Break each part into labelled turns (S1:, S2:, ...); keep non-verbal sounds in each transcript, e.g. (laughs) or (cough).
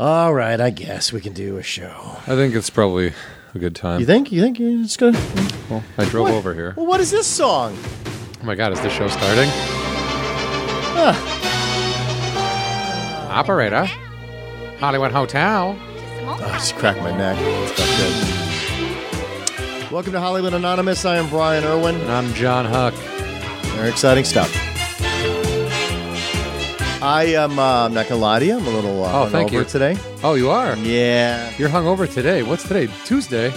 S1: All right, I guess we can do a show.
S2: I think it's probably a good time.
S1: You think? You think it's good?
S2: Well, I drove over here.
S1: Well, what is this song?
S2: Oh my god, is the show starting?
S1: Ah.
S2: Operator, Hollywood Hotel. Oh,
S1: I just cracked my neck. It's not good. Welcome to Hollywood Anonymous. I am Brian Irwin.
S2: And I'm John Huck.
S1: Very exciting stuff. I am. Uh, I'm not gonna lie to you. I'm a little uh,
S2: Oh, thank
S1: hungover
S2: you.
S1: today.
S2: Oh, you are.
S1: Yeah.
S2: You're hungover today. What's today?
S1: (laughs)
S2: Tuesday.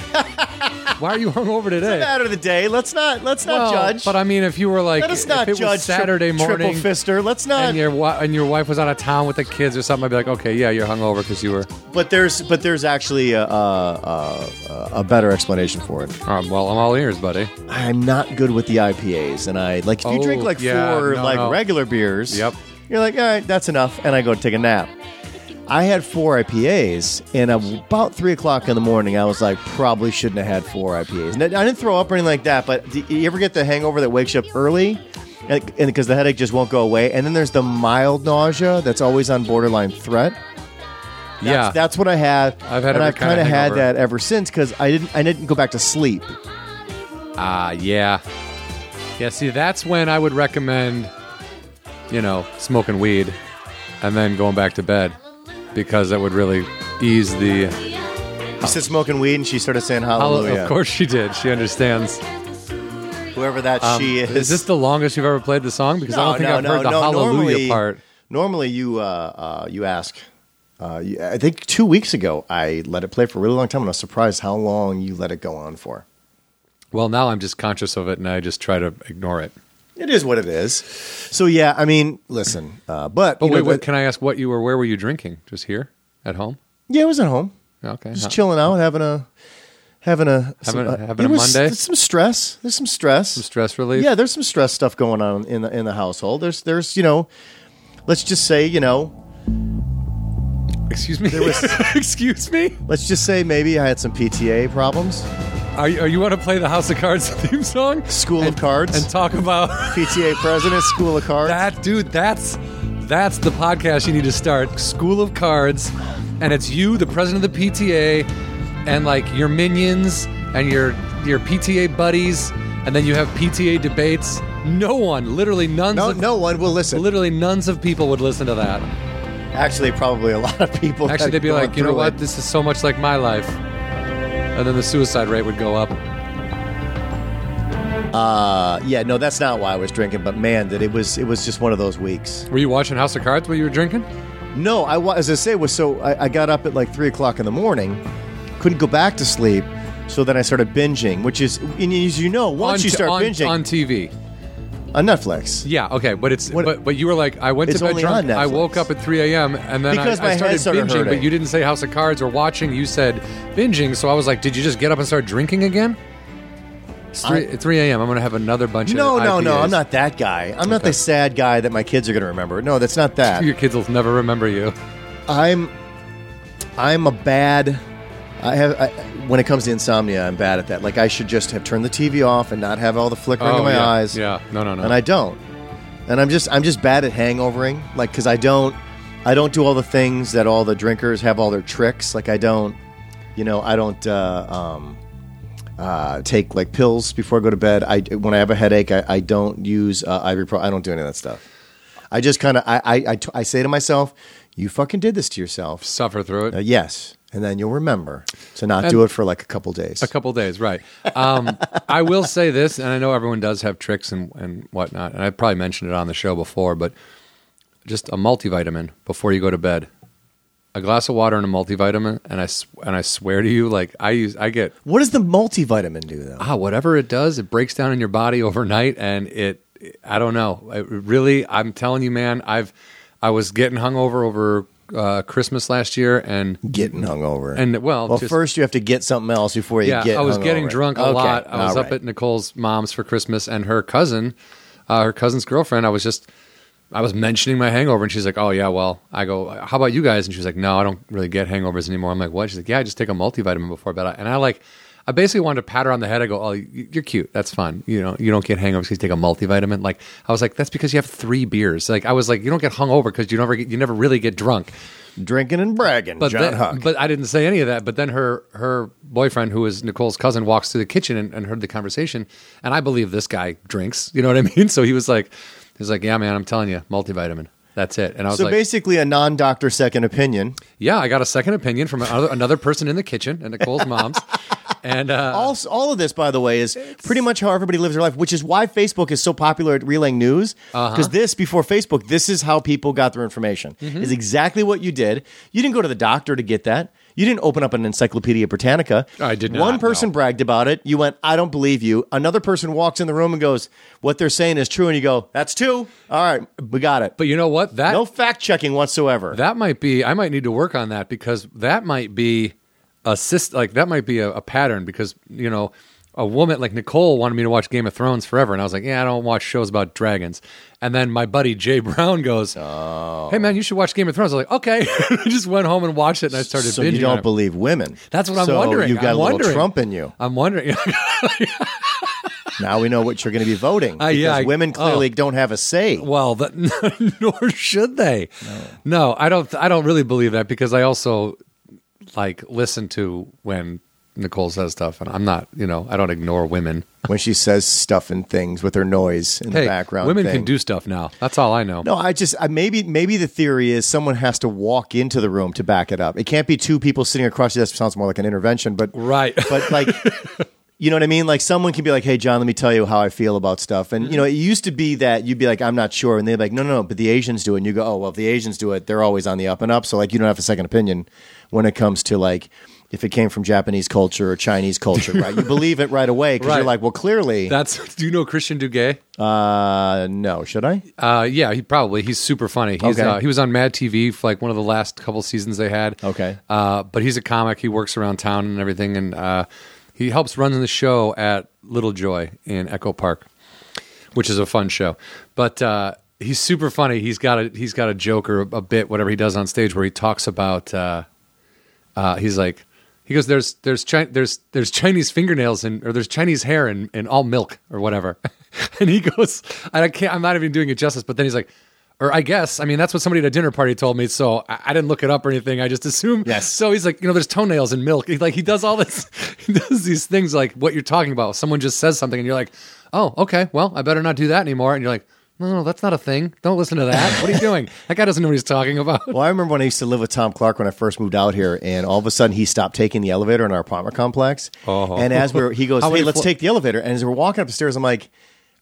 S2: Why are you hungover today?
S1: Matter of the day. Let's not. Let's not
S2: Well,
S1: judge.
S2: But I mean, if you were like,
S1: Let us not
S2: if it
S1: judge.
S2: was Saturday
S1: tri-
S2: morning.
S1: Triple fister. Let's not.
S2: and your wi- and your wife was out of town with the kids or something. I'd be like, okay, yeah, you're hungover because you were.
S1: But there's. But there's actually a, a, a, a better explanation for it.
S2: Um, well, I'm all ears, buddy.
S1: I'm not good with the IPAs, and I like if you
S2: Oh,
S1: drink like
S2: yeah,
S1: four
S2: no,
S1: like
S2: no.
S1: regular beers.
S2: Yep.
S1: You're like, all right, that's enough, and I go take a nap. I had four IPAs, and about three o'clock in the morning, I was like, probably shouldn't have had four IPAs. And I didn't throw up or anything like that, but do you ever get the hangover that wakes you up early? And because the headache just won't go away, and then there's the mild nausea that's always on borderline threat. That's,
S2: yeah,
S1: that's what I had.
S2: I've had
S1: and
S2: every
S1: I've
S2: kind
S1: kind
S2: of
S1: of had
S2: hangover.
S1: that ever since because I didn't I didn't go back to sleep.
S2: Ah, yeah. Yeah, see, that's when I would recommend, you know, smoking weed and then going back to bed because that would really ease the.
S1: She said smoking weed, and she started saying hallelujah.
S2: Of course she did. She understands.
S1: whoever that
S2: Um,
S1: she is.
S2: Is this the longest you've ever played the song? Because I
S1: No,
S2: don't think
S1: no,
S2: I've
S1: no,
S2: heard the
S1: no,
S2: hallelujah
S1: normally-
S2: part.
S1: Normally, you uh, uh, you ask. Uh, you, I think two weeks ago, I let it play for a really long time, and I was surprised how long you let it go on for.
S2: Well, now I'm just conscious of it and I just try to ignore it.
S1: It is what it is. So yeah, I mean, listen, uh, but
S2: But
S1: you know,
S2: Oh, wait,
S1: the-
S2: wait, can I ask what you were, where were you drinking? Just here? At home?
S1: yeah, it was at home,
S2: Okay.
S1: just
S2: huh.
S1: chilling out, having a having a
S2: Uh-huh. Having-
S1: uh,
S2: having
S1: it
S2: a
S1: was-
S2: Monday?
S1: There's some stress. There's some stress.
S2: Some stress relief?
S1: Yeah, there's some stress stuff going on in the in the household. There's there's you know, let's just say you know
S2: Excuse me? (laughs) Excuse me?
S1: Let's just say maybe I had some PTA problems.
S2: Are you, are you want to play the House of Cards (laughs) theme song?
S1: School
S2: And-
S1: of Cards.
S2: and talk about
S1: PTA president, School of Cards.
S2: (laughs) that, dude. That's that's the podcast you need to start. School of Cards, and it's you, the president of the PTA, and like your minions and your your PTA buddies, and then you have PTA debates. No one, literally nuns.
S1: no,
S2: of,
S1: no one will listen.
S2: Literally, nuns of people would listen
S1: (laughs)
S2: to that.
S1: Actually, probably a lot of people.
S2: Actually,
S1: had
S2: they'd be
S1: gone
S2: like, you know
S1: through
S2: what?
S1: it.
S2: This is so much like my life. And then the suicide rate would go up.
S1: Uh, yeah, no, that's not why I was drinking. But man, that it was it was just one of those weeks.
S2: Were you watching House of Cards while you were drinking?
S1: No, I wa- as I say was so I, I got up at like three o'clock in the morning, couldn't go back to sleep, so then I started binging, which is and as you know, once
S2: on,
S1: you
S2: t-
S1: start
S2: on,
S1: binging
S2: on TV.
S1: on Netflix.
S2: Yeah, okay, but it's
S1: What-
S2: but but you were like I went to
S1: It's
S2: bed
S1: only
S2: drunk.
S1: on
S2: I
S1: Netflix.
S2: woke up at 3 a.m. and then I-
S1: Because
S2: I,
S1: my head
S2: started
S1: started
S2: binging,
S1: hurting.
S2: but you didn't say House of Cards or watching. You said binging, so I was like, did you just get up and start drinking again? It's 3, it's 3 a.m. I'm gonna have another bunch
S1: No,
S2: of
S1: no, no!
S2: IPAs.
S1: I'm not that guy. I'm not the sad guy that my kids are going to remember. No, that's not that.
S2: (laughs) Your kids will never remember you.
S1: I'm I'm a bad I have I, when it comes to insomnia, I'm bad at that. Like I should just have turned the TV off and not have all the flickering in my
S2: Oh, yeah,
S1: eyes.
S2: Yeah, no, no, no.
S1: And I don't. And I'm just I'm just bad at hangovering, like cuz I don't I don't do all the things that all the drinkers have all their tricks. Like I don't you know, I don't uh, um uh, take like pills before I go to bed. I when I have a headache, I, I don't use uh, ibuprofen. I don't do any of that stuff. I just kind of I I, I, t- I say to myself, "You fucking did this to yourself."
S2: suffer through it.
S1: Uh, yes, and then you'll remember to not
S2: And-
S1: do it for like a couple days.
S2: A couple days, right. Um, I will say this, and I know everyone does have tricks and, and whatnot, and I probably mentioned it on the show before, but just a multivitamin before you go to bed. A glass of water and a multivitamin, and I s- and I swear to you, like I use, I get
S1: what does the multivitamin do though?
S2: ah whatever it does, it breaks down in your body overnight, and it I don't know, it really, I'm telling you, man, I've I was getting hungover over uh, Christmas last year, and
S1: Getting hungover.
S2: And, well,
S1: well,
S2: just-
S1: first you have to get something else before you
S2: yeah,
S1: get.
S2: I was getting
S1: hungover.
S2: drunk a
S1: Okay,
S2: lot. I was
S1: all
S2: up
S1: right.
S2: at Nicole's mom's for Christmas, and her cousin, uh, her cousin's girlfriend. I was just, I was mentioning my hangover, and she's like, "Oh yeah, well." I go, "How about you guys?" And she's like, "No, I don't really get hangovers anymore." I'm like, "What?" She's like, "Yeah, I just take a multivitamin before bed." And I like, I basically wanted to pat her on the head. I go, "Oh, y- you're cute. That's fun. You know, you don't get hangovers because you take a multivitamin." Like, I was like, "That's because you have three beers." Like, I was like, "You don't get hungover because you never get, you never really get drunk."
S1: drinking and bragging,
S2: But
S1: John
S2: then-
S1: Huck.
S2: but I didn't say any of that. But then her her boyfriend, who is Nicole's cousin, walks to the kitchen and, and heard the conversation. And I believe this guy drinks. You know what I (laughs) mean? So he was like, he was like, yeah, man, I'm telling you, multivitamin. That's it. And I was
S1: so
S2: like,
S1: basically, a non-doctor second opinion.
S2: yeah, I got a second opinion from another, another person in the kitchen and
S1: (laughs)
S2: Nicole's mom's. And uh,
S1: all, all of this, by the way, is pretty much how everybody lives their life, which is why Facebook is so popular at relaying news.
S2: Uh-huh.
S1: Because this, before Facebook, this is how people got their information.
S2: Mm-hmm.
S1: Is exactly what you did. You didn't go to the doctor to get that. You didn't open up an Encyclopedia Britannica.
S2: I did
S1: One
S2: not,
S1: person
S2: no.
S1: bragged about it. You went, I don't believe you. Another person walks in the room and goes, What they're saying is true. And you go, That's two. All right, we got it.
S2: but you know what? That
S1: no fact checking whatsoever.
S2: that might be i might need to work on that because that might be a syst- like that might be a, a pattern because you know a woman like nicole wanted me to watch game of thrones forever and i was like yeah i don't watch shows about dragons and then my buddy jay (laughs) brown goes hey man you should watch game of thrones i was like okay (laughs) i just went home and watched it and i started
S1: so
S2: binging
S1: you
S2: on
S1: don't
S2: it.
S1: believe women.
S2: that's what i'm
S1: So
S2: wondering
S1: You've got
S2: I'm
S1: a little
S2: wondering.
S1: Trump in you.
S2: i'm wondering (laughs)
S1: Now we know what you're going to be voting.
S2: Uh, yeah,
S1: because
S2: I-
S1: women clearly don't have a say.
S2: Well, that, (laughs) nor should they. No. I don't. I don't really believe that because I also like listen to when Nicole says stuff, and I'm not. You know, I don't ignore women.
S1: when she says stuff and things with her noise in
S2: Hey,
S1: the background.
S2: women
S1: thing.
S2: can do stuff now. That's all I know.
S1: No, I just I, maybe maybe the theory is someone has to walk into the room to back it up. It can't be two people sitting across. you. That sounds more like an intervention, but
S2: Right. (laughs)
S1: but like. You know what I mean? Like someone can be like, "Hey, John, let me tell you how I feel about stuff." And you know, it used to be that you'd be like, "I'm not sure," and they'd be like, "No, no, no." But the Asians do it, and you go, "Oh, well, if the Asians do it, they're always on the up and up." So like, you don't have a second opinion when it comes to like if it came from Japanese culture or Chinese culture, right? You believe it right away because
S2: Right.
S1: you're like, "Well, clearly,
S2: That's. Do you know Christian Duguay?
S1: uh, no, should I?"
S2: Uh, yeah, he probably. He's super funny. He's,
S1: Okay.
S2: uh, he was on Mad TV for like one of the last couple seasons they had.
S1: Okay.
S2: Uh, but he's a comic. He works around town and everything, and uh, he helps run the show at Little Joy in Echo Park, which is a fun show. But uh, he's super funny. He's got a he's got a joke or a bit, whatever he does on stage, where he talks about. Uh, uh, he's like, he goes, there's there's Chi- there's there's Chinese fingernails and or there's Chinese hair and and all milk or whatever, (laughs) and he goes, and I can't, I'm not even doing it justice, but then he's like. Or I guess I mean that's what somebody at a dinner party told me, so I, I didn't look it up or anything. I just assumed.
S1: Yes.
S2: So he's like, you know, there's toenails and milk. He, like he does all this, (laughs) he does these things like what you're talking about. Someone just says something, and you're like, oh, okay, well, I better not do that anymore. And you're like, no, no, that's not a thing. Don't listen to that. What are you doing? (laughs) that guy doesn't know what he's talking about.
S1: Well, I remember when I used to live with Tom Clark when I first moved out here, and all of a sudden he stopped taking the elevator in our apartment complex.
S2: Uh-huh.
S1: And as we're, he goes,
S2: (laughs) How
S1: "Hey,
S2: many
S1: let's
S2: flo-
S1: take the elevator." And as we're walking up the stairs, I'm like,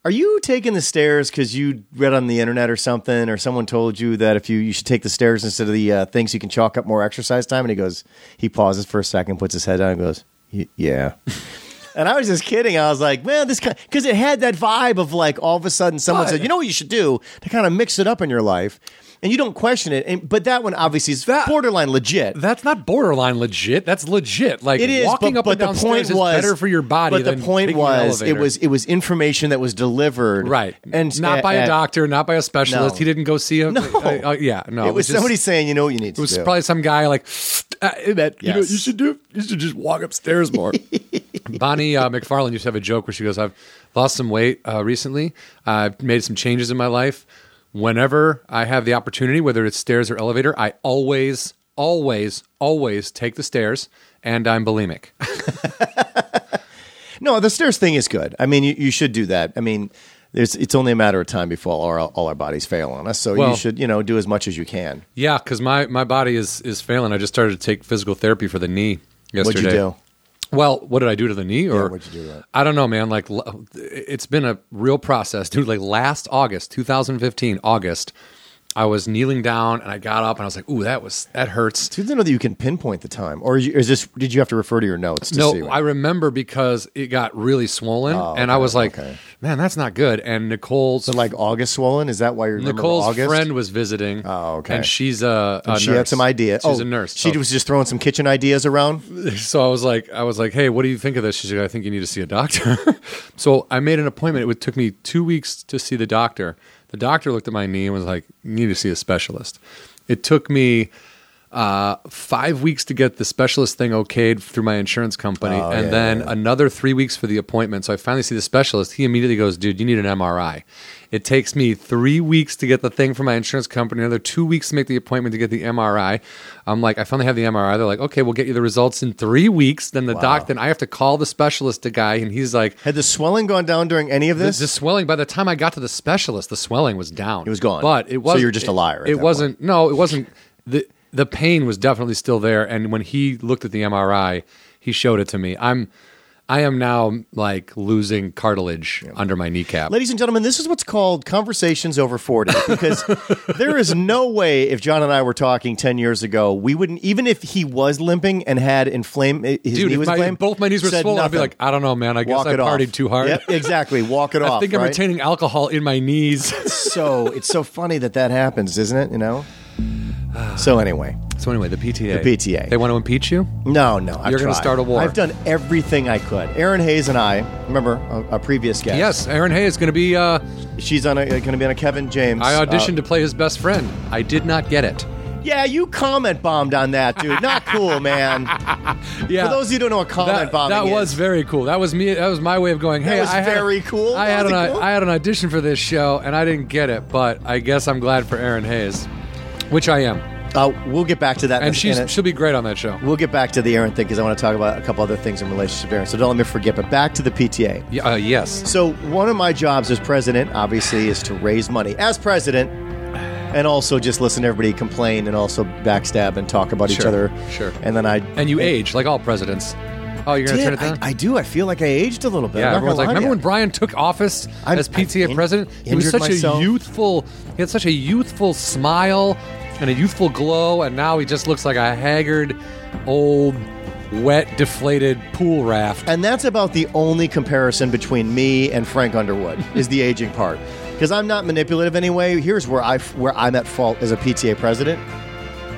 S1: "Are you taking the stairs because you read on the internet or something, or someone told you that if you you should take the stairs instead of the uh, things you can chalk up more exercise time?" And he goes, he pauses for a second, puts his head down, and goes, "Y- "Yeah." And I was just kidding. I was like, man, this because it had that vibe of like all of a sudden someone
S2: What?
S1: said, you know what you should do to kind of mix it up in your life, and you don't question it. And but that one obviously is
S2: That-
S1: borderline legit.
S2: That's not borderline legit. That's legit. Like
S1: it is,
S2: walking
S1: but,
S2: up
S1: but
S2: and down
S1: the point
S2: stairs
S1: was
S2: is better for your body.
S1: But the
S2: than
S1: point
S2: taking an
S1: was, it
S2: elevator.
S1: was it was information that was delivered,
S2: right, and not by a
S1: and-
S2: doctor, not by a specialist.
S1: No.
S2: He didn't go see a.
S1: No.
S2: uh, uh, yeah, no.
S1: It was
S2: just-
S1: somebody saying, you know what you need
S2: It was
S1: to do.
S2: probably some guy like (sniffs) "Uh, that. You know,
S1: Yes.
S2: you should do. You should just walk
S1: (laughs)
S2: upstairs more. Bonnie uh, McFarlane used to have a joke where she goes, "I've lost some weight uh, recently. I've made some changes in my life. Whenever I have the opportunity, whether it's stairs or elevator, I always, always, always take the stairs." And I'm bulimic. (laughs)
S1: No, the stairs thing is good. I mean, you, you should do that. I mean, there's, it's only a matter of time before all our, all our bodies fail on us. So
S2: Well-
S1: you should, you know, do as much as you can.
S2: Yeah, because my, my body is is failing. I just started to take physical therapy for the knee
S1: What'd
S2: yesterday.
S1: you do?
S2: Well, what did I do to the knee? Or
S1: what'd you do to that?
S2: I don't know, man. Like, l- it's been a real process, dude. Like last August, 2015, August, I was kneeling down and I got up and I was like, "Ooh, that was that hurts."
S1: It's good to know that you can pinpoint the time, or is you- is this? Did you have to refer to your notes? To see
S2: No,
S1: when-
S2: I remember because it got really swollen, and I was like,
S1: okay.
S2: "Man, that's not good." And Nicole's
S1: So, like August swollen. Is that why you remember
S2: Nicole's
S1: August?
S2: friend was visiting.
S1: Oh, okay.
S2: And she's a, a
S1: she had
S2: nurse.
S1: some ideas.
S2: She's
S1: oh,
S2: a nurse.
S1: She
S2: so-
S1: was just throwing some kitchen ideas around.
S2: (laughs) so I was like, I was like, hey, what do you think of this? She said, I think you need to see a doctor. (laughs) so I made an appointment. It took me two weeks to see the doctor. The doctor looked at my knee and was like, you need to see a specialist. It took me uh, five weeks to get the specialist thing okayed through my insurance company,
S1: Oh,
S2: and
S1: yeah,
S2: then
S1: yeah, yeah.
S2: another three weeks for the appointment. So I finally see the specialist. He immediately goes, "Dude, you need an MRI." It takes me three weeks to get the thing from my insurance company, another two weeks to make the appointment to get the MRI. I'm like, I finally have the MRI. They're like, "Okay, we'll get you the results in three weeks." Then the doc, then I have to call the specialist to guy, and he's like,
S1: Had the swelling gone down during any of
S2: the,
S1: this?
S2: the swelling. By the time I got to the specialist, the swelling was down. It
S1: was gone.
S2: But it
S1: So
S2: was.
S1: you're just a liar at
S2: It,
S1: that
S2: wasn't. No, it wasn't. the The pain was definitely still there. And when he looked at the MRI, he showed it to me. I'm, I am now like losing cartilage under my kneecap.
S1: Ladies and gentlemen, this is what's called conversations over 40
S2: (laughs)
S1: because there is no way if John and I were talking 10 years ago, we wouldn't, even if he was limping and had inflamed, his
S2: Dude,
S1: knee
S2: if
S1: was
S2: my-
S1: inflamed,
S2: both my knees were
S1: said
S2: swollen. I'd be
S1: nothing.
S2: like, I don't know, man. I guess
S1: walk
S2: I
S1: it off.
S2: partied too hard.
S1: Yep, exactly. Walk it off.
S2: (laughs) I think I'm
S1: right?
S2: retaining alcohol in my knees. (laughs)
S1: so it's so funny that that happens, isn't it? You know? So anyway,
S2: so anyway, the PTA.
S1: The PTA.
S2: They want to impeach you.
S1: no, no. I've
S2: You're gonna
S1: tried.
S2: start a war.
S1: I've done everything I could. Aaron Hayes and I, remember a, a previous guest.
S2: Yes, Aaron Hay is going to be. Uh,
S1: she's on going to be on a Kevin James.
S2: I
S1: uh,
S2: auditioned to play his best friend. I did not get it.
S1: Yeah, you comment bombed on that, dude. Not cool, man.
S2: (laughs) Yeah.
S1: For those of you who don't know what comment
S2: that,
S1: bombing
S2: that
S1: is,
S2: was very cool. That was me. That was my way of going. Hey,
S1: was
S2: I had,
S1: very cool.
S2: I had
S1: That
S2: an
S1: was cool.
S2: I had an audition for this show and I didn't get it, but I guess I'm glad for Erin Hayes, which I am,
S1: Uh, we'll get back to that. in
S2: and
S1: a-
S2: she's
S1: in a-
S2: she'll be great on that show.
S1: we'll get back to the Aaron thing because I want to talk about a couple other things in relationship to Aaron. So don't let me forget. But back to the PTA.
S2: Yeah, uh, yes.
S1: So one of my jobs as president, obviously, is to raise money as president, and also just listen to everybody complain and also backstab and talk about each
S2: Sure,
S1: other.
S2: sure.
S1: And then I
S2: And you age like all presidents. Oh, you're gonna turn it
S1: did.
S2: down.
S1: I, I do. I feel like I aged a little bit.
S2: yeah,
S1: I'm not
S2: everyone's
S1: gonna
S2: like,
S1: lie to
S2: remember
S1: you.
S2: when Brian took office
S1: I'm-
S2: as PTA
S1: I've in-
S2: president? He was
S1: injured
S2: such
S1: myself.
S2: a youthful. He had such a youthful smile and a youthful glow, and now he just looks like a haggard, old, wet, deflated pool raft.
S1: And that's about the only comparison between me and Frank Underwood is the aging part. Because I'm not manipulative anyway. Here's where I where I'm at fault as a PTA president.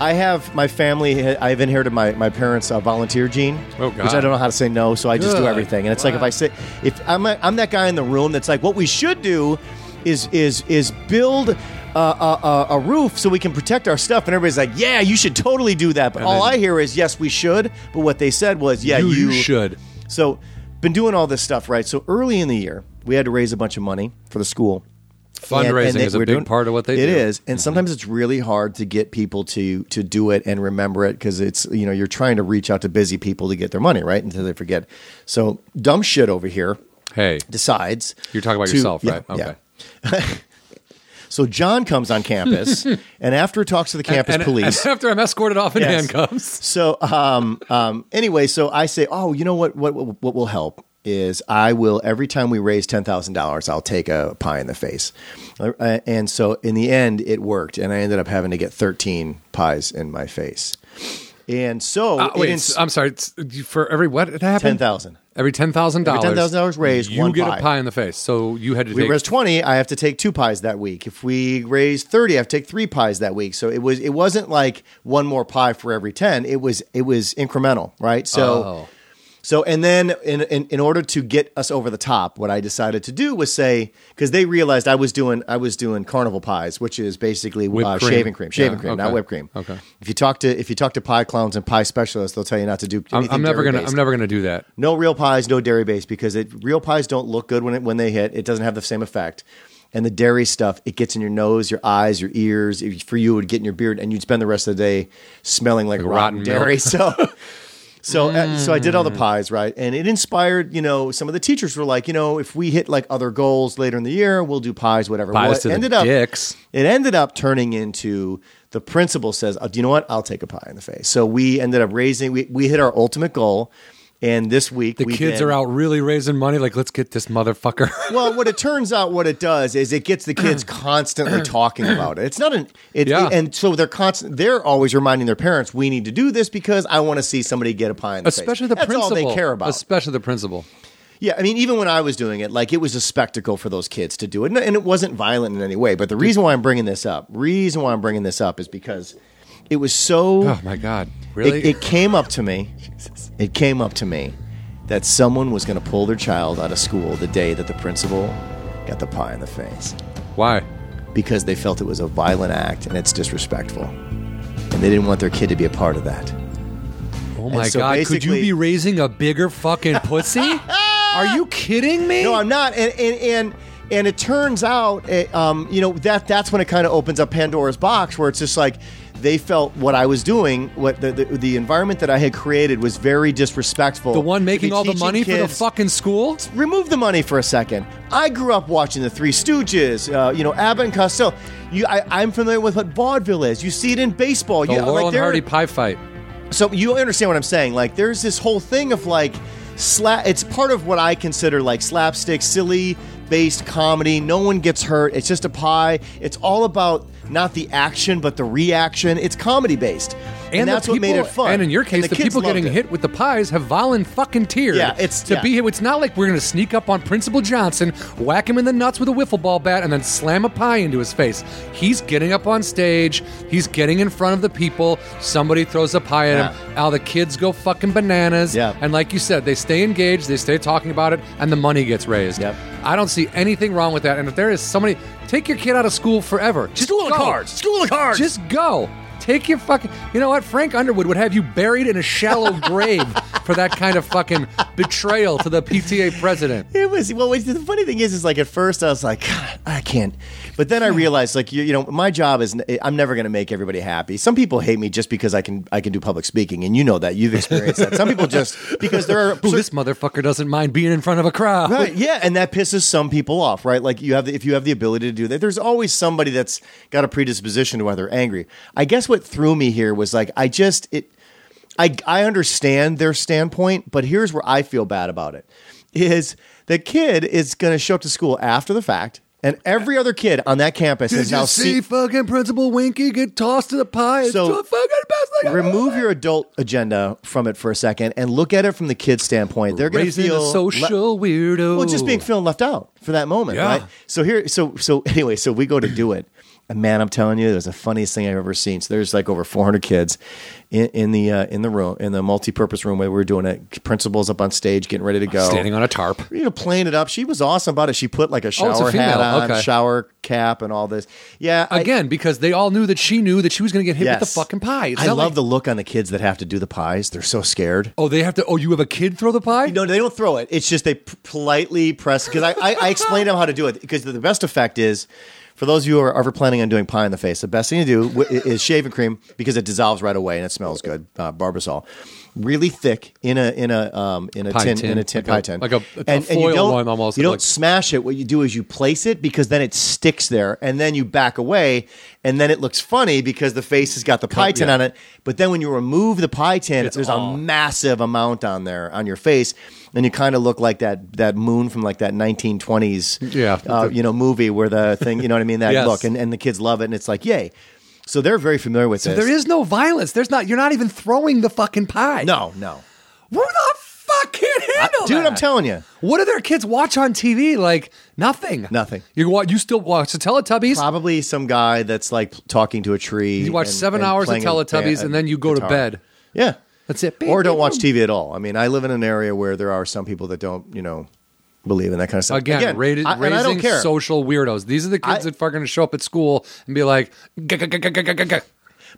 S1: I have my family. I've inherited my my parents' uh, volunteer gene,
S2: Oh, God.
S1: which I don't know how to say no, so I just do
S2: Good.
S1: everything. And it's like if
S2: Wow.
S1: I say if I'm i I'm that guy in the room that's like, what we should do is is is build. A, a, a, a roof so we can protect our stuff, and everybody's like, "Yeah, you should totally do that." But all
S2: then-
S1: I hear is, "Yes, we should." But what they said was, "Yeah,
S2: you,
S1: you,
S2: you should.
S1: so, been doing all this stuff, right? So, early in the year, we had to raise a bunch of money for the school. And- and
S2: Fundraising
S1: they-
S2: is a
S1: we're
S2: big
S1: doing-
S2: part of what they
S1: It
S2: do. Mm-hmm.
S1: is, and sometimes it's really hard to get people to to do it and remember it because it's you know you're trying to reach out to busy people to get their money right until they forget. So, dumb shit over here
S2: Hey,
S1: decides
S2: You're talking about
S1: to-
S2: yourself,
S1: yeah,
S2: right?
S1: yeah. (laughs) So John comes on
S2: (laughs)
S1: campus, and after talks to the campus
S2: and,
S1: police,
S2: and after I'm escorted off in
S1: Yes. (laughs)
S2: handcuffs.
S1: So um, um, anyway, so I say, oh, you know what? What what, what will help is I will every time we raise ten thousand dollars, I'll take a pie in the face, Uh, and so in the end, it worked, and I ended up having to get thirteen pies in my face, and so
S2: Uh,
S1: it
S2: wait,
S1: ins-
S2: I'm sorry. it's- you- For every what it happened?
S1: 10,000.
S2: Every ten thousand dollars.
S1: Every $10,000 raised,
S2: You
S1: one
S2: get
S1: pie.
S2: a pie in the face. So you had to
S1: we
S2: take.
S1: raise 20 i have to take two pies that week if we raise 30 i have to take three pies that week so it was it wasn't like one more pie for every 10 it was it was incremental right so
S2: Oh.
S1: so and then in, in in order to get us over the top what i decided to do was say because they realized i was doing i was doing carnival pies which is basically
S2: Whipped
S1: uh,
S2: cream.
S1: shaving cream shaving
S2: Yeah,
S1: cream
S2: okay.
S1: not whipped cream
S2: Okay.
S1: if you talk to if you talk to pie clowns and pie specialists they'll tell you not to do
S2: I'm,
S1: anything
S2: I'm never gonna.
S1: dairy-based.
S2: I'm never gonna do that.
S1: No real pies, no dairy based because it real pies don't look good when it, when they hit. It doesn't have the same effect. And the dairy stuff, it gets in your nose, your eyes, your ears. If- for you, it would get in your beard, and you'd spend the rest of the day smelling like, rotten,
S2: rotten
S1: dairy. (laughs)
S2: milk. Mm.
S1: So, so, uh, so I did all the pies right, and it inspired. You know, some of the teachers were like, you know, if we hit like other goals later in the year, we'll do pies, whatever.
S2: Pies
S1: Well, it
S2: to the
S1: ended up,
S2: dicks.
S1: it ended up turning into the principal says, oh, "Do you know what? I'll take a pie in the face." So we ended up raising. We, we hit our ultimate goal, and this week
S2: The kids are out really raising money. Like, let's get this
S1: (laughs)
S2: motherfucker.
S1: well, what it turns out, what it does is it gets the
S2: (clears throat)
S1: kids constantly talking about it. It's not an it,
S2: Yeah.
S1: and so they're constant. They're always reminding their parents, "We need to do this because I want to see somebody get a pie in the
S2: Especially
S1: face."
S2: the
S1: That's
S2: principal.
S1: all they care about.
S2: Especially the principal.
S1: Yeah, I mean, even when I was doing it, like it was a spectacle for those kids to do it, and and it wasn't violent in any way. But the reason why I'm bringing this up, reason why I'm bringing this up, is because it was so.
S2: Oh my god. Really?
S1: It, it came up to
S2: (laughs)
S1: me. It came up to me that someone was going to pull their child out of school the day that the principal got the pie in the face
S2: Why?
S1: because they felt it was a violent act and it's disrespectful. and they didn't want their kid to be a part of that.
S2: Oh my
S1: so
S2: god! Could you
S1: basically-
S2: be raising a bigger fucking
S1: (laughs)
S2: pussy? Are you kidding me?
S1: No, I'm not. And and and, and it turns out, it, um, you know that that's when it kind of opens up Pandora's box, where it's just like they felt what I was doing, what the the, the environment that I had created was very disrespectful.
S2: the one
S1: to be
S2: making all the
S1: teaching
S2: money for the
S1: kids-
S2: fucking school.
S1: Remove the money for a second. I grew up watching the Three Stooges, uh, you know Abbott and Costello. You, I, I'm familiar with what vaudeville is. You see it in baseball.
S2: The
S1: you,
S2: Laurel and
S1: there-
S2: Hardy pie fight.
S1: so you understand what I'm saying? Like, there's this whole thing of like slap. It's part of what I consider like slapstick, silly based comedy. No one gets hurt. It's just a pie. It's all about not the action but the reaction. It's comedy based, and,
S2: the
S1: that's what made
S2: people-
S1: it fun.
S2: And in your case,
S1: And
S2: the,
S1: kids
S2: people
S1: loved
S2: getting
S1: it.
S2: hit with the pies have volunteered
S1: Yeah, it's-
S2: to
S1: yeah.
S2: be hit. It's not like we're going to sneak up on Principal Johnson, whack him in the nuts with a wiffle ball bat, and then slam a pie into his face. He's getting up on stage. He's getting in front of the people. Somebody throws a pie at him. All the kids go fucking bananas.
S1: Yeah.
S2: And like you said, they stay engaged. They stay talking about it, and the money gets raised.
S1: Yep.
S2: I don't see anything wrong with that. And if there is somebody, take your kid out of school forever. Just
S3: School of
S2: go.
S3: cards. School of cards.
S2: Just go. Take your fucking. You know what? Frank Underwood would have you buried in
S1: (laughs)
S2: a shallow grave for that kind of fucking betrayal to the PTA president.
S1: It was well. wait, The funny thing is, is like at first I was like, God, I can't. But then I realized, like you, you know, my job is n- I'm never going to make everybody happy. Some people hate me just because I can I can do public speaking, and you know that you've experienced that. Some people just because there
S2: (laughs)
S1: are
S2: Ooh, this motherfucker doesn't mind being in front of a crowd.
S1: Right. Yeah, and that pisses some people off, right? Like you have the, if you have the ability to do that. There's always somebody that's got a predisposition to why they're angry. I guess what threw me here was like I just it I I understand their standpoint, but here's where I feel bad about it. Is the kid is going to show up to school after the fact and every other kid on that campus is now see-
S2: fucking Principal Winky get tossed to the pie? It's
S1: So,
S2: the fucking best thing I've ever
S1: Remove your adult agenda from it for a second and look at it from the kid's standpoint. They're going to
S2: Raising
S1: feel
S2: a
S1: le-
S2: social weirdo.
S1: Well, just being feeling left out for that moment,
S2: Yeah.
S1: right? So here, so so anyway, so we go to do it, and man, I'm telling you, it was the funniest thing I've ever seen. So there's like over 400 kids in, in the uh, in the room in the multi-purpose room where we were doing it. Principal's up on stage, getting ready to go,
S2: standing on a tarp.
S1: you know, playing it up. She was awesome about it. She put like a
S2: a
S1: shower hat
S2: female.
S1: on,
S2: Okay.
S1: shower cap, and all this. Yeah, I-
S2: Again, because they all knew that she knew that she was going to get hit with
S1: yes.
S2: the fucking pie. It's
S1: I
S2: not
S1: love
S2: like,
S1: the look on the kids that have to do the pies. They're so scared.
S2: Oh, they have to. Oh, you have a kid throw the pie?
S1: No, they don't throw it. It's just they p- politely press because I, I, I explained to them how to do it because the best effect is for those of you who are ever planning on doing pie in the face, the best thing to do wi- i- is shave and cream because it dissolves right away and it smells good. Uh, Barbasol, really thick in a in a um, in a
S2: Pie
S1: tin,
S2: tin.
S1: in a tin
S2: Like a-
S1: pie tin,
S2: like a- a foil one almost,
S1: You don't
S2: like-
S1: smash it. What you do is you place it because then it sticks there, and then you back away, and then it looks funny because the face has got the pie tin
S2: yeah.
S1: on it. But then when you remove the pie tin,
S2: It's
S1: there's
S2: all-
S1: a massive amount on there on your face, and you kind of look like that that moon from like that 1920s,
S2: Yeah.
S1: uh, you know, movie where the thing, you know what I mean? That
S2: (laughs) Yes.
S1: look, and, and the kids love it, and it's like, yay! So they're very familiar with this.
S2: There is no violence. There's not. You're not even throwing the fucking pie.
S1: no, no,
S2: Who the fuck can handle
S1: dude, I'm
S2: that?
S1: telling you.
S2: What do their kids watch on TV? Like nothing.
S1: Nothing.
S2: You wa- you still watch the Teletubbies.
S1: Probably some guy that's like talking to a tree.
S2: You watch
S1: and-
S2: seven
S1: and
S2: hours of
S1: playing a
S2: Teletubbies,
S1: ba-
S2: and then you go
S1: guitar.
S2: to bed.
S1: Yeah,
S2: That's it.
S1: or don't watch TV at all. I mean, I live in an area where there are some people that don't, you know, believe in that kind of stuff.
S2: Again, rated,
S1: I,
S2: raising
S1: and I don't care.
S2: social weirdos. These are the kids
S1: I-
S2: that fucking show up at school and be like, "Gah, gah, gah, gah, gah, gah, gah."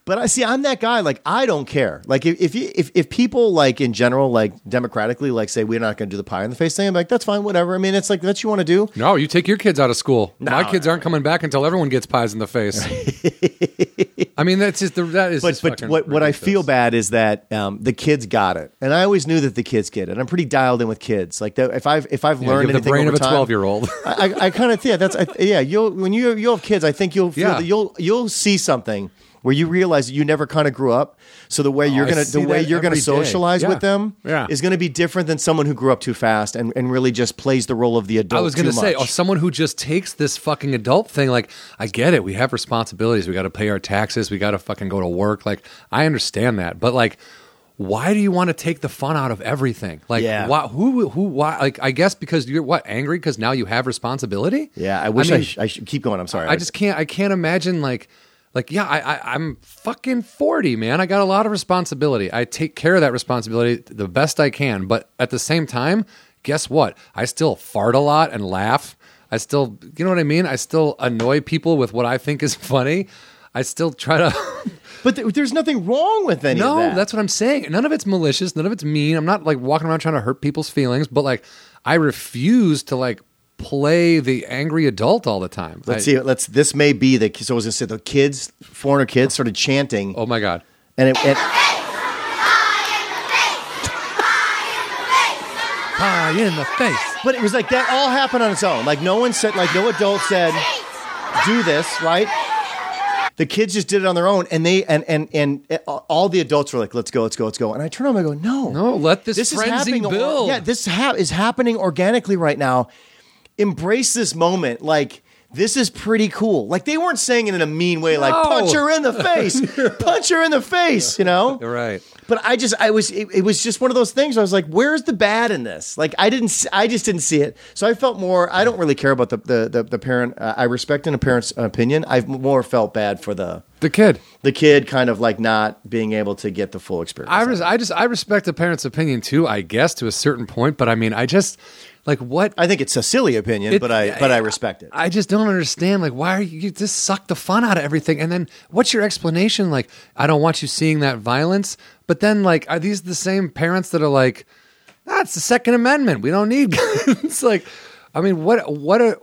S1: But I see, I'm that guy. Like, I don't care. Like, if if you, if, if people like in general, like democratically, like say we're not going to do the pie in the face thing, I'm like, that's fine, whatever. I mean, it's like that's what you want to do.
S2: no, you take your kids out of school. My kids aren't coming back until everyone gets pies in
S1: (laughs)
S2: the face. I mean, that's just the, that is.
S1: But
S2: just
S1: but
S2: fucking
S1: what what I feel
S2: ridiculous.
S1: bad is that um, the kids got it, and I always knew that the kids get it. I'm pretty dialed in with kids. Like, that, if I've if I've
S2: you
S1: learned
S2: have the
S1: anything
S2: brain
S1: over
S2: of a
S1: time-
S2: 12-year-old.
S1: I, I- I kind of yeah. That's I, yeah. You'll when you you'll have kids, I think you'll feel
S2: Yeah.
S1: that you'll you'll see something where you realize you never kind of grew up. So the way you're
S2: Oh, I
S1: gonna the
S2: see
S1: way
S2: that
S1: you're gonna
S2: every day.
S1: socialize
S2: Yeah.
S1: with them
S2: Yeah.
S1: is gonna be different than someone who grew up too fast and, and really just plays the role of the adult.
S2: (laughs) I was going to
S1: too
S2: say,
S1: much.
S2: oh, someone who just takes this fucking adult thing, like, I get it. We have responsibilities. We got to pay our taxes. We got to fucking go to work. Like, I understand that. But, like, why do you want to take the fun out of everything? Like,
S1: Yeah.
S2: why, who, who, why? Like, I guess because you're what, angry because now you have responsibility?
S1: yeah. I wish I,
S2: mean,
S1: sh- I should keep going. I'm sorry.
S2: I just can't. I can't imagine like, like yeah. I, I I'm fucking forty, man. I got a lot of responsibility. I take care of that responsibility the best I can. But at the same time, guess what? I still fart a lot and laugh. I still, (laughs)
S1: (laughs)
S2: you know what I mean. I still annoy people with what I think is funny. I still try to.
S1: But th- there's nothing wrong with any
S2: no,
S1: of that.
S2: that's what I'm saying. None of it's malicious. None of it's mean. I'm not like walking around trying to hurt people's feelings, but like I refuse to like play the angry adult all the time.
S1: Let's
S2: I-
S1: see. Let's. This may be the. So I was gonna say the kids, foreigner kids, started chanting,
S2: Oh my god.
S1: and it. it
S2: Pie in the face.
S1: But it was like that all happened on its own. Like no one said, like no adult said, do this, right? The kids just did it on their own, and they and and and uh, all the adults were like, "Let's go, let's go, let's go." And I turn on, I go, "No,
S2: No, let this
S1: this is
S2: frenzy
S1: happening. or-
S2: build.
S1: yeah, this ha- is happening organically right now. Embrace this moment, like." This is pretty cool. Like they weren't saying it in a mean way, like
S2: No.
S1: punch her in the
S2: (laughs)
S1: face, punch her in the face, you know?
S2: You're right.
S1: But I just, I was, it, it was just one of those things. I was like, where's the bad in this? Like, I didn't, s- I just didn't see it. So I felt more. I don't really care about the the the, the parent. Uh, I respect in a parent's opinion. I've more felt bad for the
S2: The kid.
S1: the kid, kind of like not being able to get the full experience.
S2: I, res- I just I respect the parent's opinion too, I guess, to a certain point. But I mean, I just like what
S1: I think it's a silly opinion,
S2: It-
S1: but I but I respect it.
S2: I just don't understand. Like, why are you, you just suck the fun out of everything? And then what's your explanation? Like, I don't want you seeing that violence. But then, like, are these the same parents that are like, that's the Second Amendment. We don't need (laughs) guns. like, I mean, what, what a,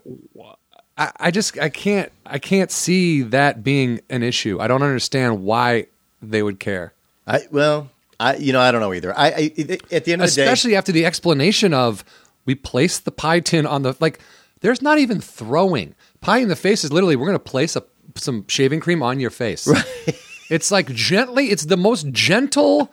S2: I, I just, I can't, I can't see that being an issue. I don't understand why they would care.
S1: I well, I you know I don't know either. I, I it- at the end of the day,
S2: especially after the explanation of we place the pie tin on the like there's not even throwing pie in the face is literally we're going to place a, some shaving cream on your face (laughs) it's like gently it's the most gentle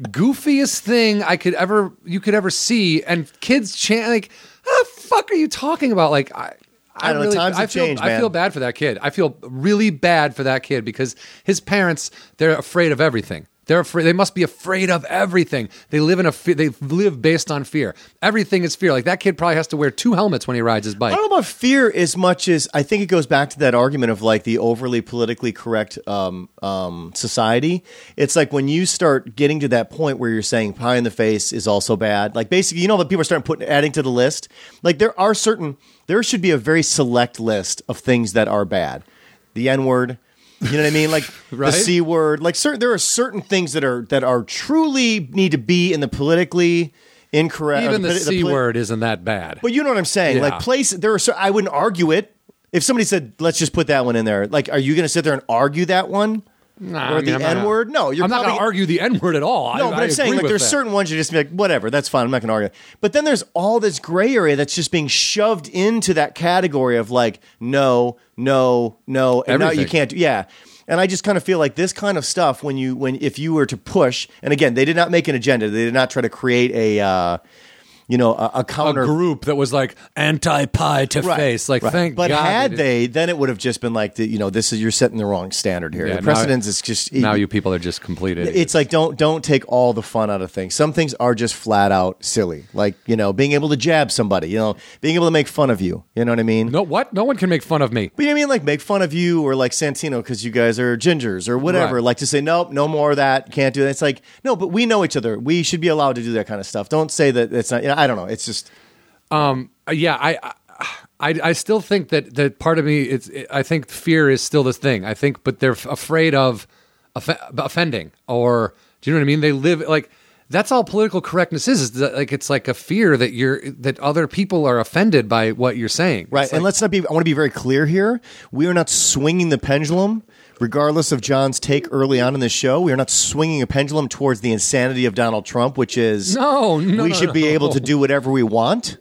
S2: goofiest thing i could ever you could ever see and kids chant like "Ah, the fuck are you talking about like i
S1: I don't know,
S2: really,
S1: times
S2: I
S1: have
S2: feel,
S1: changed,
S2: I feel
S1: man.
S2: bad for that kid. I feel really bad for that kid because his parents, they're afraid of everything. They're afraid. They must be afraid of everything. They live in a. Fe- they live based on fear. Everything is fear. Like that kid probably has to wear two helmets when he rides his
S1: I
S2: bike.
S1: don't know about fear as much as I think it goes back to that argument of like the overly politically correct um, um, society. It's like when you start getting to that point where you're saying pie in the face is also bad. Like basically, you know, that people are starting putting adding to the list. Like there are certain, there should be a very select list of things that are bad. The N word. You know what I mean?
S2: (laughs)
S1: Like the
S2: Right.
S1: C word. Like certain, there are certain things that are that are truly need to be in the politically incorrect. or
S2: Even the
S1: polit-
S2: c
S1: polit-
S2: word isn't that bad.
S1: but you know what I'm saying?
S2: Yeah.
S1: Like place there are so I wouldn't argue it. If somebody said, "Let's just put that one in there," like, are you going to sit there and argue that one
S2: Nah,
S1: or
S2: I mean,
S1: the
S2: I'm not-
S1: N word? No, you're
S2: I'm not going
S1: probably
S2: to argue the N word at all.
S1: No,
S2: I,
S1: but
S2: I
S1: am saying
S2: agree
S1: like
S2: with
S1: there's
S2: that.
S1: certain ones you just be like, whatever, that's fine. I'm not going to argue. But then there's all this gray area that's just being shoved into that category of like, no, no, no, and now you
S2: Everything.
S1: can't. do Yeah. And I just kind of feel like this kind of stuff when you when if you were to push, and again, they did not make an agenda. They did not try to create a. Uh, you know, a, a
S2: a
S1: counter
S2: group that was like anti pie to
S1: Right,
S2: face. Like
S1: right.
S2: thank
S1: but
S2: God.
S1: had
S2: it-
S1: they, then it would have just been like, the, you know, this is you're setting the wrong standard here.
S2: Yeah,
S1: the
S2: now-
S1: precedence is just
S2: now you people are just completed.
S1: e- It's like don't don't take all the fun out of things. Some things are just flat out silly, like you know, being able to jab somebody, you know, being able to make fun of you. You know what I mean?
S2: no what? No one can make fun of me.
S1: But you know what I mean, like make fun of you or like Santino because you guys are gingers or whatever.
S2: Right.
S1: Like to say nope, no more of that. Can't do that. It's like no, but we know each other. We should be allowed to do that kind of stuff. Don't say that it's not. You know, I don't know. It's just
S2: Uh, yeah, I, I, I I still think that that part of me, it's, I think fear is still the thing. I think, but they're f- afraid of off- offending, or do you know what I mean? They live like that's all political correctness is. Is that, like it's like a fear that you're that other people are offended by what you're saying,
S1: Right.
S2: It's
S1: and
S2: like-
S1: let's not be, I want to be very clear here. We are not swinging the pendulum, regardless of John's take early on in the show. We are not swinging a pendulum towards the insanity of Donald Trump, which is
S2: (laughs) No, (laughs) no,
S1: we
S2: no,
S1: should be
S2: no.
S1: able to do whatever we want.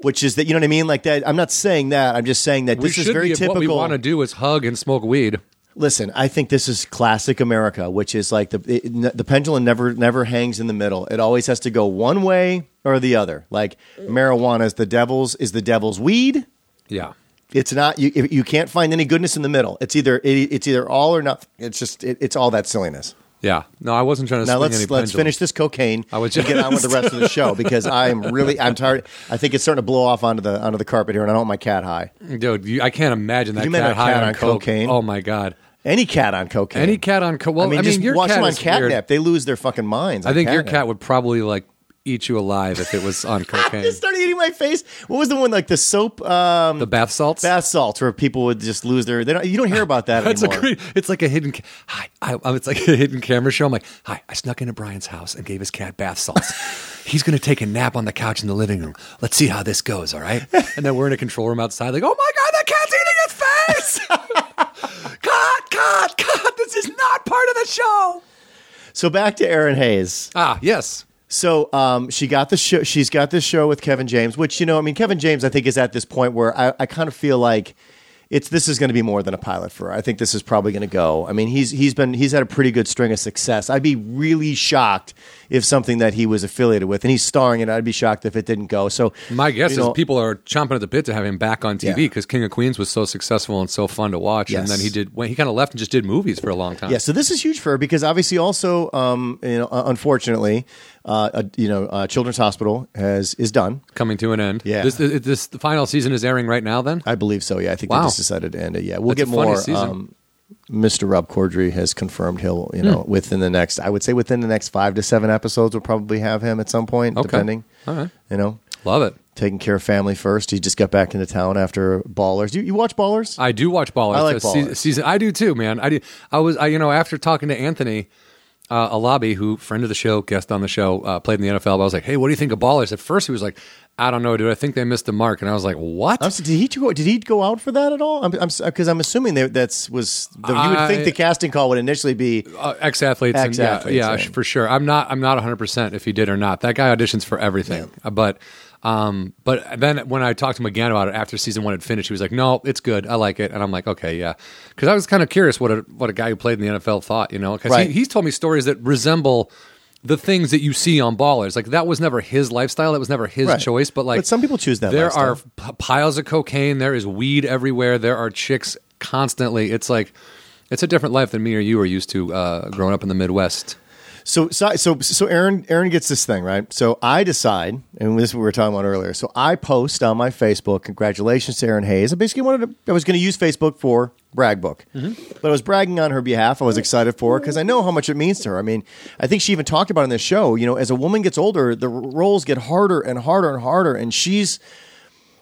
S1: Which is that you know what I mean? Like that. I'm not saying that. I'm just saying that
S2: we
S1: this
S2: should
S1: is very
S2: be,
S1: typical.
S2: What we want to do is hug and smoke weed.
S1: Listen, I think this is classic America, which is like the it, n- the pendulum never never hangs in the middle. It always has to go one way or the other. Like marijuana is the devil's is the devil's weed
S2: Yeah.
S1: it's not you. You can't find any goodness in the middle. It's either it, it's either all or nothing. It's just it, it's all that silliness.
S2: Yeah. No, I wasn't trying to.
S1: Now
S2: swing
S1: let's
S2: any
S1: let's
S2: pendulum.
S1: finish this cocaine
S2: I was
S1: and get on with the
S2: just-
S1: rest of the show because I'm really I'm tired. I think it's starting to blow off onto the onto the carpet here, and I don't want my cat high.
S2: dude. You, I can't imagine that
S1: you imagine a
S2: cat high
S1: cat
S2: on,
S1: on
S2: coke.
S1: cocaine?
S2: Oh my god.
S1: Any cat on cocaine?
S2: Any cat on coke? Well,
S1: I mean, just
S2: your
S1: watch
S2: cat
S1: them on
S2: is weird.
S1: catnip. They lose their fucking minds.
S2: I
S1: on
S2: think your
S1: catnip.
S2: cat would probably like eat you alive if it was
S1: (laughs)
S2: on
S1: I
S2: cocaine.
S1: just started eating my face. What was the one like the soap um,
S2: the bath salts.
S1: bath salts where people would just lose their? They don't, you don't hear about that
S2: (laughs) That's a
S1: anymore.
S2: great. It's like a hidden. ca- Hi, I, I'm- it's like a hidden camera show. I'm like, hi, I snuck into Brian's house and gave his cat
S1: (laughs)
S2: bath salts. He's gonna take a nap on the couch in the living room. Let's see how this goes. All right. And then we're in a control room outside. Like, oh my god, that cat's eating its face. (laughs) cut, cut, cut. This is not part of the show.
S1: so back to Aaron Hayes.
S2: Ah, yes.
S1: So um, she got the show. She's got this show with Kevin James, which you know, I mean, Kevin James, I think is at this point where I, I kind of feel like it's this is going to be more than a pilot for her. I think this is probably going to go. I mean, he's he's been he's had a pretty good string of success. I'd be really shocked if something that he was affiliated with, and he's starring in. it, I'd be shocked if it didn't go. So
S2: My guess
S1: you
S2: is
S1: know,
S2: people are chomping at the bit to have him back on TV
S1: Yeah.
S2: because King of Queens was so successful and so fun to watch. And
S1: Yes.
S2: then he did. When he kind of left and just did movies for a long time.
S1: Yeah, so this is huge for her because obviously, also, um, you know, unfortunately, uh, uh, you know, uh, Children's Hospital has is done.
S2: Coming to an end.
S1: Yeah.
S2: This, this the final season is airing right now. Then
S1: I believe so. Yeah, I think
S2: Wow.
S1: they just decided to end it. Yeah, we'll
S2: That's
S1: get
S2: a funny
S1: more.
S2: season.
S1: Um, Mr. Rob Corddry has confirmed he'll, you
S2: Hmm.
S1: know, within the next, I would say within the next five to seven episodes, we'll probably have him at some point,
S2: Okay.
S1: depending.
S2: All right.
S1: You know,
S2: love it.
S1: taking care of family first. He just got back into town after Ballers. You, you watch Ballers?
S2: I do watch Ballers.
S1: I like
S2: The se-
S1: Ballers.
S2: season. I do too, man. I do. I was, I, you know, after talking to Anthony uh, Alabi, who friend of the show, guest on the show, uh, played in the NFL. But I was like, hey, what do you think of Ballers? At first, he was like, I don't know, dude. I think they missed the mark. And I was like, what?
S1: I'm, s- did he go? Did he go out for that at all? I'm because I'm, s- 'cause I'm assuming that that's was. The, you would
S2: I-
S1: think the casting call would initially be
S2: uh, ex athletes,
S1: Ex-athletes,
S2: yeah, yeah
S1: right.
S2: sh- for sure. I'm not, I'm not 100 percent if he did or not. That guy auditions for everything, Uh, but, um, but then when I talked to him again about it after season one had finished, he was like, "No, it's good. I like it." And I'm like, "Okay, yeah," because I was kind of curious what a what a guy who played in the NFL thought, you know, because
S1: Right.
S2: he, he's told me stories that resemble the things that you see on ballers. Like that was never his lifestyle. That was never his
S1: Right.
S2: choice. But like,
S1: But some people choose that
S2: There
S1: lifestyle.
S2: are p- piles of cocaine. There is weed everywhere. There are chicks constantly. It's like it's a different life than me or you were used to uh, growing up in the Midwest.
S1: So, so, so, so Aaron, Aaron gets this thing right. So I decide, and this is what we were talking about earlier. So I post on my Facebook, congratulations to Aaron Hayes. I basically wanted to, I was going to use Facebook for brag book, but I was bragging on her behalf. I was excited for her because I know how much it means to her. I mean, I think she even talked about it in this show. You know, as a woman gets older, the r- roles get harder and harder and harder, and she's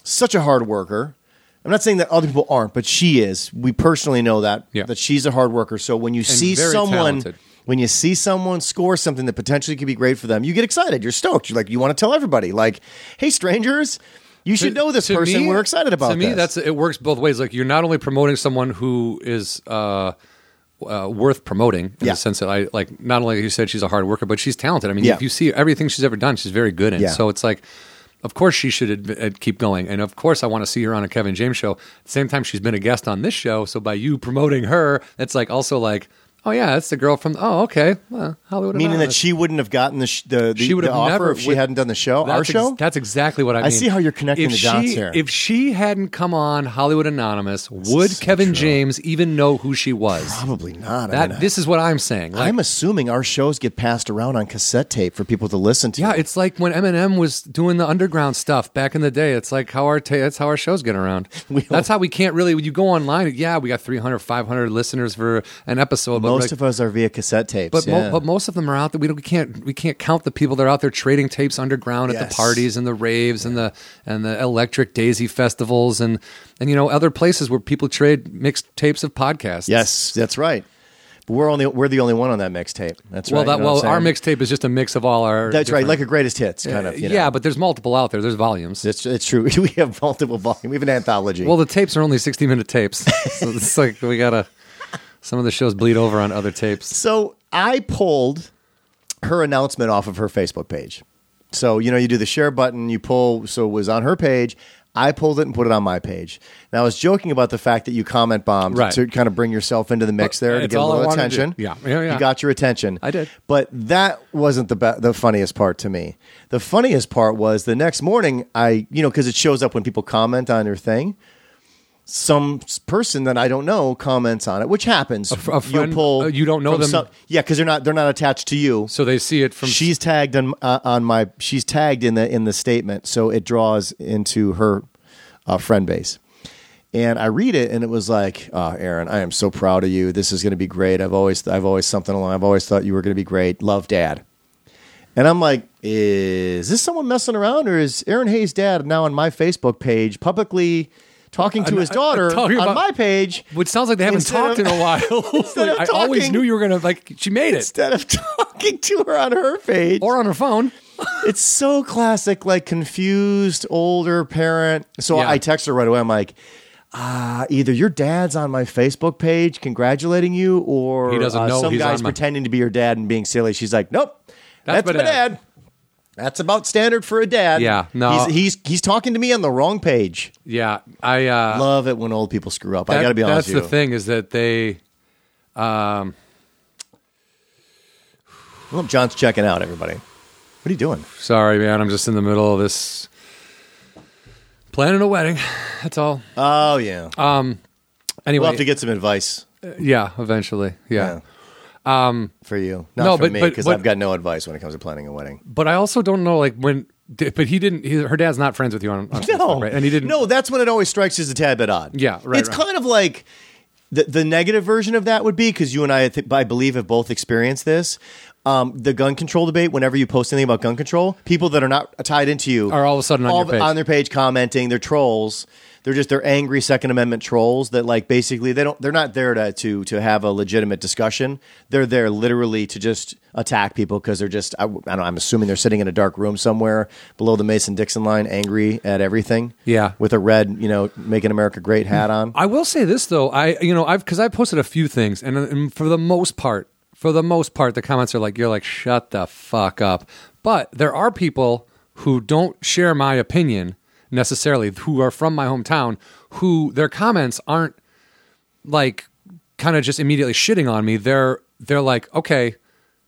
S1: such a hard worker. I'm not saying that other people aren't, but she is. We personally know that
S2: Yeah.
S1: that she's a hard worker. So when you see
S2: very
S1: someone
S2: talented.
S1: when you see someone score something that potentially could be great for them, you get excited. You're stoked. You're like, you want to tell everybody, like, hey, strangers, you should know this
S2: To
S1: person.
S2: me-
S1: We're excited about
S2: To me,
S1: this.
S2: that's it works both ways. Like you're not only promoting someone who is. Uh, uh, worth promoting in
S1: Yeah.
S2: the sense that I like not only like you said she's a hard worker, but she's talented. I mean,
S1: Yeah.
S2: if you see everything she's ever done, she's very good in.
S1: Yeah.
S2: So it's like, of course she should adv- uh, keep going, and of course I want to see her on a Kevin James show. At the same time, she's been a guest on this show, so by you promoting her, it's like also like, oh yeah, that's the girl from. Oh okay, well, Hollywood.
S1: meaning that
S2: Anonymous.
S1: she wouldn't have gotten the sh- the, the,
S2: She would
S1: the
S2: have
S1: offer
S2: never-
S1: if she
S2: would-
S1: hadn't done the show, Oh, our
S2: that's ex-
S1: show.
S2: that's exactly what I mean.
S1: I see how you're connecting
S2: if
S1: the dots
S2: she,
S1: here.
S2: If she hadn't come on Hollywood Anonymous, would Kevin James even know who she was?
S1: Probably not. I
S2: That
S1: mean, I-
S2: this is what I'm saying. Like,
S1: I'm assuming our shows get passed around on cassette tape for people to listen to.
S2: yeah, it's like when Eminem was doing the underground stuff back in the day. It's like how our ta- that's how our shows get around.
S1: (laughs) We all-
S2: that's how we can't really. When you go online, yeah, we got 300, 500 listeners for an episode. But
S1: most
S2: like,
S1: of us are via cassette tapes.
S2: But,
S1: yeah.
S2: mo- but most of them are out there. We, don't, we can't we can't count the people that are out there trading tapes underground at the
S1: Yes.
S2: parties and the raves and the and the Electric Daisy festivals and and you know other places where people trade mixed tapes of podcasts.
S1: yes, that's right. But we're only we're the only one on that mixtape. That's
S2: Well,
S1: right.
S2: that
S1: You know what
S2: well,
S1: I'm
S2: our
S1: saying?
S2: mixtape is just a mix of all our.
S1: That's right,
S2: different-
S1: like a greatest hits kind of. You know.
S2: yeah, but there's multiple out there. There's volumes.
S1: It's, it's true. (laughs) We have multiple volumes. We have an anthology.
S2: Well, the tapes are only 60 minute tapes, (laughs) so it's like we gotta. Some of the shows bleed over on other tapes.
S1: so I pulled her announcement off of her Facebook page. So, you know, you do the share button, you pull, so it was on her page. I pulled it and put it on my page. Now, I was joking about the fact that you comment bombed
S2: Right.
S1: to kind of bring yourself into the mix there to
S2: it's
S1: get a
S2: all I
S1: little
S2: wanted to do.
S1: attention.
S2: Yeah. Yeah, yeah.
S1: You got your attention.
S2: I did.
S1: But that wasn't the, be- the funniest part to me. The funniest part was the next morning, I, you know, because it shows up when people comment on your thing. Some s- person that I don't know comments on it, which happens.
S2: fr- a friend- uh, you don't know
S1: from
S2: them?
S1: yeah, because they're not they're not attached to you.
S2: So they see it from
S1: She's tagged on uh, on my she's tagged in the in the statement, so it draws into her uh, friend base. And I read it, and it was like, oh, Aaron, I am so proud of you. This is going to be great. I've always I've always something along. I've always thought you were going to be great. Love, Dad. And I'm like, is this someone messing around, or is Aaron Hayes' dad now on my Facebook page publicly talking to
S2: Uh,
S1: his
S2: uh,
S1: daughter
S2: talking
S1: on
S2: about-
S1: my page
S2: Which sounds like they haven't
S1: Instead
S2: talked
S1: of-
S2: in a while.
S1: (laughs) Instead of
S2: Like, I always
S1: talking-
S2: knew you were gonna like. She made it,
S1: instead of (laughs) talking to her on her page?
S2: or on her phone.
S1: it's so classic, like confused older parent. So
S2: Yeah.
S1: I text her right away. I'm like, uh, either your dad's on my Facebook page congratulating you, or
S2: He doesn't
S1: uh,
S2: know
S1: some
S2: he's
S1: guy's
S2: on my-
S1: pretending to be your dad and being silly. She's like, nope,
S2: That's
S1: that's,
S2: my
S1: my
S2: dad."
S1: dad. That's about standard for a dad.
S2: Yeah, no.
S1: he's he's, he's talking to me on the wrong page.
S2: Yeah, I uh,
S1: Love it when old people screw up. I
S2: That-
S1: got to be honest
S2: That's
S1: with you.
S2: the thing is that they.
S1: Well, John's checking out. Everybody, what are you doing?
S2: Sorry, man. I'm just in the middle of this planning a wedding. That's all.
S1: Oh yeah,
S2: Uh, Anyway,
S1: we'll have to get some advice.
S2: yeah, eventually, yeah.
S1: Yeah. for you, not
S2: no,
S1: for
S2: but-
S1: me,
S2: but-
S1: because
S2: but-
S1: I've got no advice when it comes to planning a wedding.
S2: But I also don't know, like when. But he didn't. He, her dad's not friends with
S1: (laughs)
S2: you on, on Facebook, right? And he didn't.
S1: No, that's when it always strikes as a tad bit odd.
S2: Yeah, right,
S1: It's
S2: right.
S1: kind of like the the negative version of that would be because you and I, I, think I believe, have both experienced this. Um, the gun control debate. Whenever you post anything about gun control, people that are not tied into you
S2: Are all of a sudden on your page.
S1: on their page commenting. They're trolls. They're just they're angry Second Amendment trolls that like basically they don't they're not there to to to have a legitimate discussion. They're there literally to just attack people because they're just I, I don't know, I'm assuming they're sitting in a dark room somewhere below the Mason Dixon line, angry at everything.
S2: Yeah.
S1: with a red you know making America great hat on.
S2: I will say this though, I you know I've because I posted a few things, and, and for the most part, for the most part, the comments are like, "You're like, shut the fuck up." But there are people who don't share my opinion necessarily, who are from my hometown, who their comments aren't like kind of just immediately shitting on me. They're they're like, "Okay,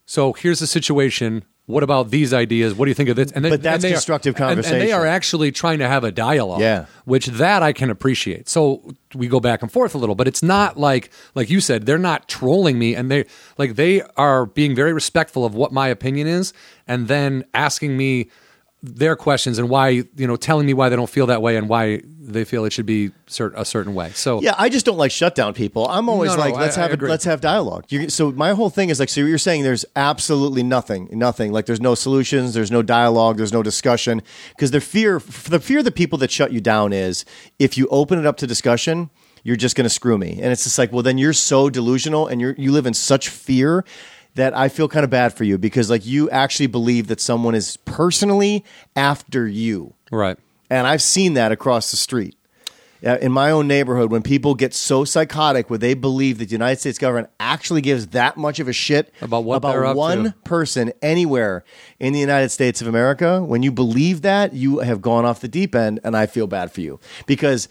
S2: so here's the situation." What about these ideas? What do you think of this? And then,
S1: But that's
S2: and they are-
S1: constructive
S2: and- And they
S1: conversation.
S2: are actually trying to have a dialogue
S1: Yeah.
S2: which that I can appreciate. So we go back and forth a little, but it's not like like you said they're not trolling me and they like they are being very respectful of what my opinion is and then asking me their questions and why you know telling me why they don't feel that way and why they feel it should be cer- a certain way. So
S1: Yeah, I just don't like shutdown people. I'm always
S2: No, no,
S1: like,
S2: I-
S1: let's
S2: I
S1: have a,
S2: agree.
S1: let's have dialogue. you so my whole thing is like, so you're saying there's absolutely nothing, nothing. Like there's no solutions, there's no dialogue, there's no discussion because the fear, f- the fear of the people that shut you down is if you open it up to discussion, you're just going to screw me. And it's just like, well, then you're so delusional and you're you live in such fear that I feel kind of bad for you because like you actually believe that someone is personally after you.
S2: right.
S1: And I've seen that across the street. Uh, In my own neighborhood, when people get so psychotic where they believe that the United States government actually gives that much of a shit
S2: About what they're up
S1: one
S2: to.
S1: person anywhere in the United States of America, when you believe that, you have gone off the deep end, and I feel bad for you because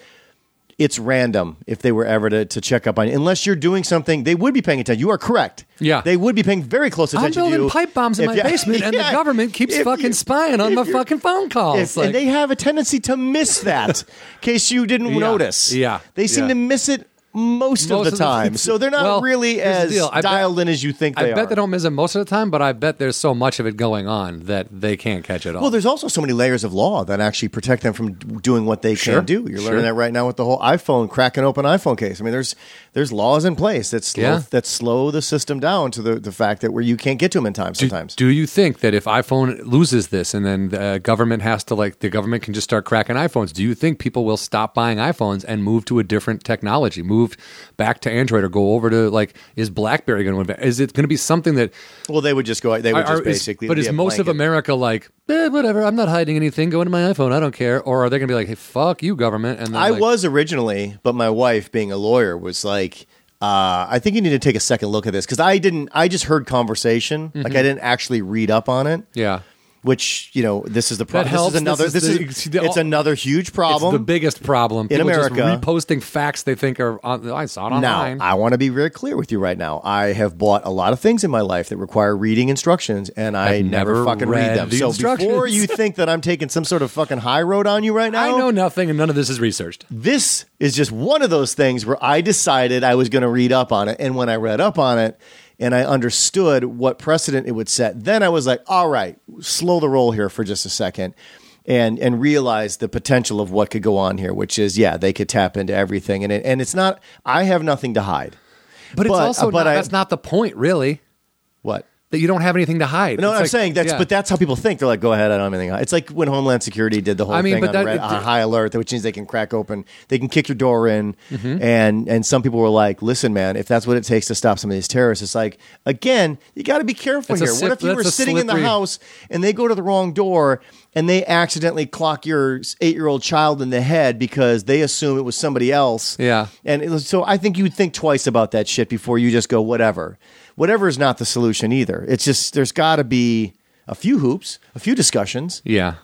S1: it's random if they were ever to, to check up on you. Unless you're doing something, they would be paying attention. You are correct.
S2: Yeah.
S1: They would be paying very close
S2: I'm
S1: attention to
S2: building
S1: you.
S2: pipe bombs
S1: if
S2: in my
S1: you- (laughs)
S2: basement, and
S1: Yeah.
S2: the government keeps
S1: If
S2: fucking
S1: you-
S2: spying on
S1: if
S2: my
S1: you're-
S2: fucking phone calls.
S1: if-
S2: Like-
S1: and they have a tendency to
S2: (laughs)
S1: miss that, in case you didn't
S2: Yeah,
S1: notice.
S2: yeah,
S1: They seem
S2: yeah.
S1: to miss it most,
S2: Most
S1: of
S2: of
S1: the
S2: the-
S1: time. so they're not
S2: Well,
S1: really
S2: here's the
S1: as
S2: deal. I bet-
S1: dialed in as you think
S2: I
S1: they
S2: bet
S1: are.
S2: they don't miss it most of the time, but I bet there's so much of it going on that they can't catch it all.
S1: well, there's also so many layers of law that actually protect them from doing what they
S2: Sure,
S1: can do. You're
S2: sure.
S1: learning that right now with the whole iPhone cracking open iPhone case. I mean, there's there's laws in place that slow
S2: Yeah.
S1: that slow the system down to the, the fact that where you can't get to them in time sometimes.
S2: Do you think that if iPhone loses this and then the government has to like the government can just start cracking iPhones, do you think people will stop buying iPhones and move to a different technology, move back to Android or go over to like is BlackBerry going to is it going to be something that
S1: well, they would just go. They would
S2: are-
S1: just
S2: is-
S1: basically.
S2: but
S1: be
S2: is
S1: a
S2: most of
S1: blanket.
S2: America like eh, whatever, I'm not hiding anything, go into my iPhone, I don't care, or are they going to be like hey fuck you government and then,
S1: I
S2: like-
S1: was originally, but my wife, being a lawyer, was like, uh, "I think you need to take a second look at this because I didn't. I just heard conversation, like I didn't actually read up on it.
S2: Mm-hmm. yeah.
S1: Which you know, this is the
S2: That
S1: problem. This
S2: helps.
S1: is another.
S2: This
S1: This
S2: is
S1: is,
S2: the-
S1: it's another huge problem.
S2: It's the biggest problem
S1: In
S2: People just
S1: America-
S2: reposting facts they think are on, I saw it
S1: now,
S2: online.
S1: I want to be very clear with you right now. I have bought a lot of things in my life that require reading instructions, and I
S2: I've
S1: never,
S2: never
S1: fucking read,
S2: read
S1: them.
S2: the
S1: so before
S2: instructions.
S1: you think that I'm taking some sort of fucking high road on you right now,
S2: I know nothing, and none of this is researched.
S1: this is just one of those things where I decided I was going to read up on it. And when I read up on it and I understood what precedent it would set, then I was like, all right, slow the roll here for just a second. And, and realize the potential of what could go on here, which is yeah, they could tap into everything, and it, and it's not. I have nothing to hide.
S2: But it's
S1: But-
S2: also
S1: but
S2: not,
S1: I-
S2: that's not the point, really.
S1: What?
S2: that you don't have anything to hide.
S1: No,
S2: It's
S1: I'm
S2: like-
S1: saying that's,
S2: yeah.
S1: but that's how people think. They're like, go ahead, I don't have anything. It's like when Homeland Security did the whole
S2: I mean,
S1: thing on
S2: but that-
S1: Red-
S2: it-
S1: on High Alert, which means they can crack open, they can kick your door in,
S2: Mm-hmm.
S1: and and some people were like, listen, man, if that's what it takes to stop some of these terrorists, it's like, again, you got to be careful
S2: It's a
S1: here.
S2: slip-
S1: what if you were
S2: that's a
S1: sitting in the
S2: slippery-
S1: house and they go to the wrong door and they accidentally clock your eight year old child in the head because they assume it was somebody else?
S2: Yeah.
S1: And it was- so I think you would think twice about that shit before you just go whatever. Whatever is not the solution either. It's just there's got to be a few hoops, a few discussions.
S2: yeah,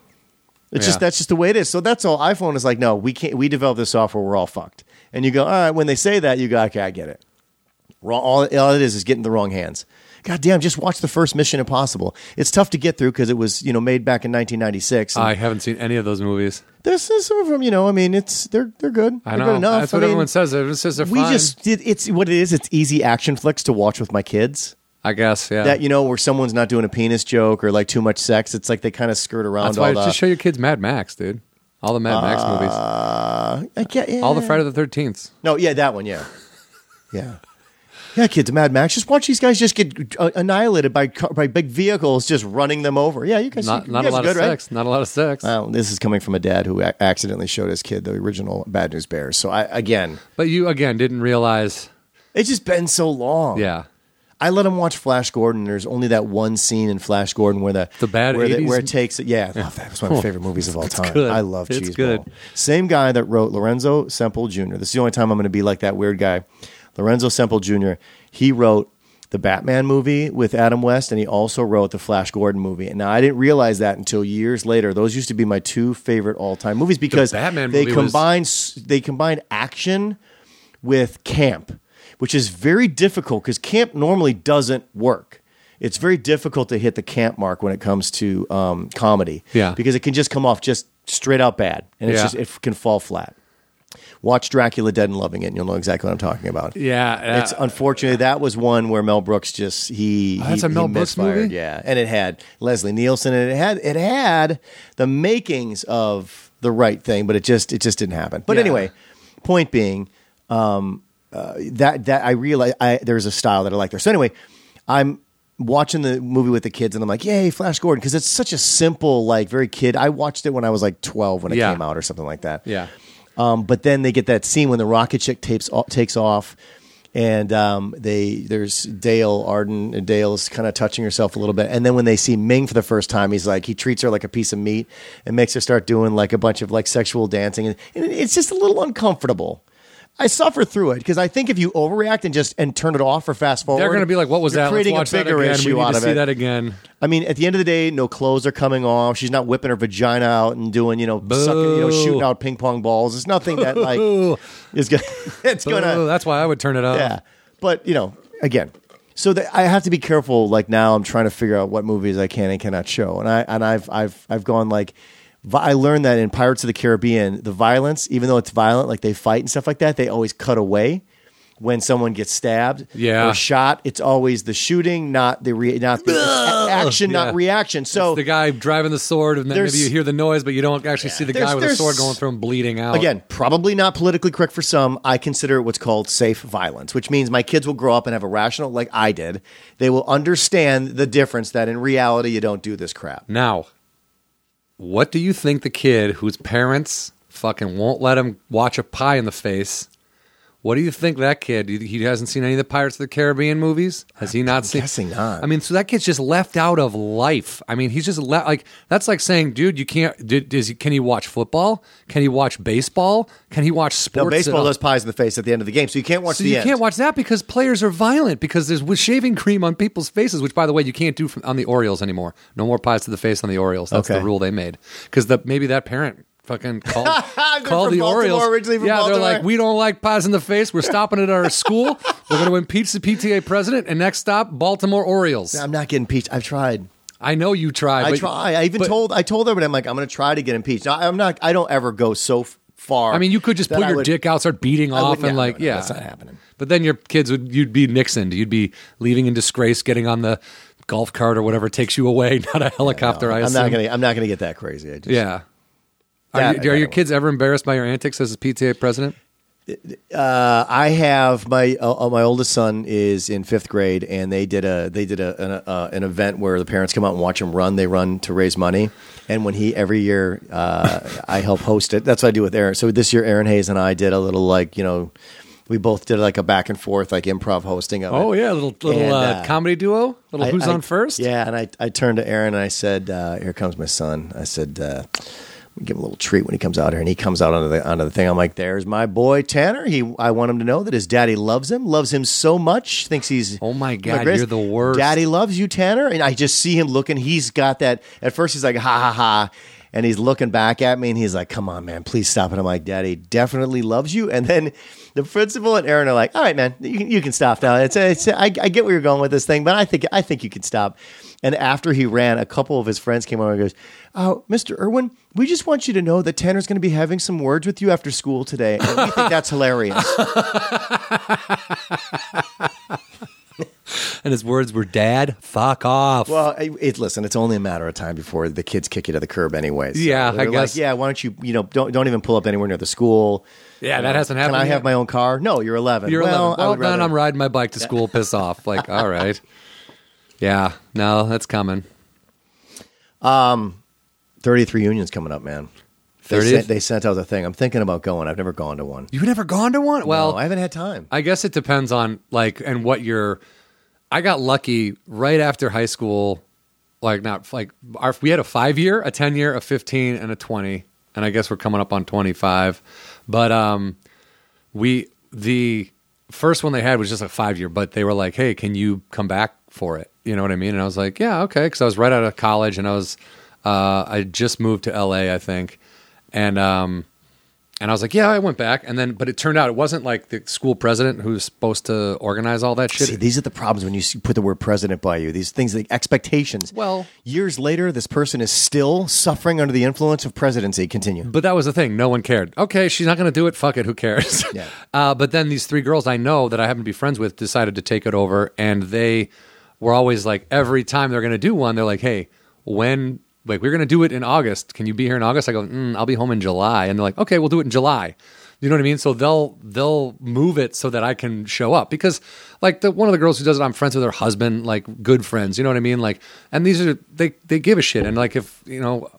S1: It's
S2: Yeah.
S1: just that's just the way it is. So that's all. iPhone is like, no, we can't. We develop this software, we're all fucked. And you go, all right. When they say that, you go, okay, I get it. Wrong. All, all it is is getting the wrong hands. God damn! Just watch the first Mission Impossible. It's tough to get through because it was you know made back in 1996. and
S2: I haven't seen any of those movies.
S1: this is some of them. You know, I mean, it's they're they're good.
S2: I
S1: they're
S2: know
S1: good enough.
S2: that's what
S1: I mean,
S2: everyone says. Everyone says they're
S1: we
S2: fine.
S1: just it, it's what it is. It's easy action flicks to watch with my kids.
S2: I guess, yeah.
S1: That you know, where someone's not doing a penis joke or like too much sex. It's like they kind of skirt around
S2: that's
S1: all
S2: why
S1: the.
S2: just show your kids Mad Max, dude. All the Mad Max movies,
S1: uh, I get, yeah.
S2: all the Friday the Thirteenth.
S1: No, yeah, that one. Yeah, yeah, yeah. Kids, Mad Max. Just watch these guys just get uh, annihilated by car- by big vehicles just running them over. Yeah, you guys.
S2: Not
S1: you
S2: not a
S1: guys are
S2: lot
S1: good,
S2: of
S1: right? Uh,
S2: sex. Not a lot of sex.
S1: Well, this is coming from a dad who a- accidentally showed his kid the original Bad News Bears. So I again,
S2: but you again didn't realize.
S1: it's just been so long.
S2: Yeah,
S1: I let him watch Flash Gordon. There's only that one scene in Flash Gordon where the
S2: The bad
S1: where,
S2: 80s?
S1: where it takes it. Yeah, I love that. It's one of my favorite movies of all time.
S2: good.
S1: I love
S2: It's
S1: Cheese
S2: good.
S1: Ball. Same guy that wrote Lorenzo Semple Jr. This is the only time I'm going to be like that weird guy. Lorenzo Semple Jr. He wrote the Batman movie with Adam West, and he also wrote the Flash Gordon movie. And now I didn't realize that until years later. Those used to be my two favorite all time movies because
S2: Batman
S1: they
S2: movie was-
S1: combined s they combined action with camp, which is very difficult because camp normally doesn't work. It's very difficult to hit the camp mark when it comes to um, comedy,
S2: Yeah.
S1: because it can just come off just straight out bad, and it's
S2: Yeah.
S1: just it can fall flat. Watch Dracula Dead and Loving It, and you'll know exactly what I'm talking about.
S2: yeah. uh,
S1: It's unfortunately that was one where Mel Brooks just he
S2: Oh, that's
S1: he-
S2: a Mel
S1: he
S2: Brooks
S1: misfired.
S2: movie?
S1: yeah, and it had Leslie Nielsen, and it had it had the makings of the right thing, but it just it just didn't happen. But
S2: Yeah.
S1: anyway, point being, um, uh, that that I realized I, there's a style that I like there. So anyway, I'm watching the movie with the kids, and I'm like, yay, Flash Gordon, because it's such a simple, like very kid. I watched it when I was like 12 when it
S2: Yeah.
S1: came out or something like that.
S2: yeah.
S1: Um, but then they get that scene when the rocket chick tapes takes off, and um, they there's Dale Arden. and Dale's kind of touching herself a little bit, and then when they see Ming for the first time, he's like he treats her like a piece of meat and makes her start doing like a bunch of like sexual dancing, and, and it's just a little uncomfortable. I suffer through it because I think if you overreact and just and turn it off or fast forward,
S2: They're going to be like, "What was
S1: you're
S2: that? Let's
S1: Creating
S2: watch
S1: a
S2: that
S1: bigger
S2: again.
S1: issue
S2: we need
S1: out
S2: to
S1: of
S2: see
S1: it.
S2: that again."
S1: I mean, at the end of the day, no clothes are coming off. She's not whipping her vagina out and doing, you know, sucking, you know, shooting out ping pong balls. It's nothing that like is gonna, (laughs) it's
S2: Oh,
S1: gonna,
S2: that's why I would turn it off.
S1: yeah. But you know, again, so that I have to be careful. Like now, I'm trying to figure out what movies I can and cannot show, and I and I've I've I've gone like. vi- I learned that in Pirates of the Caribbean, the violence, even though it's violent, like they fight and stuff like that, they always cut away when someone gets stabbed
S2: Yeah.
S1: or shot. It's always the shooting, not the re- not the a- action, not
S2: Yeah.
S1: reaction. So
S2: It's the guy driving the sword, and then
S1: There's-
S2: maybe you hear the noise, but you don't actually see the
S1: There's-
S2: guy with the
S1: there's-
S2: sword going through him bleeding out.
S1: Again, probably not politically correct for some. I consider it what's called safe violence, which means my kids will grow up and have a rational, like I did. They will understand the difference that in reality you don't do this crap.
S2: Now, what do you think the kid whose parents fucking won't let him watch a pie in the face? What do you think that kid? He he hasn't seen any of the Pirates of the Caribbean movies. Has he not seen?
S1: guessing not.
S2: I mean, so that kid's just left out of life. I mean, he's just le- like that's like saying, dude, you can't. Did, does he, can he watch football? Can he watch baseball? Can he watch sports?
S1: No,
S2: at
S1: baseball
S2: all?
S1: does pies in the face at the end of the game, so you can't watch
S2: So
S1: the
S2: you
S1: end.
S2: can't watch that because players are violent because there's with shaving cream on people's faces, which by the way you can't do from, on the Orioles anymore. No more pies to the face on the Orioles. That's
S1: Okay.
S2: the rule they made because the maybe that parent
S1: (laughs)
S2: fucking called,
S1: They're
S2: called
S1: from
S2: the
S1: Baltimore,
S2: Orioles.
S1: originally from
S2: yeah,
S1: Baltimore.
S2: they're like we don't like pies in the face. We're stopping it at our school. We're going to impeach the PTA president and next stop Baltimore Orioles.
S1: I'm not getting peached. I've tried.
S2: I know you tried.
S1: I
S2: but-
S1: try. I even
S2: but-
S1: told. I told everybody. I'm like, I'm going to try to get impeached. Now, I'm not. I don't ever go so f- far.
S2: I mean, you could just
S1: that
S2: put
S1: I
S2: your
S1: would-
S2: dick out, start beating
S1: I
S2: off,
S1: wouldn't-
S2: and
S1: no, no,
S2: like,
S1: no,
S2: yeah,
S1: that's not happening.
S2: But then your kids would, you'd be Nixoned. You'd be leaving in disgrace, getting on the golf cart or whatever takes you away, (laughs) not a helicopter. I
S1: I'm
S2: assume.
S1: not going to. I'm not going to get that crazy. I just,
S2: Yeah.
S1: That
S2: Are,
S1: I
S2: you, are
S1: gotta
S2: your
S1: work.
S2: kids ever embarrassed by your antics as a PTA president?
S1: Uh, I have my uh, my oldest son is in fifth grade, and they did a they did a an, uh, an event where the parents come out and watch him run. They run to raise money, and when he every year uh, I help host it. That's what I do with Aaron. So this year, Aaron Hayes and I did a little like you know, we both did like a back and forth like improv hosting of it.
S2: Oh yeah, little little
S1: And,
S2: uh,
S1: uh,
S2: comedy duo. Little
S1: I-
S2: who's
S1: I-
S2: on first?
S1: Yeah, and I, I turned to Aaron and I said, uh, "Here comes my son." I said, uh, "We'll "Give him a little treat when he comes out here." And he comes out onto the onto the thing. I'm like, "There's my boy Tanner. He I want him to know that his daddy loves him, loves him so much, thinks he's
S2: Oh my God,
S1: greatest.
S2: you're the worst.
S1: Daddy loves you, Tanner." And I just see him looking. He's got that. At first, he's like, "Ha ha ha." And he's looking back at me and he's like, come on, man, please stop. And I'm like, Daddy definitely loves you. And then the principal and Aaron are like, all right, man, you can, you can stop now. It's, it's, I, I get where you're going with this thing, but I think, I think you can stop. And after he ran, a couple of his friends came over and goes, oh, Mr. Irwin, we just want you to know that Tanner's going to be having some words with you after school today. And we think that's hilarious.
S2: And his words were, "Dad, fuck off."
S1: Well, it, it- listen, it's only a matter of time before the kids kick you to the curb anyways.
S2: Yeah, I
S1: They're like,
S2: guess.
S1: yeah, why don't you, you know, don't, don't even pull up anywhere near the school.
S2: yeah, that hasn't
S1: uh, Can
S2: happened.
S1: I
S2: yet.
S1: have my own car? No, you're 11.
S2: You're
S1: well,
S2: 11.
S1: I
S2: Well,
S1: would
S2: then
S1: rather-
S2: I'm riding my bike to school.
S1: (laughs)
S2: Piss off. Like, all right. Yeah. No, that's coming.
S1: 33 unions coming up, man. They
S2: 30th?
S1: sent, they sent out the thing. I'm thinking about going. I've never gone to one.
S2: You've never gone to one? Well,
S1: No, I haven't had time.
S2: I guess it depends on like and what your. I got lucky right after high school, like not like our, we had a five year, a ten year, a fifteen, and a twenty, and I guess we're coming up on twenty five. But um, we the first one they had was just a five year, but they were like, "Hey, can you come back for it?" You know what I mean? And I was like, "Yeah, okay," because I was right out of college and I was uh, I just moved to L.A. I think, and um, and I was like, "Yeah, I went back." And then, but it turned out it wasn't like the school president who's supposed to organize all that shit.
S1: See, these are the problems when you s- put the word president by you. These things, the expectations.
S2: Well-
S1: years later, this person is still suffering under the influence of presidency. Continue.
S2: But that was the thing. No one cared. Okay, she's not going to do it. Fuck it. Who cares?
S1: Yeah.
S2: (laughs) Uh, but then these three girls I know that I happen to be friends with decided to take it over, and they were always like, every time they're going to do one, they're like, hey, when, like, we're going to do it in August. Can you be here in August? I go, mm, I'll be home in July. And they're like, okay, we'll do it in July. You know what I mean? So they'll they'll move it so that I can show up because, like, the one of the girls who does it, I'm friends with her husband, like good friends. You know what I mean? Like, and these are they they give a shit and like if you know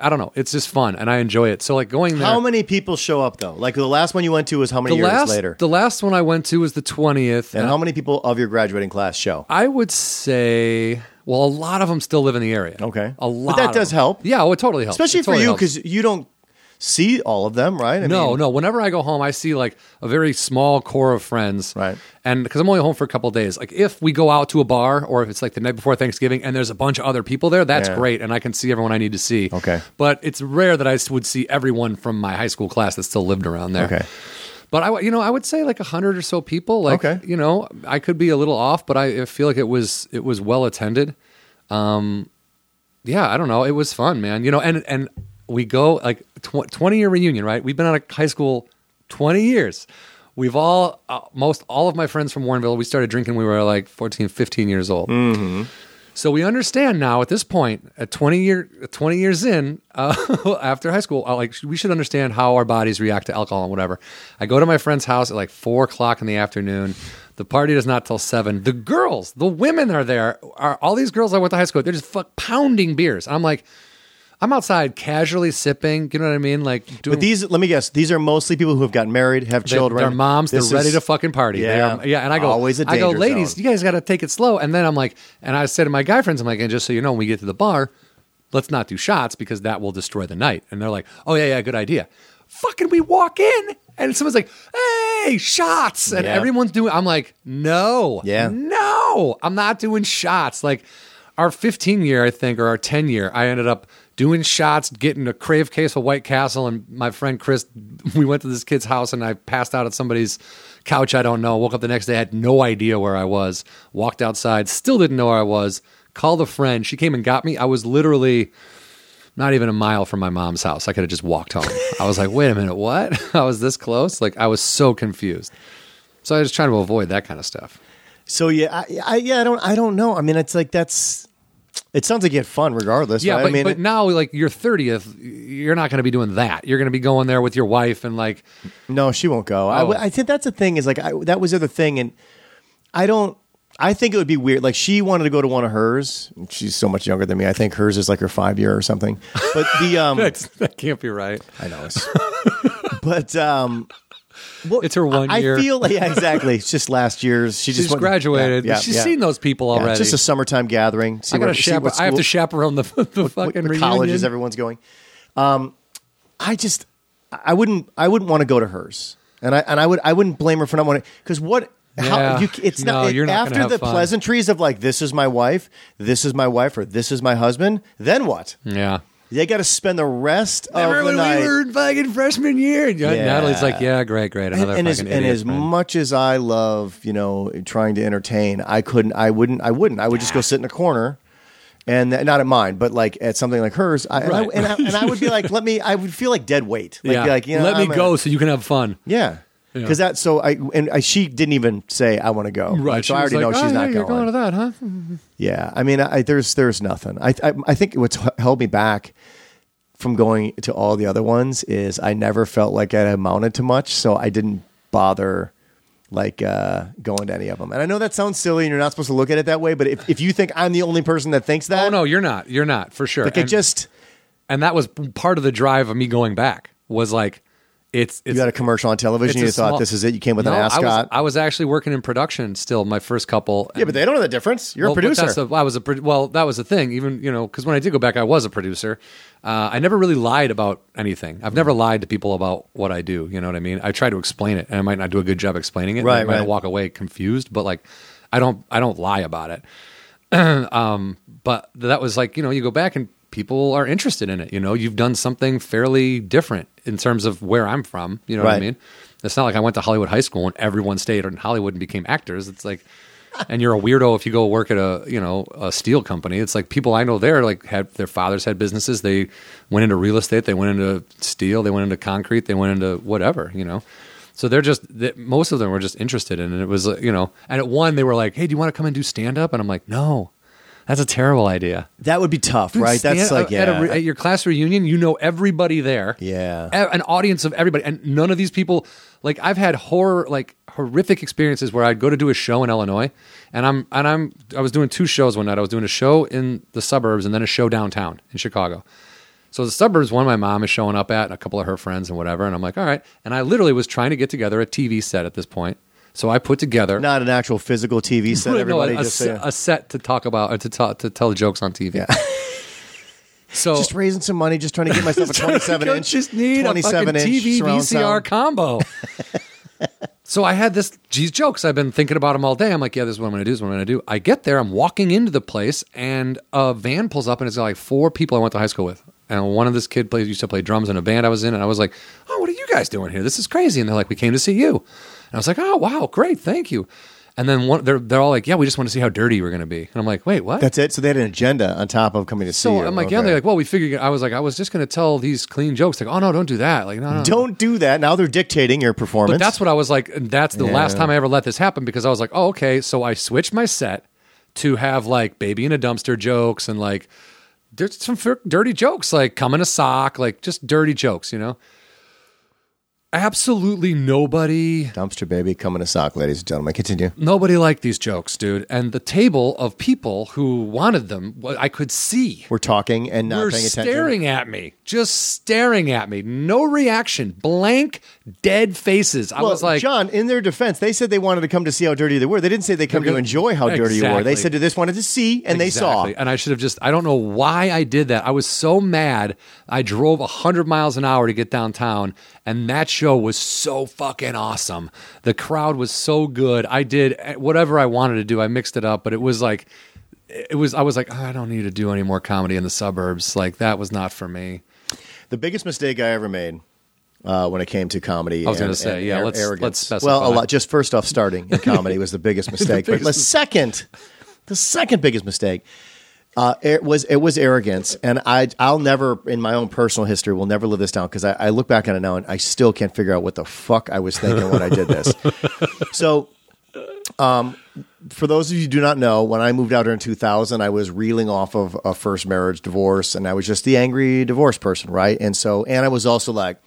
S2: I don't know. It's just fun, and I enjoy it. So like going there.
S1: How many people show up though? Like the last one you went to was how
S2: the
S1: many years
S2: last
S1: later?
S2: the last one I went to was the twentieth,
S1: and how many people of your graduating class show?
S2: I would say, well, a lot of them still live in the area.
S1: Okay.
S2: a
S1: But
S2: lot.
S1: that
S2: of
S1: does
S2: them.
S1: help.
S2: Yeah, well, it totally helps.
S1: Especially
S2: It
S1: for
S2: totally
S1: you
S2: helps.
S1: because you don't see all of them, right? I
S2: no,
S1: mean,
S2: no. Whenever I go home, I see like a very small core of friends.
S1: Right.
S2: And because I'm only home for a couple of days, like if we go out to a bar or if it's like the night before Thanksgiving and there's a bunch of other people there, that's
S1: Yeah.
S2: great, and I can see everyone I need to see.
S1: Okay.
S2: But it's rare that I s- would see everyone from my high school class that still lived around there.
S1: Okay.
S2: But I, you know, I would say like a hundred or so people. Like,
S1: Okay.
S2: you know, I could be a little off, but I feel like it was it was well attended. Um, yeah, I don't know, it was fun, man. You know, and and we go like tw- twenty year reunion, right? We've been out of high school twenty years. We've all uh, most all of my friends from Warrenville. We started drinking. when We were like 14, 15 years old. So we understand now at this point, at 20 year, 20 years in, uh, (laughs) after high school, uh, like we should understand how our bodies react to alcohol and whatever. I go to my friend's house at like four o'clock in the afternoon. The party does not till seven. The girls, the women are there. Are all these girls I went to high school? with, They're just fuck pounding beers. I'm like, I'm outside casually sipping. You know what I mean? Like doing.
S1: But these, let me guess, these are mostly people who have gotten married, have
S2: They-
S1: children.
S2: Their moms,
S1: This
S2: they're ready
S1: is-
S2: to fucking party. They
S1: Yeah.
S2: are- yeah. And I go,
S1: Always a
S2: I go,
S1: danger
S2: ladies,
S1: zone."
S2: you guys got to take it slow. And then I'm like, and I say to my guy friends, I'm like, and just so you know, when we get to the bar, let's not do shots because that will destroy the night. And they're like, oh yeah, yeah, good idea. Fucking, we walk in and someone's like, hey, shots, and
S1: Yeah.
S2: everyone's doing. I'm like, no,
S1: Yeah.
S2: no, I'm not doing shots. Like our 15 year, I think, or our 10 year, I ended up doing shots, getting a crave case of White Castle. And my friend Chris, (laughs) we went to this kid's house and I passed out at somebody's couch. I don't know. Woke up the next day, had no idea where I was. Walked outside, still didn't know where I was. Called a friend. She came and got me. I was literally not even a mile from my mom's house. I could have just walked home. I was like, wait a minute, what? (laughs) I was this close? Like, I was so confused. So I was trying to avoid that kind of stuff.
S1: So yeah, I, I yeah, I don't I don't know. I mean, it's like that's It sounds like you had fun regardless.
S2: Yeah,
S1: right?
S2: but,
S1: I mean,
S2: but now like your thirtieth, you're not going to be doing that. You're going to be going there with your wife and like
S1: no, she won't go. I
S2: Oh.
S1: w I I, think that's the thing is like I, that was the other thing, and I don't. I think it would be weird. Like she wanted to go to one of hers. She's so much younger than me. I think hers is like her five year or something. But
S2: (laughs)
S1: the um,
S2: that's, that can't be right.
S1: I know. It's, (laughs) but um, well,
S2: It's her one
S1: I,
S2: year.
S1: I feel like yeah, exactly. It's just last year's. She
S2: She's
S1: just went-
S2: graduated.
S1: Yeah, yeah,
S2: She's
S1: yeah.
S2: seen those people
S1: Yeah,
S2: already.
S1: it's just a summertime gathering. See
S2: I got
S1: where-
S2: to
S1: see
S2: chaperone.
S1: what
S2: I have to
S1: school-
S2: chaperone the, (laughs) the
S1: what
S2: fucking
S1: colleges
S2: reunion.
S1: everyone's going. Um, I just I wouldn't I wouldn't want to go to hers, and I and I would I wouldn't blame her for not wanting because what. How,
S2: Yeah.
S1: you, it's
S2: No,
S1: not, it-
S2: you're not gonna
S1: after
S2: have
S1: the
S2: fun.
S1: pleasantries of like this is my wife, this is my wife, or this is my husband. Then what?
S2: yeah.
S1: They got to spend the rest
S2: Hmm. Remember
S1: of the
S2: when
S1: night.
S2: we were in fucking freshman year? And
S1: Yeah.
S2: Natalie's like, yeah, great, great.
S1: and,
S2: Another
S1: and as,
S2: fucking
S1: and
S2: idiot
S1: as
S2: friend.
S1: much as I love, you know, trying to entertain, I couldn't, I wouldn't, I wouldn't. I would just go sit in a corner, and that- not at mine, but like at something like hers. I,
S2: Right.
S1: and, I, and, I, and I would be
S2: (laughs)
S1: like, let me. I would feel like dead weight. Like,
S2: yeah.
S1: be like, you know,
S2: Let me
S1: I'm a-
S2: go so you can have fun.
S1: yeah.
S2: Yeah.
S1: Because that, so I and I, she didn't even say I want to go.
S2: Right.
S1: So
S2: She
S1: I
S2: was
S1: already
S2: like,
S1: know
S2: oh,
S1: she's
S2: yeah,
S1: not
S2: you're going to that, huh?
S1: yeah, I mean, I, there's there's nothing. I, I I think what's h- held me back from going to all the other ones is I never felt like it amounted to much, so I didn't bother like uh, going to any of them. And I know that sounds silly, and you're not supposed to look at it that way, but if, if you think I'm the only person that thinks that,
S2: Oh no, you're not. You're not for sure.
S1: like I
S2: And-
S1: just
S2: and that was part of the drive of me going back was like it's, it's
S1: you had a commercial on television,
S2: it's
S1: you
S2: a
S1: thought
S2: small-
S1: this is it. You came with
S2: No,
S1: an
S2: I was- I was,
S1: ascot.
S2: actually working in production still my first couple
S1: yeah, but they don't know the difference. You're
S2: well,
S1: a
S2: but
S1: producer.
S2: that's the- I was a pro- well that was the thing even you know because when I did go back I was a producer uh, I never really lied about anything I've never lied to people about what I do you know what I mean I try to explain it and I might not do a good job explaining it and I
S1: Right,
S2: might
S1: right.
S2: walk away confused but like I don't I don't lie about it (clears throat) Um, but that was like you know you go back and people are interested in it you know you've done something fairly different in terms of where i'm from you know what i
S1: Right.
S2: mean it's not like i went to hollywood high school and everyone stayed in hollywood and became actors it's like and you're a weirdo if you go work at a you know a steel company it's like people i know there like had their fathers had businesses they went into real estate they went into steel they went into concrete they went into whatever you know so they're just that most of them were just interested in it. It was uh, you know, and at one they were like, "Hey, do you want to come and do stand up?" And I'm like, "No, that's a terrible idea."
S1: that would be tough, right? That's
S2: Stand-
S1: like yeah.
S2: at, a re- at your class reunion, you know everybody there.
S1: Yeah.
S2: A- an audience of everybody, and none of these people. Like I've had horror, like horrific experiences where I'd go to do a show in Illinois, and I'm and I'm I was doing two shows one night. I was doing a show in the suburbs and then a show downtown in Chicago. So the suburbs one my mom is showing up at and a couple of her friends and whatever, and I'm like, all right. And I literally was trying to get together a TV set at this point. So I put together
S1: not an actual physical TV set.
S2: (laughs) no,
S1: Everybody
S2: a,
S1: just,
S2: se-
S1: yeah.
S2: a set to talk about or to ta- to tell jokes on TV.
S1: (laughs)
S2: so
S1: just raising some money, just trying to get
S2: (laughs)
S1: myself a 27
S2: Don't
S1: inch,
S2: Oh. just need
S1: 27
S2: a fucking
S1: inch
S2: TV
S1: surround
S2: VCR
S1: sound. (laughs)
S2: combo. so I had this geez jokes. I've been thinking about them all day. I'm like, yeah, this is what I'm gonna do. This is what I'm gonna do. I get there. I'm walking into the place, and a van pulls up, and it's got like four people I went to high school with. And one of this kid plays used to play drums in a band I was in, and I was like, "Oh, what are you guys doing here? This is crazy!" And they're like, "We came to see you." And I was like, "Oh, wow, great, thank you." And then one, they're they're all like, "Yeah, we just want to see how dirty you are going to be." And I'm like, "Wait, what?"
S1: That's it. So they had an agenda on top of coming to see
S2: So
S1: you.
S2: I'm like, yeah.
S1: Okay.
S2: They're like, well, we figured. I was like, I was just gonna tell these clean jokes. Like, oh no, don't do that. Like, no, no. no.
S1: don't do that. Now they're dictating your performance.
S2: But that's what I was like. And that's the last time I ever let this happen because I was like, oh okay. So I switched my set to have like baby in a dumpster jokes and like there's some fir- dirty jokes like come in a sock, like just dirty jokes, you know. Absolutely nobody
S1: Dumpster baby coming to sock, ladies and gentlemen. Continue.
S2: nobody liked these jokes, dude. And the table of people who wanted them, wa- I could see.
S1: We're talking and not
S2: You're
S1: paying attention.
S2: staring at me, just staring at me. No reaction, blank, dead faces. I
S1: Well,
S2: was like,
S1: John, in their defense, they said they wanted to come to see how dirty they were. They didn't say they come to
S2: gonna-
S1: enjoy how dirty you were. They
S2: Exactly.
S1: said they just wanted to see, and
S2: Exactly.
S1: they saw.
S2: And I should have just, I don't know why I did that. I was so mad. I drove 100 miles an hour to get downtown, and that show was so fucking awesome. The crowd was so good. I did eh, whatever I wanted to do. I mixed it up, but it was like, it was, I was like, "Ah, I don't need to do any more comedy in the suburbs. Like, that was not for me.
S1: The biggest mistake I ever made uh, when it came to comedy.
S2: I was
S1: and-
S2: gonna say,
S1: and
S2: yeah,
S1: ar-
S2: let's-
S1: arrogance.
S2: let's
S1: Well, a
S2: specify.
S1: lot. Just first off, starting in comedy was the
S2: (laughs)
S1: biggest mistake. but the
S2: biggest-
S1: second, the second biggest mistake uh, it was it was arrogance, and I I'll never in my own personal history will never live this down because I, I look back
S2: (laughs)
S1: on it now and I still can't figure out what the fuck I was thinking when I did this. so um, for those of you who do not know, when I moved out here in 2000, I was reeling off of a first marriage divorce and I was just the angry divorce person, right? And so, and I was also like,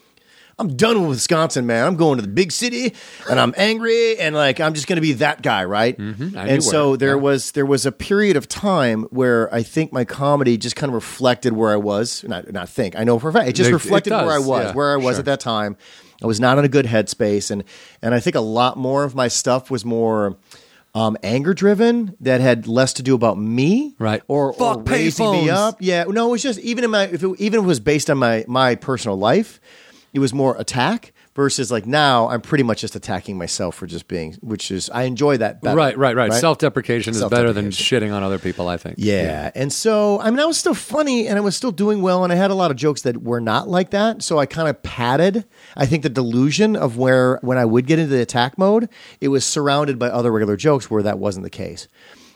S1: I'm done with Wisconsin, man. I'm going to the big city and I'm angry and like I'm just going to be that guy, right?
S2: Mm-hmm. I knew
S1: And so
S2: where-
S1: there was there was a period of time where I think my comedy just kind of reflected where I was. Not not think. I know for a fact. It just
S2: It- it
S1: reflected where I
S2: does,
S1: was,
S2: yeah,
S1: where I was
S2: sure.
S1: at that time. I was not in a good headspace and and I think a lot more of my stuff was more um, anger driven that had less to do about me
S2: Right.
S1: or, or
S2: Fuck
S1: raising me
S2: payphones.
S1: up yeah, no, it was just even in my if it, even if it was based on my my personal life, it was more attack versus like now I'm pretty much just attacking myself for just being, which is I enjoy that better.
S2: Right, right, right. Self deprecation is better than
S1: Self-deprecation.
S2: shitting on other people, I think.
S1: Yeah. and so I mean I was still funny and I was still doing well and I had a lot of jokes that were not like that, so I kind of padded. I think the delusion of where when I would get into the attack mode, it was surrounded by other regular jokes where that wasn't the case.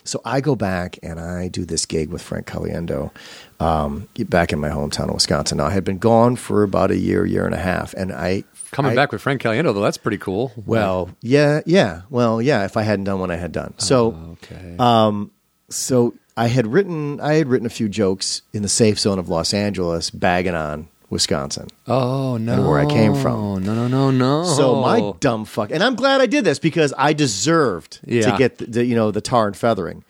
S1: So I go back and I do this gig with Frank Caliendo um, back in my hometown of Wisconsin. Now, I had been gone for about a year, year and a half, and I
S2: Coming
S1: I-
S2: back with Frank Caliendo, though, that's pretty cool.
S1: Well, yeah, yeah. Well, yeah. If I hadn't done what I had done, so
S2: Oh. okay.
S1: uh, so I had written I had written a few jokes in the safe zone of Los Angeles, bagging on Wisconsin.
S2: oh, no.
S1: where I came from.
S2: No, no, no, no.
S1: So
S2: Oh.
S1: my dumb fuck, and I'm glad I did this because I deserved to
S2: Yeah.
S1: get the, the you know the tar and feathering.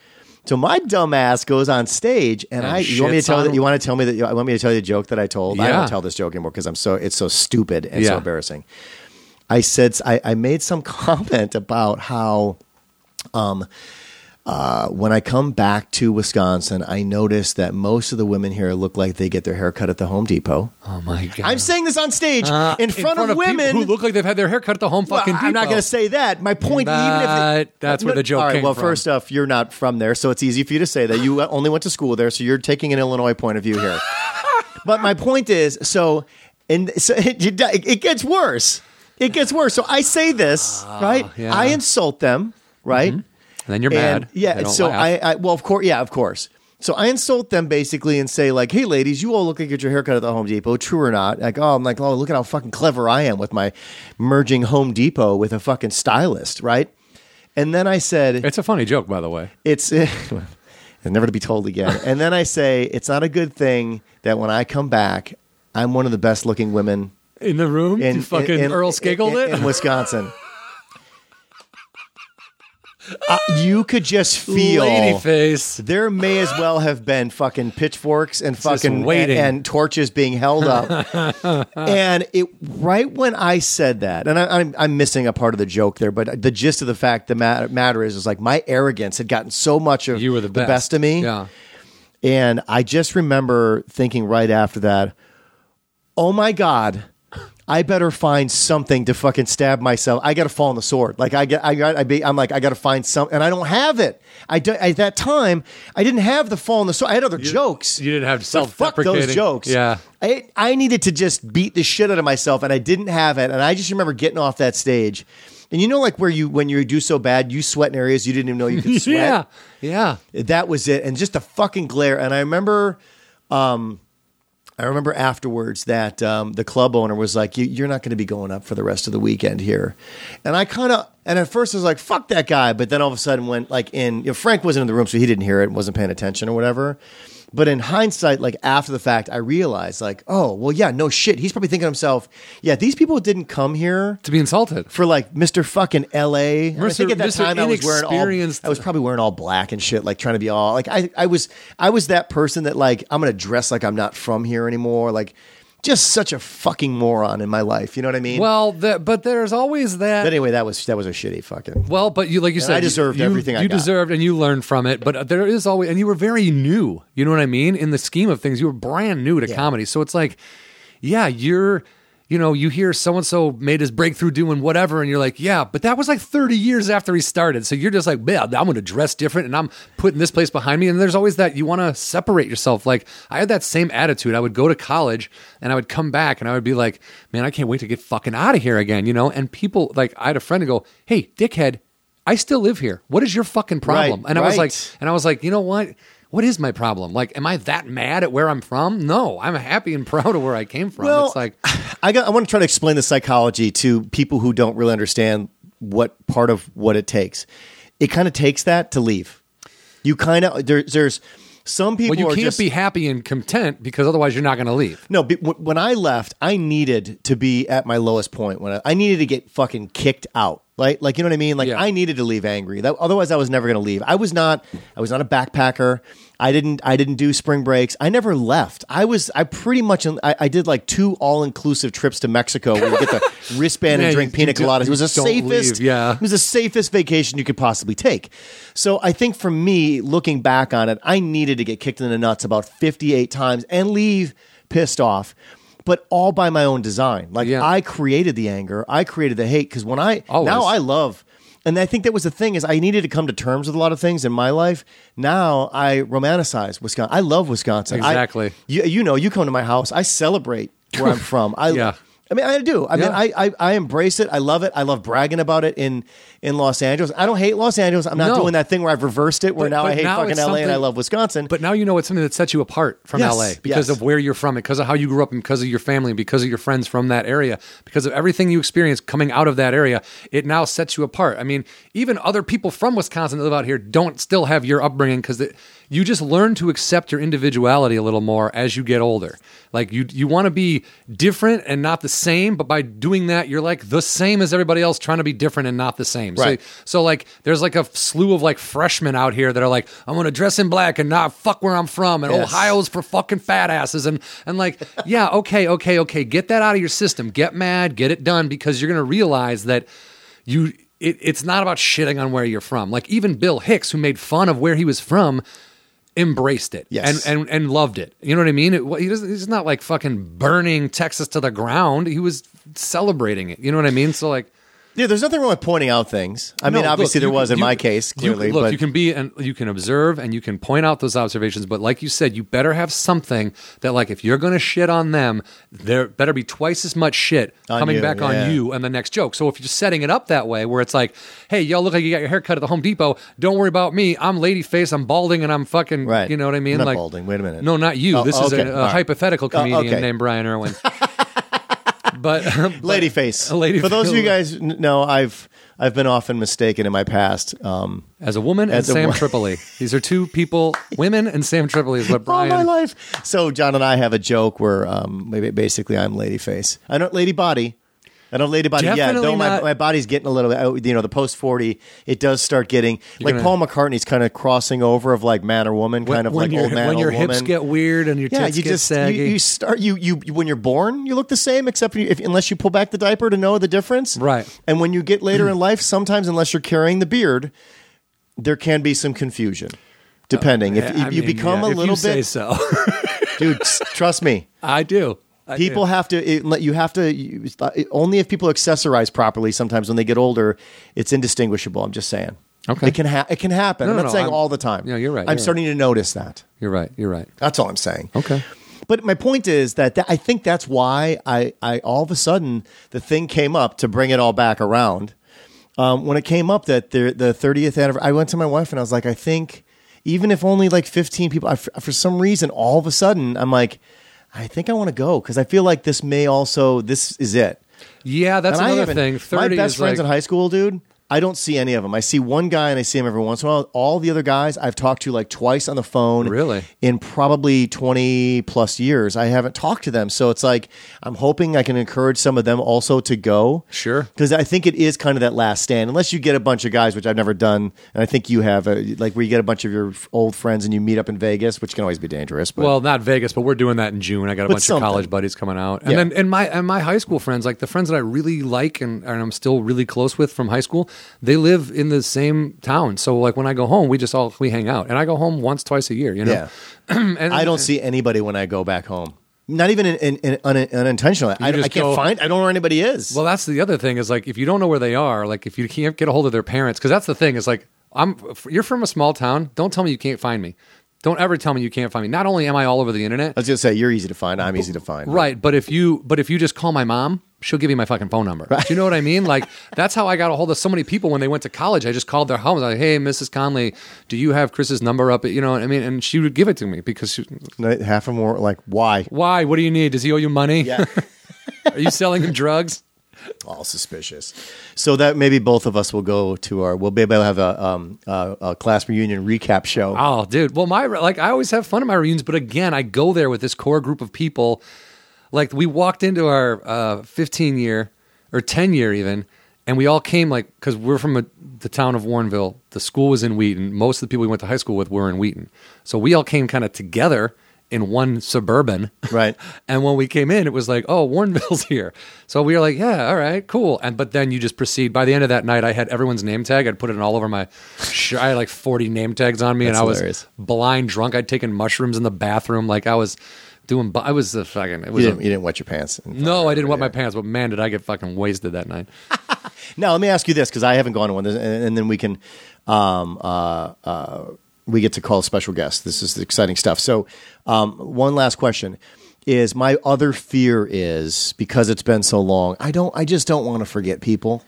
S1: So my dumb ass goes on stage, and,
S2: And
S1: I you want me to
S2: shits
S1: tell
S2: on
S1: that you want to tell me that you want me to tell you the joke that I told. I
S2: Yeah.
S1: don't tell this joke anymore because I'm so it's so stupid and so
S2: Yeah.
S1: embarrassing. I said I, I made some (laughs) comment about how um, uh, when I come back to Wisconsin, I notice that most of the women here look like they get their hair cut at the Home Depot.
S2: oh, my God.
S1: I'm saying this on stage
S2: Uh,
S1: in, front of,
S2: people
S1: women
S2: who look like they've had their hair cut at the home fucking
S1: well, I'm not
S2: Depot.
S1: going to say that. My point, even if
S2: But that's where the joke
S1: All right.
S2: came
S1: well,
S2: from.
S1: first off, you're not from there, so it's easy for you to say that. You
S2: (laughs)
S1: uh, only went to school there, so you're taking an Illinois point of view here. but my point is, so and so it, you- it gets worse. It gets worse. So I say this, right?
S2: Ah, yeah. Mm-hmm.
S1: I insult them, right?
S2: And then you're
S1: and
S2: mad.
S1: yeah,
S2: They
S1: and
S2: don't
S1: so
S2: laugh.
S1: I, I well, of course, yeah, of course. So I insult them basically and say like, "Hey, ladies, you all look like you get your haircut at the Home Depot. True or not? Like, oh, I'm like, oh, look at how fucking clever I am with my merging Home Depot with a fucking stylist, right?" And then I said,
S2: (laughs) It's a funny joke, by the way.
S1: "It's and never to be told
S2: (laughs)
S1: again." And then I say, "It's not a good thing that when I come back, I'm one of the best looking women
S2: In the room,
S1: in
S2: you fucking
S1: in-
S2: Earl
S1: in-
S2: skiggled
S1: in-
S2: it.
S1: in
S2: (laughs)
S1: Wisconsin." Uh, you could just feel
S2: Lady face.
S1: there may as well have been fucking pitchforks and fucking and,
S2: waiting.
S1: and torches being held up.
S2: (laughs)
S1: and it right when I said that, and I, I'm, I'm missing a part of the joke there, but the gist of the fact the matter, matter is is like my arrogance had gotten so much of
S2: You were the best.
S1: of me,
S2: Yeah.
S1: and I just remember thinking right after that, oh my god. I better find something to fucking stab myself. I got to fall on the sword. Like I get, I got, I be, I'm like, I got to find some, and I don't have it. I do, at that time, I didn't have the fall on the sword. I had other jokes.
S2: You didn't have
S1: But
S2: self
S1: fuck those jokes.
S2: Yeah.
S1: I, I needed to just beat the shit out of myself, and I didn't have it. And I just remember getting off that stage, and you know, like where you when you do so bad, you sweat in areas you didn't even know you could sweat
S2: (laughs) Yeah. Yeah.
S1: that was it and just the fucking glare and i remember um i remember afterwards that um the club owner was like you, you're not going to be going up for the rest of the weekend here and i kind of and at first i was like fuck that guy but then all of a sudden when like in you know, frank wasn't in the room so he didn't hear it and wasn't paying attention or whatever but in hindsight like after the fact i realized like oh well yeah no shit he's probably thinking to himself yeah these people didn't come here
S2: To be insulted.
S1: for like Mr. fucking LA. And I
S2: Mr.
S1: think at that
S2: Mr.
S1: time I was wearing all
S2: inexperienced.
S1: I was probably wearing all black and shit, like trying to be all like I I was I was that person that like I'm gonna dress like I'm not from here anymore. Like just such a fucking moron in my life. You know what I mean?
S2: Well, that, but there's always that.
S1: but anyway, that was that was a shitty fucking
S2: well, but you, like you said,
S1: I deserved
S2: you,
S1: everything I
S2: you
S1: got.
S2: deserved, and you learned from it. But there is always, and you were very new. You know what I mean? In the scheme of things, you were brand new to comedy. So it's like, yeah, you're, you know, you hear so and so made his breakthrough doing whatever, and you're like, yeah, but that was like 30 years after he started. So you're just like, yeah, I'm going to dress different, and I'm putting this place behind me. And there's always that you want to separate yourself. Like I had that same attitude. I would go to college, and I would come back, and I would be like, man, I can't wait to get fucking out of here again, you know. And people like, I had a friend go, hey, dickhead. I still live here. What is your fucking problem?
S1: Right,
S2: and I was like,
S1: right.
S2: and I was like, you know what? What is my problem? Like, am I that mad at where I'm from? No, I'm happy and (laughs) proud of where I came from.
S1: Well,
S2: it's like,
S1: (sighs) I got, I want to try to explain the psychology to people who don't really understand what part of what it takes. it kind of takes that to leave. You kind of there, there's some people
S2: Well, you
S1: are
S2: can't
S1: just
S2: be happy and content because otherwise you're not going to leave.
S1: no. But wh- when I left, I needed to be at my lowest point. When I, I needed to get fucking kicked out, like like you know what I mean. Like
S2: Yeah.
S1: I needed to leave angry. That, otherwise, I was never going to leave. I was not. I was not a backpacker. I didn't. I didn't do spring breaks. I never left. I was. I pretty much. I, I did like two all inclusive trips to (laughs) Mexico where you get the wristband
S2: Yeah,
S1: and
S2: you-
S1: drink pina
S2: you do-
S1: coladas. It was the
S2: you don't leave,
S1: safest.
S2: yeah.
S1: It was the safest vacation you could possibly take. So I think for me, looking back on it, I needed to get kicked in the nuts about 58 times and leave pissed off, but all by my own design. Like
S2: Yeah.
S1: I created the anger, I created the hate because when I
S2: Always.
S1: now I love and I think that was the thing is I needed to come to terms with a lot of things in my life. Now I romanticize Wisconsin. I love Wisconsin. I-
S2: Exactly.
S1: you, you know, you come to my house, I celebrate where
S2: (laughs)
S1: I'm from. I
S2: Yeah.
S1: I mean, I do. I mean,
S2: Yeah.
S1: I, I I embrace it. I love it. I love bragging about it in in Los Angeles. I don't hate Los Angeles. I'm not
S2: No.
S1: doing that thing where I've reversed it, where
S2: But-
S1: now I
S2: but
S1: hate
S2: now
S1: fucking
S2: it's
S1: LA and I
S2: something-
S1: love Wisconsin.
S2: But now you know it's something that sets you apart from
S1: Yes,
S2: LA because
S1: yes.
S2: of where you're from, because of how you grew up, and because of your family, because of your friends from that area, because of everything you experienced coming out of that area. It now sets you apart. I mean, even other people from Wisconsin that live out here don't still have your upbringing because you just learn to accept your individuality a little more as you get older. Like you, you want to be different and not the same, but by doing that, you're like the same as everybody else, trying to be different and not the same.
S1: Right.
S2: So, so like, there's like a slew of like freshmen out here that are like, I'm gonna dress in black and not fuck where I'm from, and
S1: Yes.
S2: Ohio's for fucking fat asses, and and like,
S1: (laughs)
S2: yeah, okay, okay, okay, get that out of your system. Get mad, get it done, because you're gonna realize that you. It, it's not about shitting on where you're from. Like even Bill Hicks, who made fun of where he was from, embraced it
S1: Yes.
S2: and, and and loved it. You know what I mean? It, he doesn't, he's not like fucking burning Texas to the ground. He was celebrating it. You know what I mean? So like,
S1: yeah, there's nothing wrong with pointing out things. I mean,
S2: no,
S1: obviously
S2: look,
S1: there
S2: you
S1: was
S2: can-
S1: in
S2: you-
S1: my case,
S2: you-
S1: clearly.
S2: look,
S1: but
S2: you can be and you can observe and you can point out those observations, but like you said, you better have something that, like, if you're going to shit on them, there better be twice as much shit
S1: On
S2: coming
S1: you,
S2: back
S1: yeah.
S2: on you and the next joke. So if you're setting it up that way, where it's like, hey, y'all look like you got your haircut at the Home Depot. Don't worry about me. I'm lady face. I'm balding and I'm fucking.
S1: Right.
S2: You know what I mean?
S1: I'm not
S2: like
S1: balding. Wait a minute.
S2: No, not you.
S1: Oh,
S2: this is
S1: okay.
S2: a, a
S1: All right.
S2: hypothetical
S1: Oh,
S2: comedian
S1: okay.
S2: named
S1: (laughs)
S2: Brian Irwin. but, (laughs) but
S1: Ladyface.
S2: A lady
S1: For those of
S2: (laughs)
S1: you
S2: face.
S1: guys n- know, I've I've been often mistaken in my past. Um,
S2: As a woman
S1: As a
S2: and Sam
S1: wo-
S2: Tripoli. These are two people, women and Sam Tripoli is
S1: (laughs)
S2: what Brian.
S1: all Oh, my life. So John and I have a joke where um, maybe- basically I'm lady face. I don't lady body. I don't lady body yet.
S2: Definitely
S1: Though my,
S2: not-
S1: my body's getting a little bit, oh, you know, the post 40, it does start getting like
S2: gonna-
S1: Paul McCartney's kind of crossing over of like man or woman,
S2: When-
S1: kind of
S2: when
S1: like
S2: your-
S1: old man,
S2: When
S1: old
S2: your hips
S1: woman.
S2: get weird and your tits
S1: yeah, you
S2: get
S1: just
S2: saggy.
S1: you, you start you, you when you're born you look the same except if, unless you pull back the diaper to know the difference.
S2: Right.
S1: And when you get
S2: (clears throat)
S1: later in life, sometimes unless you're carrying the beard, there can be some confusion, depending if,
S2: Yeah, Oh, I
S1: if you
S2: mean,
S1: become
S2: yeah,
S1: a
S2: if
S1: little
S2: you say
S1: bit
S2: so. (laughs)
S1: dude s- trust me
S2: I do. (laughs) I do.
S1: people have to it, you have to you, only if people accessorize properly sometimes when they get older it's indistinguishable i'm just saying
S2: Okay.
S1: it can ha- it can happen i'm
S2: no,
S1: not
S2: no,
S1: saying
S2: I'm-
S1: all the time
S2: Yeah, you're right,
S1: i'm
S2: you're right.
S1: starting to notice that
S2: You're right. You're right.
S1: that's all i'm saying
S2: Okay.
S1: but my point is that, that I think that's why I, I all of a sudden the thing came up to bring it all back around. Um, when it came up that the the thirtieth anniversary, I went to my wife and I was like, I think even if only like fifteen people, I, for some reason, all of a sudden, I'm like, I think I want to go because I feel like this may also this is it.
S2: Yeah, that's
S1: And I
S2: another
S1: haven't-
S2: thing.
S1: My
S2: Thirty
S1: best
S2: is
S1: friends
S2: like,
S1: in high school, dude. I don't see any of them. I see one guy and I see him every once in a while. All the other guys I've talked to like twice on the phone.
S2: Really?
S1: In probably 20 plus years, I haven't talked to them. So it's like, I'm hoping I can encourage some of them also to go.
S2: Sure.
S1: Because I think it is kind of that last stand, unless you get a bunch of guys, which I've never done. And I think you have, uh like where you get a bunch of your f- old friends and you meet up in Vegas, which can always be dangerous. But
S2: Well, not Vegas, but we're doing that in June. I got a bunch
S1: something.
S2: of college buddies coming out, and
S1: Yeah.
S2: then and my and my high school friends, like the friends that I really like and, and I'm still really close with from high school, they live in the same town. So like when I go home, we just all we hang out, and I go home once twice a year. You know,
S1: Yeah.
S2: and, (laughs)
S1: I don't see anybody when I go back home. Not even in, in, in, un, unintentionally. I, I
S2: just
S1: can't
S2: go-
S1: find. I don't know where anybody is.
S2: Well, that's the other thing is like if you don't know where they are, like if you can't get a hold of their parents, because that's the thing is like I'm f- you're from a small town. Don't tell me you can't find me. Don't ever tell me you can't find me. Not only am I all over the internet,
S1: I was gonna say you're easy to find. I'm easy to find.
S2: Right, but if you but if you just call my mom, she'll give you my fucking phone number. Do you know what I mean? Like that's how I got a hold of so many people when they went to college. I just called their home. I was like, "Hey, Mrs. Conley, do you have Chris's number up?" You know what I mean? And she would give it to me because she,
S1: No, Half
S2: (laughs)
S1: of them were like, "Why?"
S2: why? What do you need? Does he owe you money?
S1: Yeah.
S2: Are you selling him drugs?
S1: all suspicious. So that maybe both of us will go to our. We'll be able to have a, um, a, a class reunion recap show.
S2: Oh, dude. Well, my like I always have fun at my reunions, but again, I go there with this core group of people. Like we walked into our uh, 15 year or 10 year even, and we all came like because we're from a, the town of Warrenville. The school was in Wheaton. Most of the people we went to high school with were in Wheaton, so we all came kind of together in one suburban.
S1: Right.
S2: And when we came in, it was like, oh, Warrenville's (laughs) here. So we were like, yeah, all right, cool. And but then you just proceed. By the end of that night, I had everyone's name tag. I'd put it all over my. Sh- I had like forty name tags on me, and
S1: That's
S2: I was
S1: hilarious.
S2: blind drunk. I'd taken mushrooms in the bathroom, like I was doing. bu- I was a fucking. It
S1: You
S2: was a,
S1: didn't, you didn't wet your pants. in
S2: no, I didn't wet
S1: Yeah.
S2: my pants, but man, did I get fucking wasted that night.
S1: Now let me ask you this because I haven't gone to one, and, and then we can, um, uh, uh, we get to call a special guest. This is exciting stuff. So, um, one last question is my other fear is because it's been so long. I don't. I just don't want to forget people,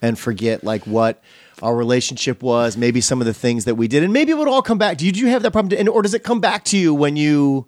S1: and forget like what our relationship was. Maybe some of the things that we did, and maybe it would all come back. Did you have that problem, and or does it come back to you when you?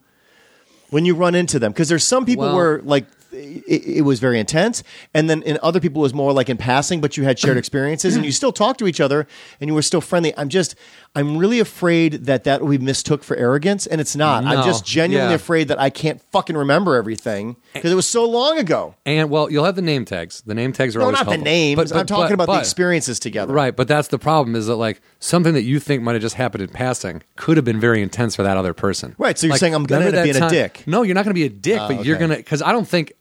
S1: when you run into them because there's some people
S2: Well-
S1: where like it, it was very intense and then in other people it was more like in passing but you had
S2: (clears throat)
S1: shared experiences and you still talked to each other and you were still friendly i'm just i'm really afraid that that will be mistook for arrogance and it's not i'm
S2: No.
S1: just genuinely
S2: Yeah.
S1: afraid that i can't fucking remember everything because it was so long ago
S2: And well, you'll have the name tags. The name tags are
S1: no
S2: always
S1: not the
S2: helpful.
S1: names
S2: But-
S1: i'm
S2: but-
S1: talking
S2: but-
S1: about the
S2: but-
S1: experiences together
S2: Right, but that's the problem is that like something that you think might have just happened in passing could have been very intense for that other person.
S1: Right, so you're saying I'm gonna
S2: remember
S1: end up
S2: that
S1: being a dick. Ah,
S2: No, you're not going to be a dick, but you're
S1: okay.
S2: going to cuz I don't think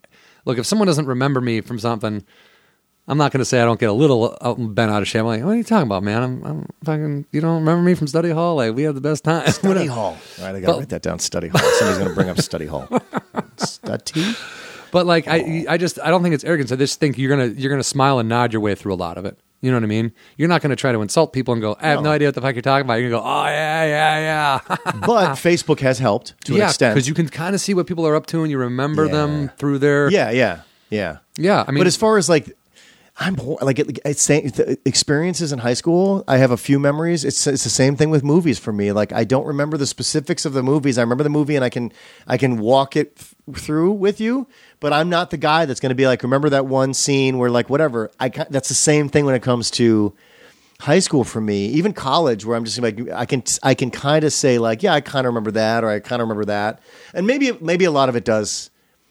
S2: look, if someone doesn't remember me from something I'm not going to say I don't get a little out bent out of shape. I'm like, what are you talking about, man? I'm, I'm fucking. You don't remember me from study hall? Like, we had the best time. (laughs)
S1: study hall all right i gotta
S2: But-
S1: write that down study hall somebody's gonna bring up study
S2: (laughs)
S1: hall study
S2: But like I,
S1: Oh.
S2: I just I don't think it's arrogance. I just think you're gonna you're gonna smile and nod your way through a lot of it. You know what I mean? You're not gonna try to insult people and go, I have no,
S1: No.
S2: idea what the fuck you're talking about. You're gonna go, oh yeah yeah yeah,
S1: but facebook has helped to an
S2: Ah. yeah,
S1: extent
S2: because you can kind of see what people are up to and you remember them
S1: Yeah.
S2: through their
S1: yeah yeah yeah
S2: yeah. I mean,
S1: but as far as like, I'm hor- like it, it's same, the experiences in high school. I have a few memories. It's it's the same thing with movies for me. Like I don't remember the specifics of the movies. I remember the movie and I can I can walk it th- through with you. But I'm not the guy that's going to be like, remember that one scene where like whatever. I ca- that's the same thing when it comes to high school for me, even college, where I'm just like I can I can kind of say like, yeah, I kind of remember that, or I kind of remember that, and maybe maybe a lot of it does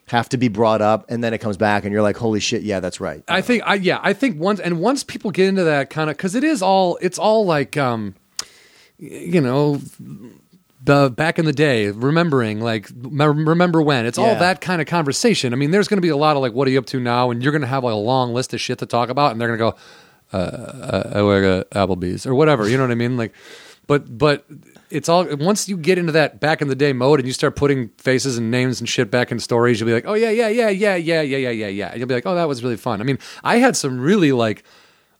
S1: have to be brought up, and then it comes back, and you're like, holy shit, yeah, that's right.
S2: I think I yeah, I think once and once people get into that kind of cuz it is all it's all like um y- you know the back in the day remembering like m- remember when it's all
S1: Yeah.
S2: that kind of conversation. I mean, there's going to be a lot of like what are you up to now and you're going to have like a long list of shit to talk about and they're going to go uh, uh, I work at Applebee's or whatever, you know what I mean? Like but but it's all once you get into that back in the day mode and you start putting faces and names and shit back in stories, you'll be like, oh yeah, yeah, yeah, yeah, yeah, yeah, yeah, yeah, yeah. And you'll be like, oh, that was really fun. I mean, I had some really like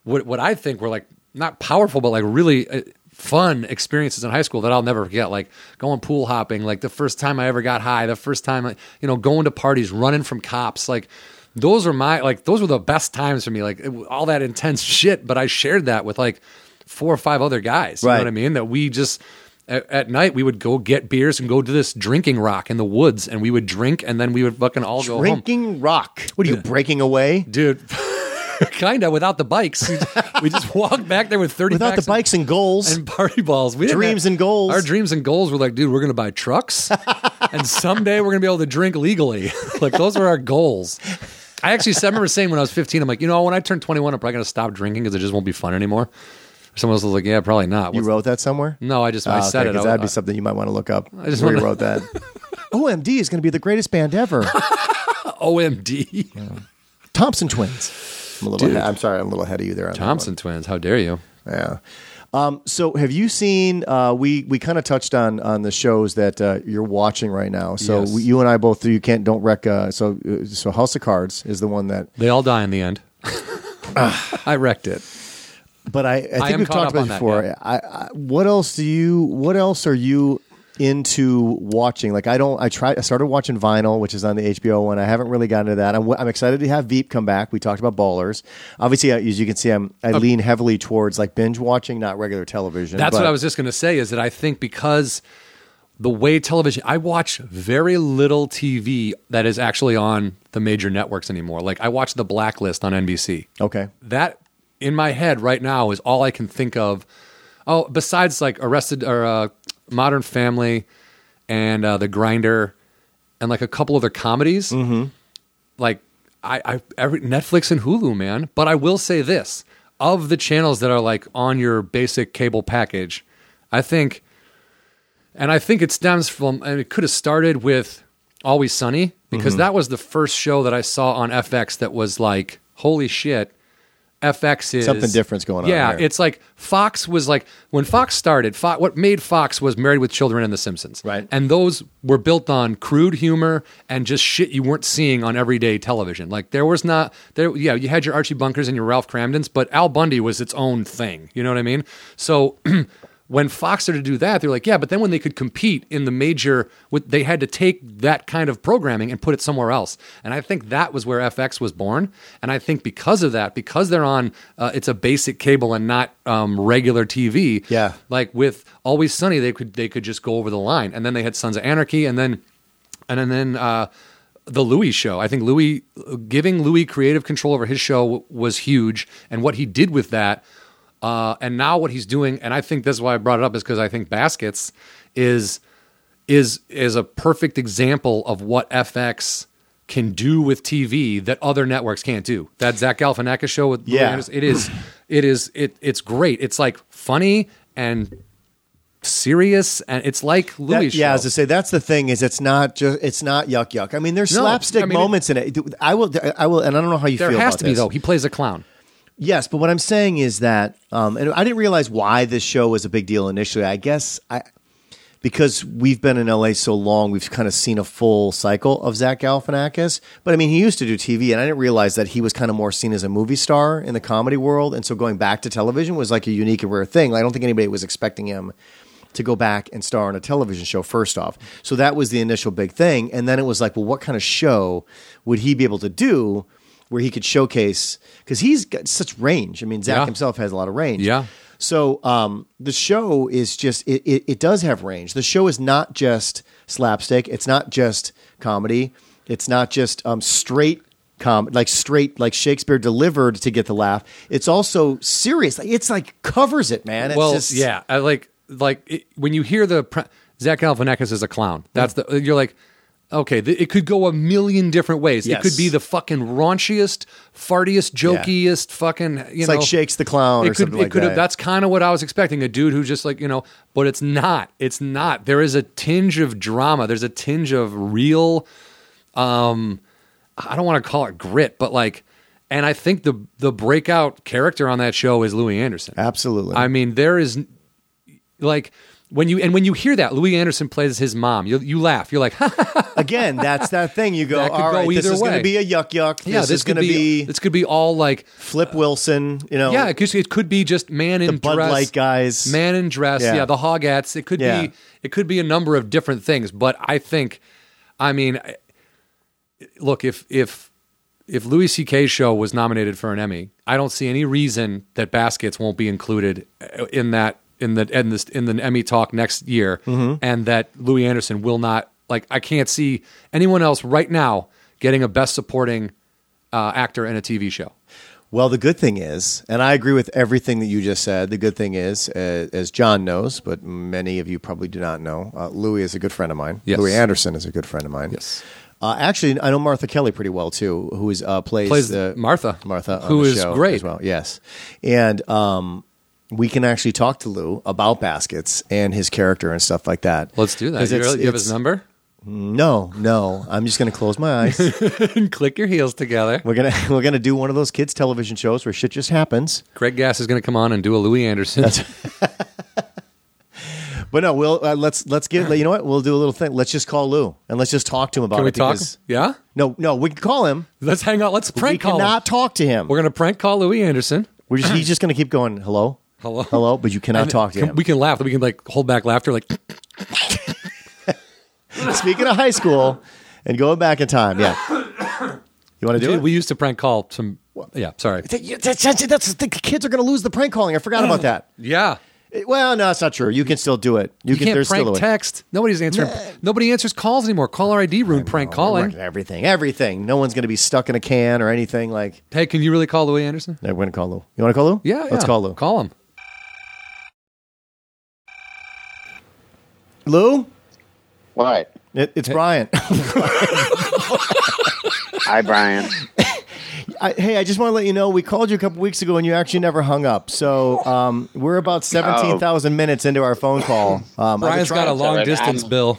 S2: what what I think were like not powerful, but like really. Uh, fun experiences in high school that I'll never forget like going pool hopping like the first time I ever got high the first time like, you know going to parties running from cops like those were my like those were the best times for me like it, all that intense shit but I shared that with like four or five other guys you know
S1: Right.
S2: what I mean mean? That we just at, at night we would go get beers and go to this drinking rock in the woods, and we would drink, and then we would fucking all go home,
S1: Drinking rock. What are you breaking away?
S2: dude. (laughs) Kinda without the bikes, (laughs) We just- we just walked back there with thirty
S1: Without the
S2: packs
S1: bikes and goals,
S2: and, and party balls. We didn't
S1: Dreams
S2: have-
S1: and goals.
S2: Our dreams and goals were like, dude, we're gonna
S1: (laughs)
S2: buy trucks, and someday we're gonna be able to drink legally. (laughs) like those were our goals. I actually said, I remember saying when I was 15, I'm like, you know, when I turn 21, I'm probably gonna stop drinking because it just won't be fun anymore. Someone else was like, yeah, probably not.
S1: you
S2: What's-
S1: wrote that somewhere.
S2: no, I just I
S1: Oh,
S2: said
S1: okay,
S2: it.
S1: 'cause
S2: I-
S1: that'd
S2: I-
S1: be something you might want to look up. I
S2: just
S1: where you
S2: wanna-
S1: wrote
S2: (laughs)
S1: that. OMD is going to be the greatest band ever.
S2: uh, OMD.
S1: Thompson Twins. I'm a little. ahead- I'm sorry. I'm a little ahead of you there. On that one.
S2: Thompson twins, how dare you?
S1: Yeah. Um, so, have you seen? Uh, we we kind of touched on on the shows that uh, you're watching right now. So,
S2: Yes.
S1: we, you and I both you can't don't wreck. Uh, so, uh, so House of Cards is the one that.
S2: They all die in the
S1: (sighs)
S2: end. I wrecked it.
S1: But I, I think
S2: am
S1: we've
S2: caught
S1: talked about
S2: up on
S1: it
S2: that,
S1: before.
S2: yeah.
S1: I, I, what else do you? What else are you into watching? Like, I don't. I tried. I started watching Vinyl, which is on the HBO one. I haven't really gotten to that. I'm, I'm excited to have Veep come back. We talked about Ballers. Obviously, uh, as you can see, I'm, I lean heavily towards like binge watching, not regular television.
S2: That's
S1: but-
S2: what I was just going to say is that I think because the way television I watch very little TV that is actually on the major networks anymore. Like I watch The Blacklist on NBC.
S1: Okay.
S2: That in my head right now is all I can think of. Oh, besides like Arrested or uh, Modern Family and uh, The Grinder and like a couple other comedies. Mm-hmm. Like I, I every Netflix and Hulu, man. But I will say this: of the channels that are like on your basic cable package, I think, and I think it stems from, and it could have started with Always Sunny because
S1: Mm-hmm.
S2: that was the first show that I saw on FX that was like, holy shit. FX is
S1: Something different's going on
S2: Yeah,
S1: here.
S2: it's like Fox was like when Fox started. Fo- what made Fox was Married with Children and The Simpsons,
S1: Right.
S2: And those were built on crude humor and just shit you weren't seeing on everyday television. Like there was not there. Yeah, you had your Archie Bunkers and your Ralph Cramdens, but Al Bundy was its own thing. You know what I mean? So. (clears throat) When Fox started to do that, they were like, "Yeah," but then when they could compete in the major, with, they had to take that kind of programming and put it somewhere else. And I think that was where FX was born. And I think because of that, because they're on, uh, it's a basic cable and not um, regular TV.
S1: Yeah.
S2: Like with Always Sunny, they could they could just go over the line, and then they had Sons of Anarchy, and then and then- then uh, the Louis show. I think Louis giving Louis creative control over his show w- was huge, and what he did with that, uh, and now what he's doing, and I think that's why I brought it up is because I think Baskets is is is a perfect example of what FX can do with TV that other networks can't do. That Zach Galifianakis show with Louis
S1: Yeah.
S2: Anderson, it is it is it it's great. It's like funny and serious and it's like
S1: That-
S2: Louis
S1: yeah,
S2: show.
S1: as I say, that's the thing is it's not just it's not yuck yuck. I mean, there's
S2: No,
S1: slapstick
S2: I mean, it-
S1: moments in it. I will, I will, and I don't know how you
S2: there
S1: feel.
S2: has
S1: about
S2: to be
S1: this.
S2: though. He plays a clown.
S1: Yes, but what I'm saying is that, um, and I didn't realize why this show was a big deal initially. I guess I because we've been in LA so long, we've kind of seen a full cycle of Zach Galifianakis. But I mean, he used to do TV, and I didn't realize that he was kind of more seen as a movie star in the comedy world. And so going back to television was like a unique and rare thing. I don't think anybody was expecting him to go back and star on a television show first off. So that was the initial big thing. And then it was like, well, what kind of show would he be able to do where he could showcase? Because he's got such range. I mean, Zach
S2: Yeah.
S1: himself has a lot of range.
S2: Yeah.
S1: So um, the show is just it, it, it does have range. The show is not just slapstick. It's not just comedy. It's not just um, straight com like straight like Shakespeare delivered to get the laugh. It's also serious. Like, It's like covers it, man. It's
S2: well,
S1: just,
S2: yeah, I like like it, when you hear the pre- Zach Galifianakis is a clown. That's the you're like, okay, th- it could go a million different ways.
S1: Yes.
S2: It could be the fucking raunchiest, fartiest, jokiest, fucking. You
S1: It's
S2: know,
S1: like Shakes the clown or
S2: it could,
S1: something
S2: it
S1: like
S2: could
S1: that.
S2: have- that's kind of what I was expecting. A dude who just like you know, but it's not. It's not. There is a tinge of drama. There's a tinge of real. Um, I don't want to call it grit, but like, and I think the the breakout character on that show is Louis Anderson.
S1: absolutely.
S2: (laughs) I mean, there is like when you and when you hear that Louis Anderson plays his mom, you you laugh. You're like, (laughs)
S1: Again, that's that thing. You go.
S2: That could
S1: All
S2: go
S1: right, this
S2: either
S1: is going to
S2: way.
S1: be a yuck yuck.
S2: yeah,
S1: this,
S2: this,
S1: is
S2: could
S1: going to be,
S2: be, this could be all like,
S1: Flip Wilson. You know,
S2: yeah, it could, it could be just man in
S1: Bud
S2: dress,
S1: Light guys.
S2: man in dress,
S1: Yeah.
S2: yeah, the hoggats. It could
S1: Yeah.
S2: be it could be a number of different things. But I think, I mean, I- look if if if Louis C.K.'s show was nominated for an Emmy, I don't see any reason that Baskets won't be included uh, in that in the in this in the Emmy talk next year,
S1: Mm-hmm.
S2: and that Louis Anderson will not like. I can't see anyone else right now getting a Best Supporting uh, Actor in a TV show.
S1: Well, the good thing is, and I agree with everything that you just said. The good thing is, uh, as John knows, but many of you probably do not know, uh, Louis is a good friend of mine.
S2: Yes.
S1: Louis Anderson is a good friend of mine.
S2: Yes.
S1: Uh, actually, I know Martha Kelly pretty well too, who is uh, plays
S2: Plays
S1: the,
S2: Martha,
S1: Martha, on
S2: who
S1: the
S2: is
S1: show
S2: great.
S1: as well. Yes, and um, we can actually talk to Lou about baskets and his character and stuff like that.
S2: Let's do that.
S1: 'Cause
S2: You,
S1: it's-
S2: really- you have his
S1: it's-
S2: number.
S1: No, no. I'm just going to close my eyes.
S2: (laughs) and click your heels together.
S1: we're gonna we're gonna do one of those kids television shows where shit just happens.
S2: Greg Gass is going to come on and do a Louis Anderson. (laughs)
S1: But no, we'll uh, let's let's get you know what we'll do a little thing. Let's just call Lou and let's just talk to him about
S2: Can we
S1: it.
S2: talk?
S1: because-
S2: Yeah,
S1: No, no, we can call him.
S2: let's hang out. Let's
S1: we
S2: prank call. him.
S1: cannot talk to him.
S2: We're
S1: We're,
S2: going to prank call Louis Anderson.
S1: just,
S2: (clears throat)
S1: he's just going to keep going. Hello,
S2: Hello?
S1: hello. But you cannot
S2: And
S1: talk to
S2: can-
S1: him.
S2: We can laugh. We can like hold back laughter. Like
S1: (laughs) Speaking of high school and going back in time, yeah. You want to do
S2: dude,
S1: it?
S2: we used to prank call some. Yeah, sorry. (clears throat)
S1: Th- you- that's, that's, that's the thing. Kids are going to lose the prank calling. I forgot about that.
S2: Yeah,
S1: It- well, no, it's not true. You can still do it. You,
S2: You,
S1: can.
S2: can't
S1: There's
S2: prank
S1: still a way.
S2: text. Nobody's answering. Nobody answers calls anymore. Caller ID ruined prank
S1: We're working
S2: calling.
S1: Everything, everything. No one's going to be stuck in a can or anything. Like,
S2: Hey, can you really call Louis Anderson?
S1: we're going to call Lou. You want to call Lou?
S2: Yeah,
S1: Let's
S2: yeah.
S1: call Lou.
S2: Call him.
S1: Lou?
S3: What?
S1: It, it's Brian.
S3: Hi, Brian.
S1: (laughs) I, hey, I just want to let you know we called you a couple weeks ago and you actually never hung up. So um, we're about
S3: Oh.
S1: 17,000 minutes into our phone call. Um, I've been
S2: Brian's got
S1: trying-
S2: a long
S3: I'm-
S2: distance bill.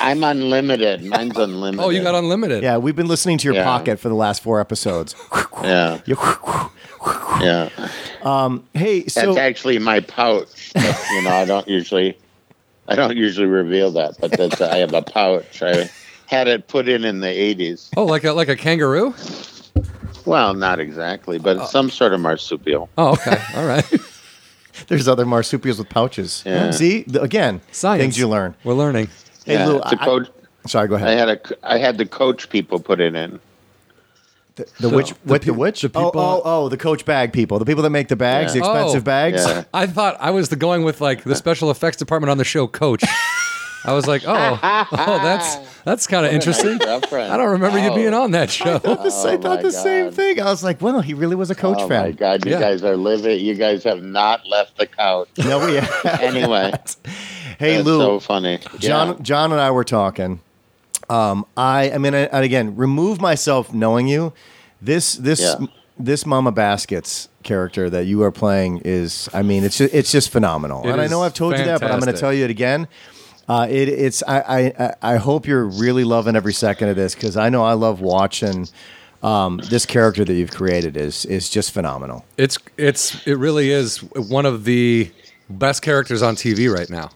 S3: I'm unlimited. Mine's unlimited.
S2: Oh,
S1: (laughs)
S2: you got unlimited.
S1: Yeah, we've been listening to your
S3: Yeah.
S1: pocket for the last four episodes. (laughs)
S3: Yeah,
S1: You-
S3: yeah.
S1: hey,
S3: That's
S1: so
S3: actually my pouch. but, you know, I don't usually, I don't usually reveal that, but that's I have a pouch. I had it put in in the '80s.
S2: Oh, like a like a kangaroo?
S3: Well, not exactly, but
S2: Uh,
S3: it's some sort of marsupial.
S2: Oh, okay. All right. (laughs)
S1: there's other marsupials with pouches.
S3: Yeah.
S1: See, Th- again,
S2: Science.
S1: things you learn.
S2: We're learning.
S1: Hey,
S3: yeah,
S1: Lou,
S3: it's a
S1: I-
S3: coach.
S1: Sorry, go
S3: I
S1: ahead.
S3: had a, I had the coach people put it in.
S1: The, the which,
S2: the
S1: what, the,
S2: peop-
S1: which?
S2: the
S1: oh,
S2: people-
S1: oh, oh, the coach bag people, the people that make the bags,
S3: Yeah.
S1: the expensive
S2: Oh.
S1: bags.
S3: Yeah.
S2: I thought I was the going with like the special effects department on the show Coach. I was like, oh, oh, that's that's kind of interesting.
S3: reference.
S2: I don't remember you
S3: Oh.
S2: being on that
S1: (laughs)
S2: show.
S1: This- I
S3: Oh,
S1: thought
S3: my
S1: the same
S3: God.
S1: thing. I was like, well, he really was a coach
S3: oh
S1: fan.
S3: my God! You
S2: Yeah.
S3: guys are living. You guys have not left
S2: (laughs)
S3: the couch.
S1: No,
S3: (laughs)
S1: we.
S3: Anyway,
S1: hey,
S3: that's
S1: Lou.
S3: so funny.
S1: John,
S3: Yeah.
S1: John and I were talking. Um, I, I mean, I, and again, remove myself knowing you. This, this,
S3: Yeah.
S1: this Mama Baskets character that you are playing is, I mean, it's just, it's just phenomenal.
S2: It
S1: and I
S2: is
S1: know I've told you that, but I'm going to
S2: fantastic.
S1: tell you it again. Uh, it, it's, I, I, I I hope you're really loving every second of this because I know I love watching. Um, this character that you've created is is just phenomenal.
S2: It's it's it really is one of the best characters on TV right now.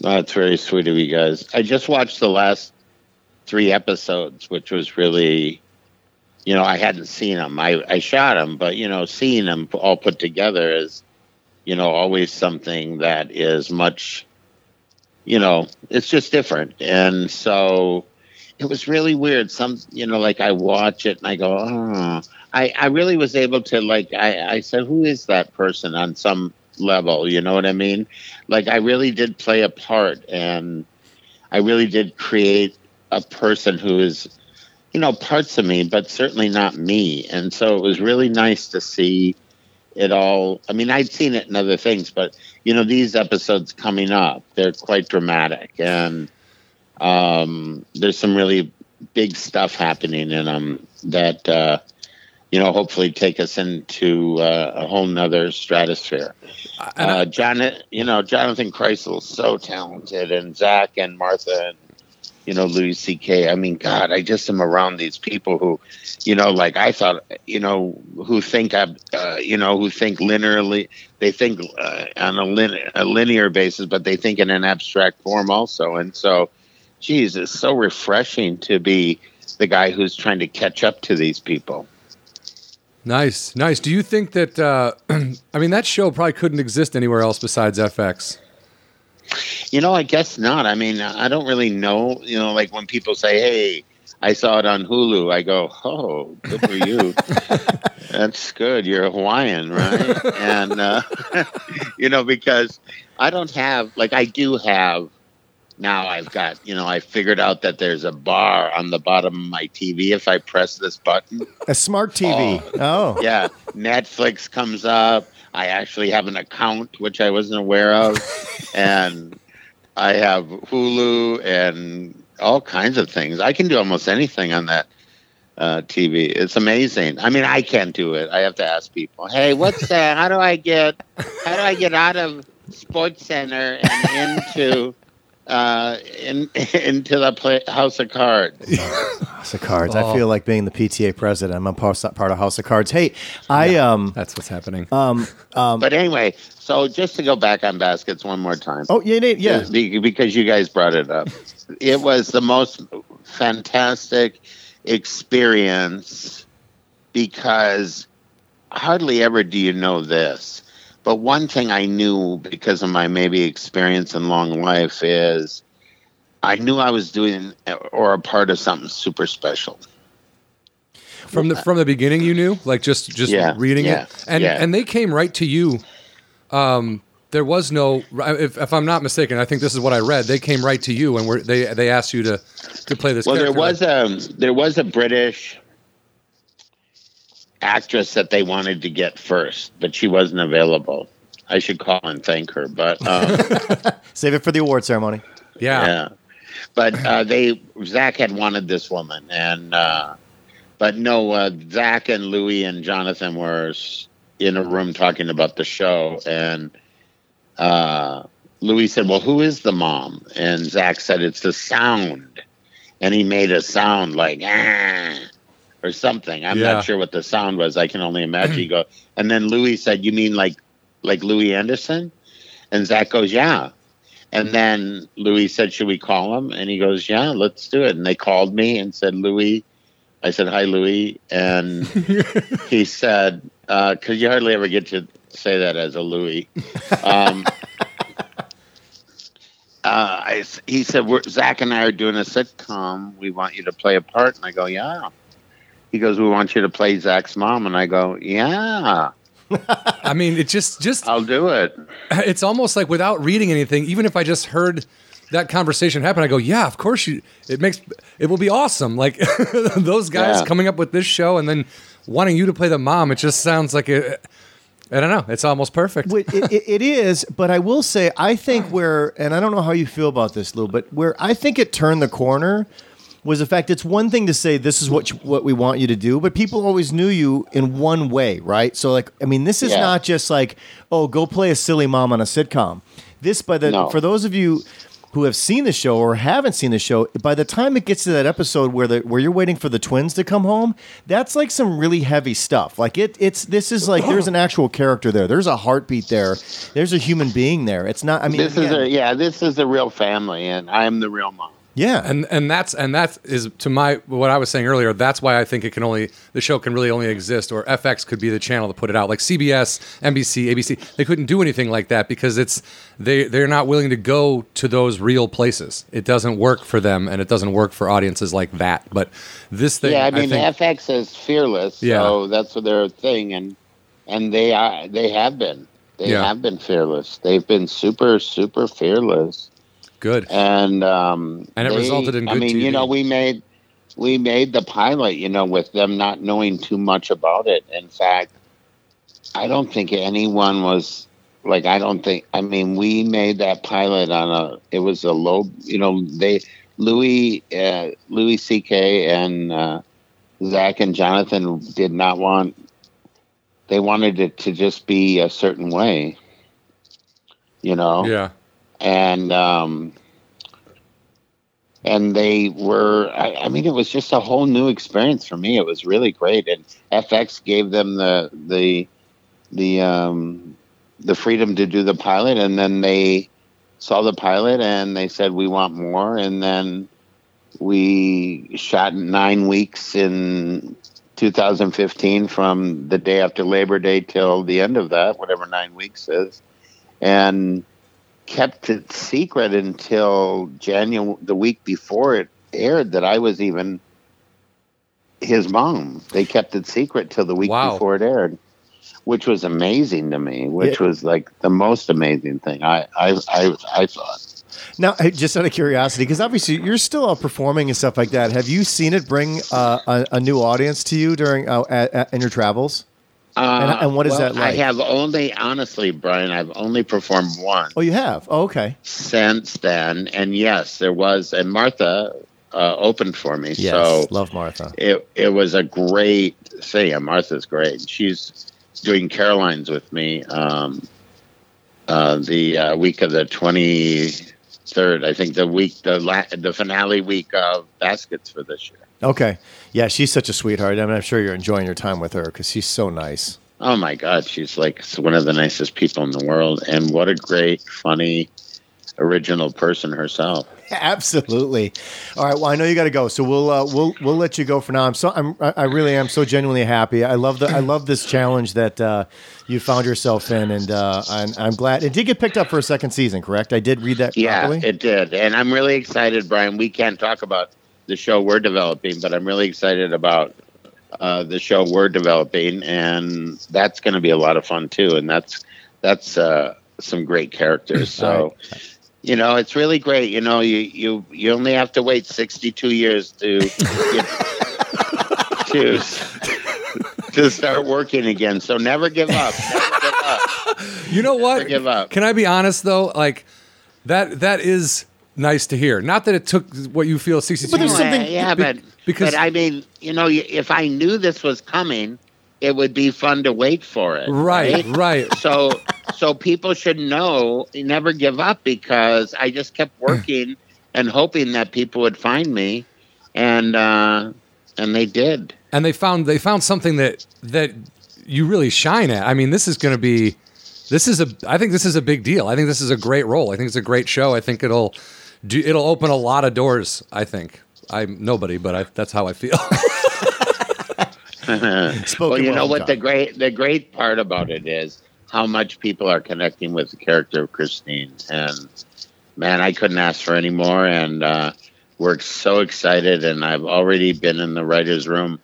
S3: That's very sweet of you guys. I just watched the last three episodes, which was really, you know, I hadn't seen them. I, I shot them, but, you know, seeing them all put together is, you know, always something that is much, you know, it's just different. And so it was really weird. Some, you know, like I watch it and I go, oh, I, I really was able to, like, I, I said, who is that person on some level? You know what I mean? like I really did play a part and I really did create a person who is you know parts of me but certainly not me and so it was really nice to see it all I mean I'd seen it in other things but you know these episodes coming up they're quite dramatic and um there's some really big stuff happening in them that uh you know hopefully take us into uh, a whole nother stratosphere
S2: And I-
S3: uh, John, you know, Jonathan Kreisel is so talented, and Zach and Martha, and you know, Louis C.K. I mean, God, I just am around these people who, you know, like I thought, you know, who think I, uh, you know, who think linearly. They think uh, on a, lin- a linear basis, but they think in an abstract form also. And so, geez, it's so refreshing to be the guy who's trying to catch up to these people.
S2: nice, nice. Do you think that uh, (clears throat) I mean that show probably couldn't exist anywhere else besides FX?
S3: You know, I guess not. I mean, I don't really know. You know, like when people say, "Hey, I saw it on Hulu," I go, "Oh, good for you. That's good. You're Hawaiian, right?" and uh, (laughs) you know, because I don't have like I do have now. I've got you know, I figured out that there's a bar on the bottom of my TV. If I press this button,
S1: A smart TV. Oh,
S3: yeah, Netflix comes up. I actually have an account which I wasn't aware of, and I have Hulu and all kinds of things. I can do almost anything on that uh, TV. It's amazing. I mean, I can't do it. I have to ask people. Hey, what's that? How do I get? How do I get out of Sports Center and into? Uh, in, into the play, House of Cards.
S1: House of Cards. I
S2: Oh.
S1: feel like being the PTA president. I'm a part part of House of Cards. Hey, I um
S2: That's what's happening.
S1: um um.
S3: But anyway, so just to go back on baskets one more time.
S1: Oh yeah, yeah, yeah.
S3: Be- because you guys brought it up. it was the most fantastic experience because hardly ever do you know this. But one thing I knew because of my maybe experience in long life is I knew I was doing or a part of something super special.
S2: from the from the beginning you knew like just just
S3: uh, Yeah,
S2: reading
S3: yeah,
S2: it and
S3: yeah.
S2: and they came right to you um there was no. If, if I'm not mistaken, I think this is what I read. They came right to you and were, they they asked you to to play this.
S3: Well, there
S2: character.
S3: was a there was a British actress that they wanted to get first, but she wasn't available. I should call and thank her, but um,
S1: Save it for the award ceremony.
S2: yeah.
S3: yeah, but uh, they Zach had wanted this woman, and uh, but no, uh, Zach and Louis and Jonathan were s- in a room talking about the show, and uh, Louis said, "Well, who is the mom?" And Zach said, "It's the sound," and he made a sound like ah. Or something. I'm
S2: Yeah.
S3: not sure what the sound was. I can only imagine. He go, and then Louis said, "You mean like, like Louis Anderson?" And Zach goes, "Yeah." And then Louis said, Should we call him? And he goes, Yeah, let's do it. And they called me and said, Louis. I said, Hi, Louis. And he said, Because you hardly ever get to say that as a Louis. Um, uh, I s he said, We're, Zach and I are doing a sitcom. We want you to play a part. And I go, Yeah. He goes, We want you to play Zach's mom. And I go, Yeah,
S2: I mean, it just just
S3: I'll do it.
S2: it's almost like without reading anything, even if I just heard that conversation happen, I go, yeah, of course you. It makes it will be awesome. Like (laughs) those guys
S3: Yeah.
S2: coming up with this show and then wanting you to play the mom. It just sounds like it. I don't know. It's almost perfect.
S1: Wait, it, it, it is, but I will say I think where, and I don't know how you feel about this, Lou, but where I think it turned the corner was the fact it's one thing to say this is what you, what we want you to do, but people always knew you in one way, right? So like, I mean, this is
S3: Yeah.
S1: not just like oh, go play a silly mom on a sitcom. This by the
S3: No.
S1: for those of you who have seen the show or haven't seen the show, by the time it gets to that episode where the where you're waiting for the twins to come home, that's like some really heavy stuff. Like it it's this is like there's an actual character there. There's a heartbeat there. There's a human being there. It's not I mean
S3: This is
S1: again,
S3: a, yeah, this is a real family, and I'm the real mom.
S1: yeah.
S2: and and that's and that is to my what I was saying earlier. That's why I think it can only the show can really only exist, or FX could be the channel to put it out. Like CBS, NBC, ABC, they couldn't do anything like that because it's they they're not willing to go to those real places. It doesn't work for them, and it doesn't work for audiences like that. But this thing,
S3: Yeah, I mean
S2: think-
S3: FX is fearless, so that's their thing, and and they are they have been they
S2: Yeah.
S3: have been fearless. They've been super super fearless,
S2: good.
S3: and um,
S2: And it
S3: they-
S2: resulted in
S3: I
S2: good
S3: mean,
S2: TV.
S3: you know, we made we made the pilot, you know, with them not knowing too much about it. In fact, I don't think anyone was like I don't think I mean we made that pilot on a it was a low you know they Louis uh, Louis C.K. and uh, Zach and Jonathan did not want they wanted it to just be a certain way, you know
S2: Yeah,
S3: and um, and they were. I, I mean, it was just a whole new experience for me. It was really great, and FX gave them the the the um, the freedom to do the pilot, and then they saw the pilot and they said we want more, and then we shot nine weeks in 2015 from the day after Labor Day till the end of that, whatever nine weeks is, and kept it secret until January, the week before it aired, that I was even his mom. They kept it secret till the week
S2: Wow.
S3: before it aired, which was amazing to me. Which was like the most amazing thing I I I, I thought.
S1: Now, hey, just out of curiosity, because obviously you're still out performing and stuff like that. Have you seen it bring uh, a, a new audience to you during uh, at, at, in your travels?
S3: Uh,
S1: and what is
S3: well,
S1: that like?
S3: I have only, honestly, Brian, I've only performed one
S1: Oh, you have. Oh, okay.
S3: since then. And yes, there was, and Martha uh, opened for me. so
S1: love Martha.
S3: it it was a great thing. And Martha's great. She's doing Caroline's with me um, uh, the uh, week of the twenty third. I think the week the la- the finale week of baskets for this year.
S1: Okay. Yeah, she's such a sweetheart. I mean, I'm sure you're enjoying your time with her because she's so nice.
S3: Oh my God, she's like one of the nicest people in the world, and what a great, funny, original person herself.
S1: (laughs) Absolutely. All right. Well, I know you got to go, so we'll uh, we'll we'll let you go for now. I'm so I'm I I really am so genuinely happy. I love the I love this challenge that uh, you found yourself in, and uh, I'm, I'm glad it did get picked up for a second season. Correct? I did read that.
S3: Yeah,
S1: properly?
S3: it did. And I'm really excited, Brian. We can't talk about the show we're developing, but I'm really excited about uh, the show we're developing, and that's going to be a lot of fun too. And that's that's uh, some great characters.
S1: (clears throat)
S3: So, you know, it's really great. You know, you you you only have to wait 62 years
S1: (laughs)
S3: to get- to to start working again. So never give up. Never give up.
S2: You know what?
S3: give up.
S2: Can I be honest though? Like that that is nice to hear. Not that it took what you feel 62
S1: But there's
S2: years.
S1: some- something-
S3: Yeah, yeah,
S2: Be-
S3: but
S2: because-
S3: but I mean, you know, y- if I knew this was coming, it would be fun to wait for it.
S2: right, right.
S3: so so people should know never give up because I just kept working and hoping that people would find me and uh and they did. (laughs)
S2: And they found they found something that that you really shine at. I mean, this is going to be this is a I think this is a big deal. I think this is a great role. I think it's a great show. I think it'll do it'll open a lot of doors, I think. I'm nobody, but I, that's how I feel. (laughs)
S1: Spoken
S3: well, you know
S1: well,
S3: what
S1: John.
S3: the great the great part about it is how much people are connecting with the character of Christine and man, I couldn't ask for any more and uh we're so excited and I've already been in the writers room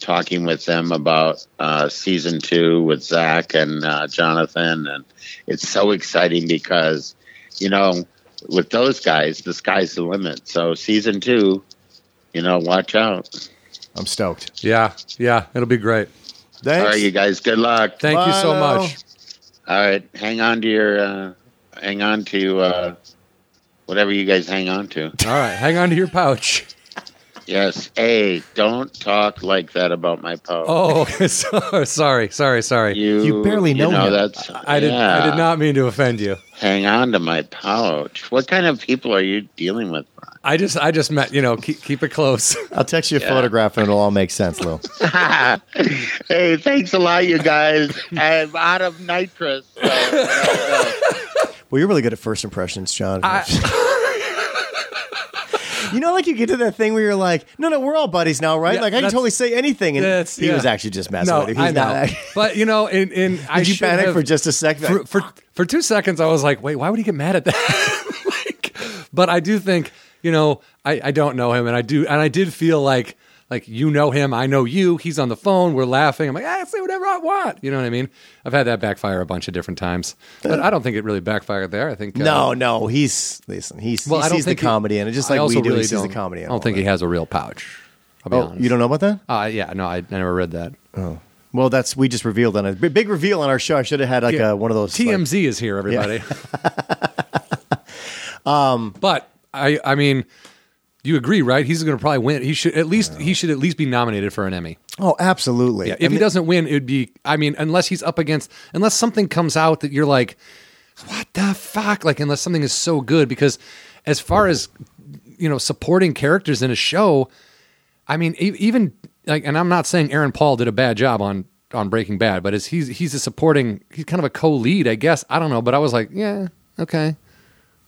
S3: talking with them about uh season 2 with Zach and uh, Jonathan and it's so exciting because you know with those guys the sky's the limit. So season 2 you know, watch out.
S1: I'm stoked.
S2: yeah. Yeah, it'll be great.
S1: Thanks.
S3: All right, you guys. Good luck.
S2: Thank you so
S1: Wow.
S2: much.
S3: All right, hang on to your, uh, hang on to uh, whatever you guys hang on to.
S2: All right, hang on to your pouch.
S3: Yes. Hey, don't talk like that about my poem.
S2: Oh, (laughs) so- sorry, sorry, sorry.
S3: you,
S1: You barely know him.
S3: That's,
S2: I did. I did
S3: yeah.
S2: not mean to offend you.
S3: hang on to my pouch. What kind of people are you dealing with? (laughs) Brian?
S2: I just, I just meant, you know, keep, keep it
S1: (laughs)
S2: close.
S1: I'll text you a
S3: Yeah.
S1: photograph and it'll all make sense, Lou.
S3: hey, thanks a lot,
S2: (laughs)
S3: you guys. I'm out of nitrous. so, uh,
S1: Well, you're really good at first impressions, John. you know, like you get to that thing where you're like, no, no, we're all buddies now, right?
S2: Yeah,
S1: like I can
S2: that's-
S1: totally say anything, and
S2: that's-
S1: he
S2: yeah.
S1: was actually just messing
S2: (laughs) no,
S1: with you. He's
S2: I know.
S1: not. (laughs) act-
S2: But you know, in, in I
S1: Did you
S2: should
S1: panic
S2: have-
S1: for just a second?
S2: for, for for two seconds? I was like, wait, why would he get mad at that? (laughs) like, but I do think, you know, I, I don't know him, and I do, and I did feel like. Like you know him, I know you. He's on the phone. We're laughing. I'm like, ah, say whatever I want. You know what I mean? I've had that backfire a bunch of different times, but I don't think it really backfired there. I think uh,
S1: no, no, he's listen. He's
S2: Well,
S1: he
S2: I don't
S1: sees the
S2: think he-
S1: comedy in it, just
S2: I
S1: like
S2: also
S1: we do.
S2: really
S1: he sees the
S2: don't-
S1: comedy in
S2: I
S1: it.
S2: don't think he has a real pouch. I'll be
S1: Oh,
S2: honest.
S1: you don't know about that?
S2: Uh, yeah, no, I, I never read that.
S1: Well, that's we just revealed on a big big reveal on our show. I should have had like
S2: Yeah.
S1: a, one of those like-
S2: TMZ is here, everybody. um, but I, I mean, you agree, right? He's going to probably win. He should at least he should at least be nominated for an Emmy.
S1: oh, absolutely.
S2: If he doesn't win, it'd be. I mean, unless he's up against, unless something comes out that you're like, what the fuck? Like, unless something is so good, because as far as you know, supporting characters in a show, I mean, e- even like, and I'm not saying Aaron Paul did a bad job on on Breaking Bad, but as he's he's a supporting, he's kind of a co-lead, I guess. I don't know, but I was like, yeah, okay.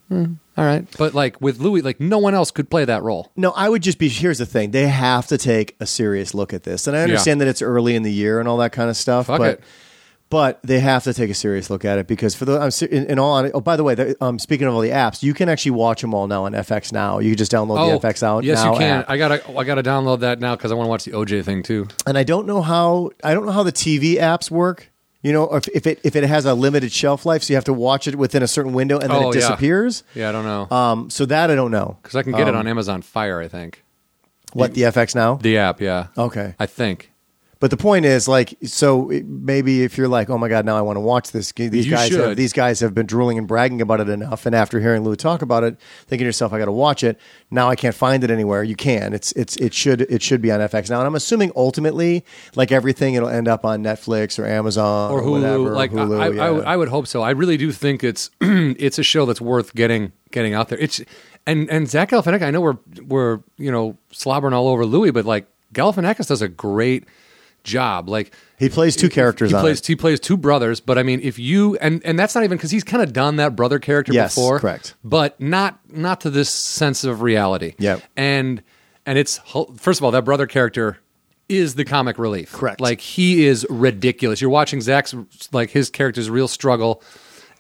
S2: Hmm, all right, but like with Louis, like no one else could play that role.
S1: No, I would just be. Here's the thing: they have to take a serious look at this, and I understand that it's early in the year and all that kind of stuff.
S2: Fuck
S1: but
S2: it.
S1: but they have to take a serious look at it because for the I'm ser- in, in all hon- oh by the way, the, um, speaking of all the apps, you can actually watch them all now on FX now. You can just download the FX out
S2: Oh, yes,
S1: now
S2: you can.
S1: app.
S2: I gotta, I gotta download that now because I want to watch the OJ thing too.
S1: and I don't know how I don't know how the TV apps work. You know, if, if it if it has a limited shelf life, so you have to watch it within a certain window and then
S2: Oh,
S1: it
S2: yeah.
S1: disappears.
S2: Yeah, I don't know.
S1: Um, so that I don't know. Um,
S2: Because I can get it on Amazon Fire, I think.
S1: What the FX now?
S2: The app, yeah.
S1: Okay.
S2: I think.
S1: But the point is, like, so it- maybe if you're like, oh my god, now I want to watch this. These
S2: You
S1: guys, have,
S2: should.
S1: these guys have been drooling and bragging about it enough, and after hearing Lou talk about it, thinking to yourself, I got to watch it. Now I can't find it anywhere. You can. It's it's it should it should be on FX now, and I'm assuming ultimately, like everything, it'll end up on Netflix or Amazon
S2: Or Hulu.
S1: whatever,
S2: like
S1: Hulu.
S2: I, I-
S1: yeah.
S2: I, would- I would hope so. I really do think it's (clears throat) it's a show that's worth getting getting out there. It's and and Zach Galifianakis. I know we're we're you know slobbering all over Louis, but like Galifianakis does a great job. Like
S1: he plays two characters.
S2: He
S1: on
S2: plays
S1: it.
S2: he plays two brothers, but I mean, if you and and that's not even because he's kind of done that brother character
S1: Yes,
S2: before,
S1: correct.
S2: But not not to this sense of reality.
S1: Yep.
S2: and and it's hu- first of all that brother character is the comic relief,
S1: Correct.
S2: Like he is ridiculous. You're watching Zach's like his character's real struggle,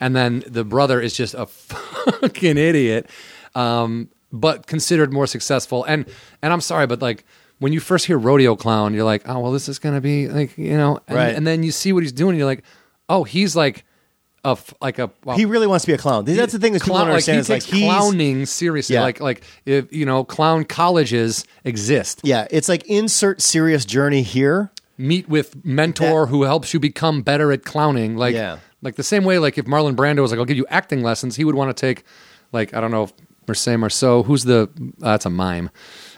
S2: and then the brother is just a (laughs) fucking idiot, um, but considered more successful. And and I'm sorry, but like. When you first hear rodeo clown, you're like, oh well, this is gonna be like you know, and,
S1: Right.
S2: and then you see what he's doing, and you're like, oh, he's like a f- like a well,
S1: He really wants to be a clown. That's the thing that people
S2: clown-
S1: don't understand.
S2: Like, he
S1: is
S2: takes
S1: like he's
S2: clowning seriously.
S1: Yeah.
S2: Like like if you know, clown colleges exist.
S1: yeah. It's like insert serious journey here.
S2: Meet with mentor who helps you become better at clowning. Like
S1: Yeah.
S2: like the same way. Like if Marlon Brando was like, "I'll give you acting lessons," he would want to take like I don't know. Marseille Marceau, who's the? Uh, that's a mime.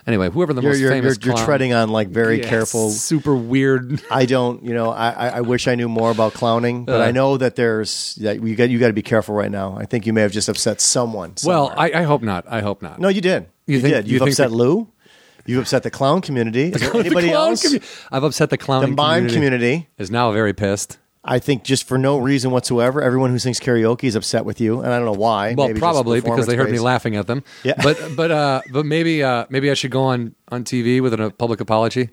S2: Anyway, whoever the
S1: You're
S2: most
S1: you're, you're,
S2: famous.
S1: you're
S2: clown-
S1: treading on like very
S2: Yeah,
S1: careful.
S2: super weird. (laughs)
S1: I don't. You know, I, I I wish I knew more about clowning, but
S2: Uh.
S1: I know that there's that you got you got to be careful right now. I think you may have just upset someone.
S2: Well,
S1: somewhere.
S2: I, I hope not. I hope not.
S1: no, you did.
S2: You
S1: You,
S2: think-
S1: did.
S2: you
S1: You've
S2: think
S1: upset
S2: the-
S1: Lou. You've upset the clown community. Is there
S2: (laughs) (laughs) The
S1: anybody
S2: clown
S1: else?
S2: commu- I've upset the clown.
S1: the mime community.
S2: is now very pissed.
S1: I think just for no reason whatsoever, everyone who sings karaoke is upset with you, and I don't know why.
S2: Well,
S1: Maybe just
S2: probably because they heard me
S1: performance-based.
S2: laughing at them.
S1: Yeah.
S2: But but uh, but maybe uh, maybe I should go on on TV with an, a
S1: (laughs)
S2: public apology,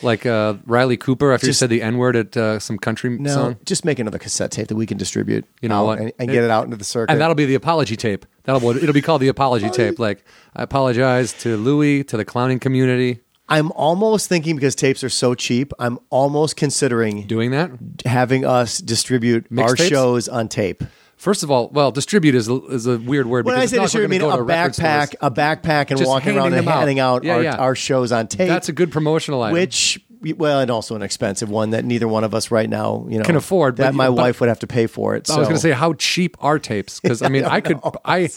S2: like uh, Riley Cooper after
S1: Just-
S2: he said the N word at uh, some country
S1: No,
S2: song,
S1: just make another cassette tape that we can distribute.
S2: You know
S1: out
S2: what?
S1: And, and get it out into the circuit.
S2: and that'll be the apology tape. That'll it'll be called the apology tape. Like I apologize to Louis to the clowning community
S1: I'm almost thinking because tapes are so cheap. I'm almost considering
S2: doing that.
S1: having us distribute
S2: Mixtapes?
S1: our shows on tape.
S2: First of all, well, distribute is is a weird word.
S1: When I
S2: because
S1: say
S2: now if we're
S1: distribute, I mean a
S2: gonna go to record stores-
S1: backpack, a backpack, and
S2: Just
S1: walking around
S2: handing
S1: and
S2: them out.
S1: handing out
S2: Yeah,
S1: our,
S2: yeah.
S1: our shows on tape.
S2: That's a good promotional item.
S1: which well, and also an expensive one that neither one of us right now you know
S2: Can afford, but
S1: That
S2: you-
S1: my
S2: but-
S1: wife would have to pay for it. So
S2: I was going to say how cheap are tapes? Because I mean,
S1: (laughs)
S2: I, could, I,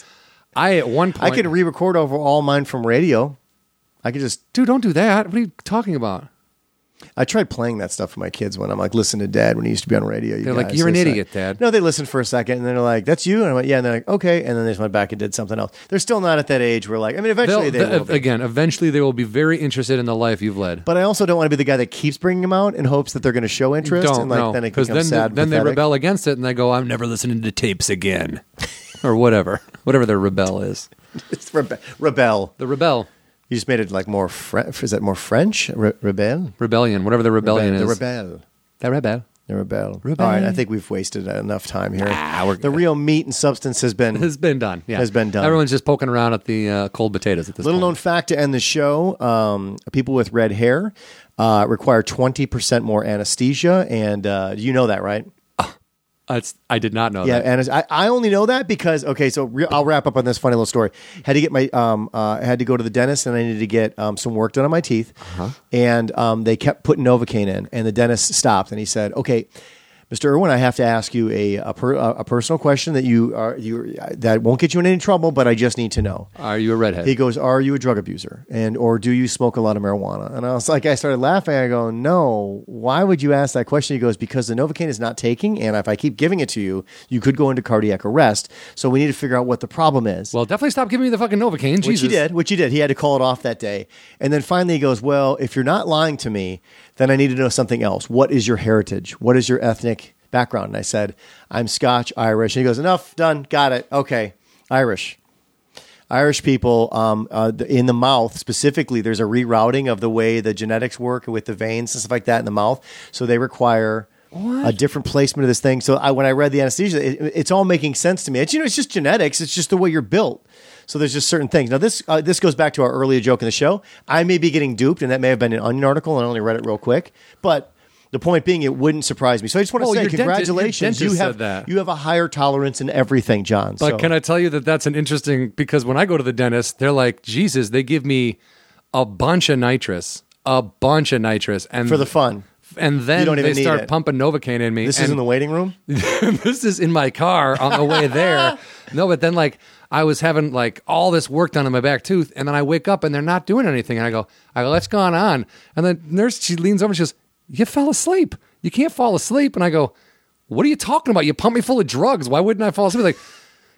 S2: I at one
S1: I
S2: point,
S1: could re-record over all mine from radio. I could just.
S2: dude, don't do that. What are you talking about?
S1: I tried playing that stuff for my kids when I'm like, listen to Dad when he used to be on radio. You
S2: They're like,
S1: guys,"
S2: "You're an
S1: this, that.
S2: idiot, Dad.
S1: No, they listened for a second and they're like, "That's you," and I'm like, "Yeah," and they're like, "Okay," and then they just went back and did something else. They're still not at that age where like, I mean,
S2: They'll,
S1: eventually they
S2: the-
S1: will be.
S2: again, eventually they will be very interested in the life you've led.
S1: But I also don't want to be the guy that keeps bringing them out in hopes that they're going to show interest.
S2: don't
S1: and like,
S2: know
S1: Then it
S2: because
S1: becomes
S2: then,
S1: sad. and
S2: then they
S1: pathetic.
S2: rebel against it and they go, "I'm never listening to tapes again," (laughs) or whatever, whatever their rebel is.
S1: It's (laughs) rebe- rebel.
S2: The rebel
S1: You just made it like more. Fre- is that more French? Re- rebel.
S2: rebellion, whatever the rebellion
S1: The
S2: is.
S1: rebel.
S2: The rebel.
S1: The rebel.
S2: Rebel.
S1: All right, I think we've wasted enough time here.
S2: Ah, we're
S1: the real meat and substance has
S2: (laughs)
S1: been
S2: Has been done. Yeah,
S1: Has been done.
S2: Everyone's just poking around at the uh, cold potatoes at this
S1: Little known
S2: point.
S1: fact to end the show: um, people with red hair uh, require twenty percent more anesthesia, and uh, you know that, right?
S2: Known. it's, I did not know
S1: Yeah,
S2: that.
S1: and I, I only know that because okay, so re- I'll wrap up on this funny little story. Had to get my um, uh, I had to go to the dentist and I needed to get um, some work done on my teeth,
S2: Uh-huh.
S1: and um, they kept putting Novocaine in, and the dentist stopped and he said, "Okay, Mr. Irwin, I have to ask you a a, per, a a personal question that you are you that won't get you in any trouble, but I just need to know."
S2: Are you a redhead?
S1: He goes, "Are you a drug abuser and or do you smoke a lot of marijuana?" And I was like, I started laughing. I go, "No, why would you ask that question?" He goes, "Because the Novocaine is not taking, and if I keep giving it to you, you could go into cardiac arrest. So we need to figure out what the problem is."
S2: well, definitely stop giving me the fucking Novocaine. Jesus.
S1: Which he did, which he did. He had to call it off that day. And then finally he goes, Well, if you're not lying to me, then I need to know something else. What is your heritage? What is your ethnic background? And I said, I'm Scotch, Irish. And he goes, Enough, done, got it. Okay, Irish. Irish people um, uh, the- in the mouth specifically, there's a rerouting of the way the genetics work with the veins and stuff like that in the mouth. So they require a different placement of this thing. So I, when I read the anesthesia, it, it's all making sense to me. It's, you know, it's just genetics. It's just the way you're built. So there's just certain things. Now this uh, this goes back to our earlier joke in the show. I may be getting duped, and that may have been an Onion article, and I only read it real quick. But the point being, it wouldn't surprise me. So I just want to
S2: Well,
S1: say,
S2: your dentist- your
S1: congratulations.
S2: dentist
S1: you
S2: said
S1: have
S2: that.
S1: you have a higher tolerance in everything, John.
S2: But
S1: so.
S2: can I tell you that that's an interesting because when I go to the dentist, they're like, Jesus, they give me a bunch of nitrous, a bunch of nitrous, and
S1: For the fun.
S2: and then
S1: You don't even
S2: they
S1: need
S2: start
S1: it.
S2: pumping Novocaine in me.
S1: this
S2: and
S1: is in the waiting room.
S2: (laughs) this is in my car on the way there. no, but then like I was having like all this work done on my back tooth, and then I wake up and they're not doing anything, and I go, I go, what's going on? And the nurse she leans over, and she goes, you fell asleep. You can't fall asleep. And I go, what are you talking about? You pumped me full of drugs. Why wouldn't I fall asleep? Like.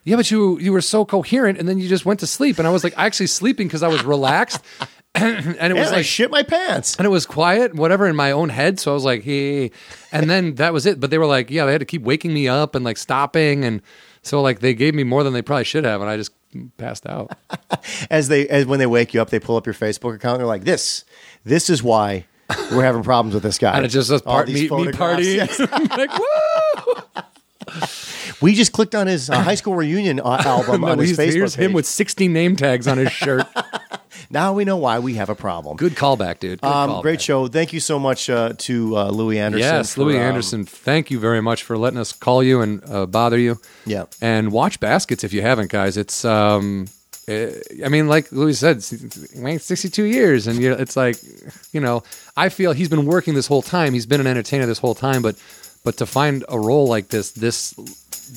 S2: Yeah, but you you were so coherent, and then you just went to sleep, and I was like actually sleeping because I was relaxed, (laughs) and it
S1: Yeah,
S2: was
S1: I
S2: like
S1: shit my pants.
S2: and it was quiet, whatever, in my own head. So I was like, hey.
S1: (laughs)
S2: And then that was it. But they were like, yeah, they had to keep waking me up and like stopping. And so like they gave me more than they probably should have. And I just
S1: (laughs)
S2: passed out.
S1: As they as when they wake you up, they pull up your Facebook account. and They're like, "This, this is why we're having problems with this guy."
S2: And it just was
S1: All
S2: part
S1: these
S2: meet me
S1: photographs.
S2: party. (laughs)
S1: Yeah.
S2: like, woo!
S1: We just clicked on
S2: (laughs)
S1: his uh, high school reunion uh, album
S2: And
S1: on
S2: then
S1: his
S2: he's-
S1: Facebook.
S2: here's him
S1: page. (laughs)
S2: with 60 name tags on his shirt.
S1: Now we know why we have a problem.
S2: Good callback, dude. Good
S1: Um,
S2: callback.
S1: great show. Thank you so much uh, to uh, Louis Anderson.
S2: Yes,
S1: for,
S2: Louis
S1: um,
S2: Anderson. Thank you very much for letting us call you and uh, bother you.
S1: Yeah.
S2: And watch baskets if you haven't, guys. It's um, eh, I mean, like Louis said, it's- it's- man, it's sixty-two years, and you it's like, you know, I feel he's been working this whole time. He's been an entertainer this whole time, but but to find a role like this, this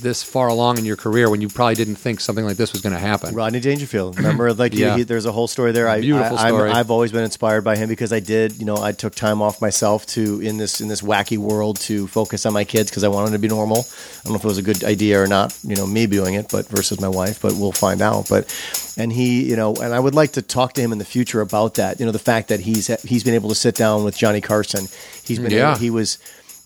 S2: this far along in your career when you probably didn't think something like this was going to happen.
S1: Rodney Dangerfield. Remember, like you-
S2: Yeah.
S1: he, there's a whole story there. I,
S2: Beautiful
S1: I, I'm-
S2: story.
S1: I've always been inspired by him because I did, you know, I took time off myself to in this in this wacky world to focus on my kids because I wanted to be normal. I don't know if it was a good idea or not, you know, me doing it, but versus my wife, but we'll find out. But and he, you know, and I would like to talk to him in the future about that. You know, the fact that he's he's been able to sit down with Johnny Carson. He's been
S2: Yeah.
S1: able, he was.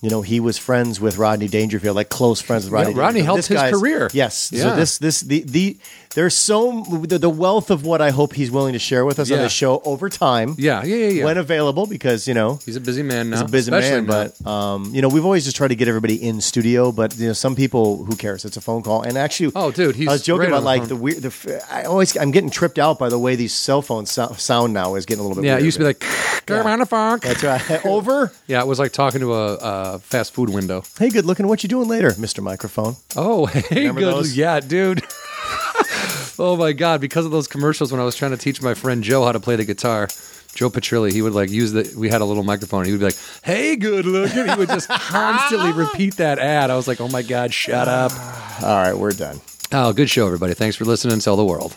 S1: You know, he was friends with Rodney Dangerfield, like close friends with Rodney.
S2: Yeah, Rodney
S1: Dangerfield.
S2: helped
S1: This
S2: his
S1: guy's-
S2: career.
S1: Yes.
S2: Yeah.
S1: So this this the the there's so the, the wealth of what I hope he's willing to share with us on
S2: Yeah.
S1: the show over time.
S2: Yeah, yeah, yeah, yeah.
S1: When available, because you know
S2: he's a busy man now.
S1: he's a busy man,
S2: especially now.
S1: but um, you know we've always just tried to get everybody in studio. But you know some people who cares? It's a phone call. And actually,
S2: Oh, dude, he's
S1: I was joking
S2: great
S1: about
S2: on the
S1: like
S2: phone.
S1: the weird. The f- I always I'm getting tripped out by the way these cell phones so- sound now is getting a little bit.
S2: yeah, it
S1: weird.
S2: used to be like, "Girl, around the phone.
S1: That's right. (laughs) over.
S2: Yeah, it was like talking to a, uh fast food window.
S1: Hey, good looking. What you doing later, Mister Microphone?
S2: Oh, (laughs) hey,
S1: Remember
S2: good.
S1: those?
S2: Yeah, dude. (laughs) oh my god, because of those commercials when I was trying to teach my friend Joe how to play the guitar. Joe Petrilli, he would like use the. We had a little microphone. He would be like, "Hey, good looking." He would
S1: (laughs)
S2: just constantly repeat that ad. I was like, "Oh my god, shut up!"
S1: All right, we're done.
S2: Oh, good show, everybody. Thanks for listening. Tell the world.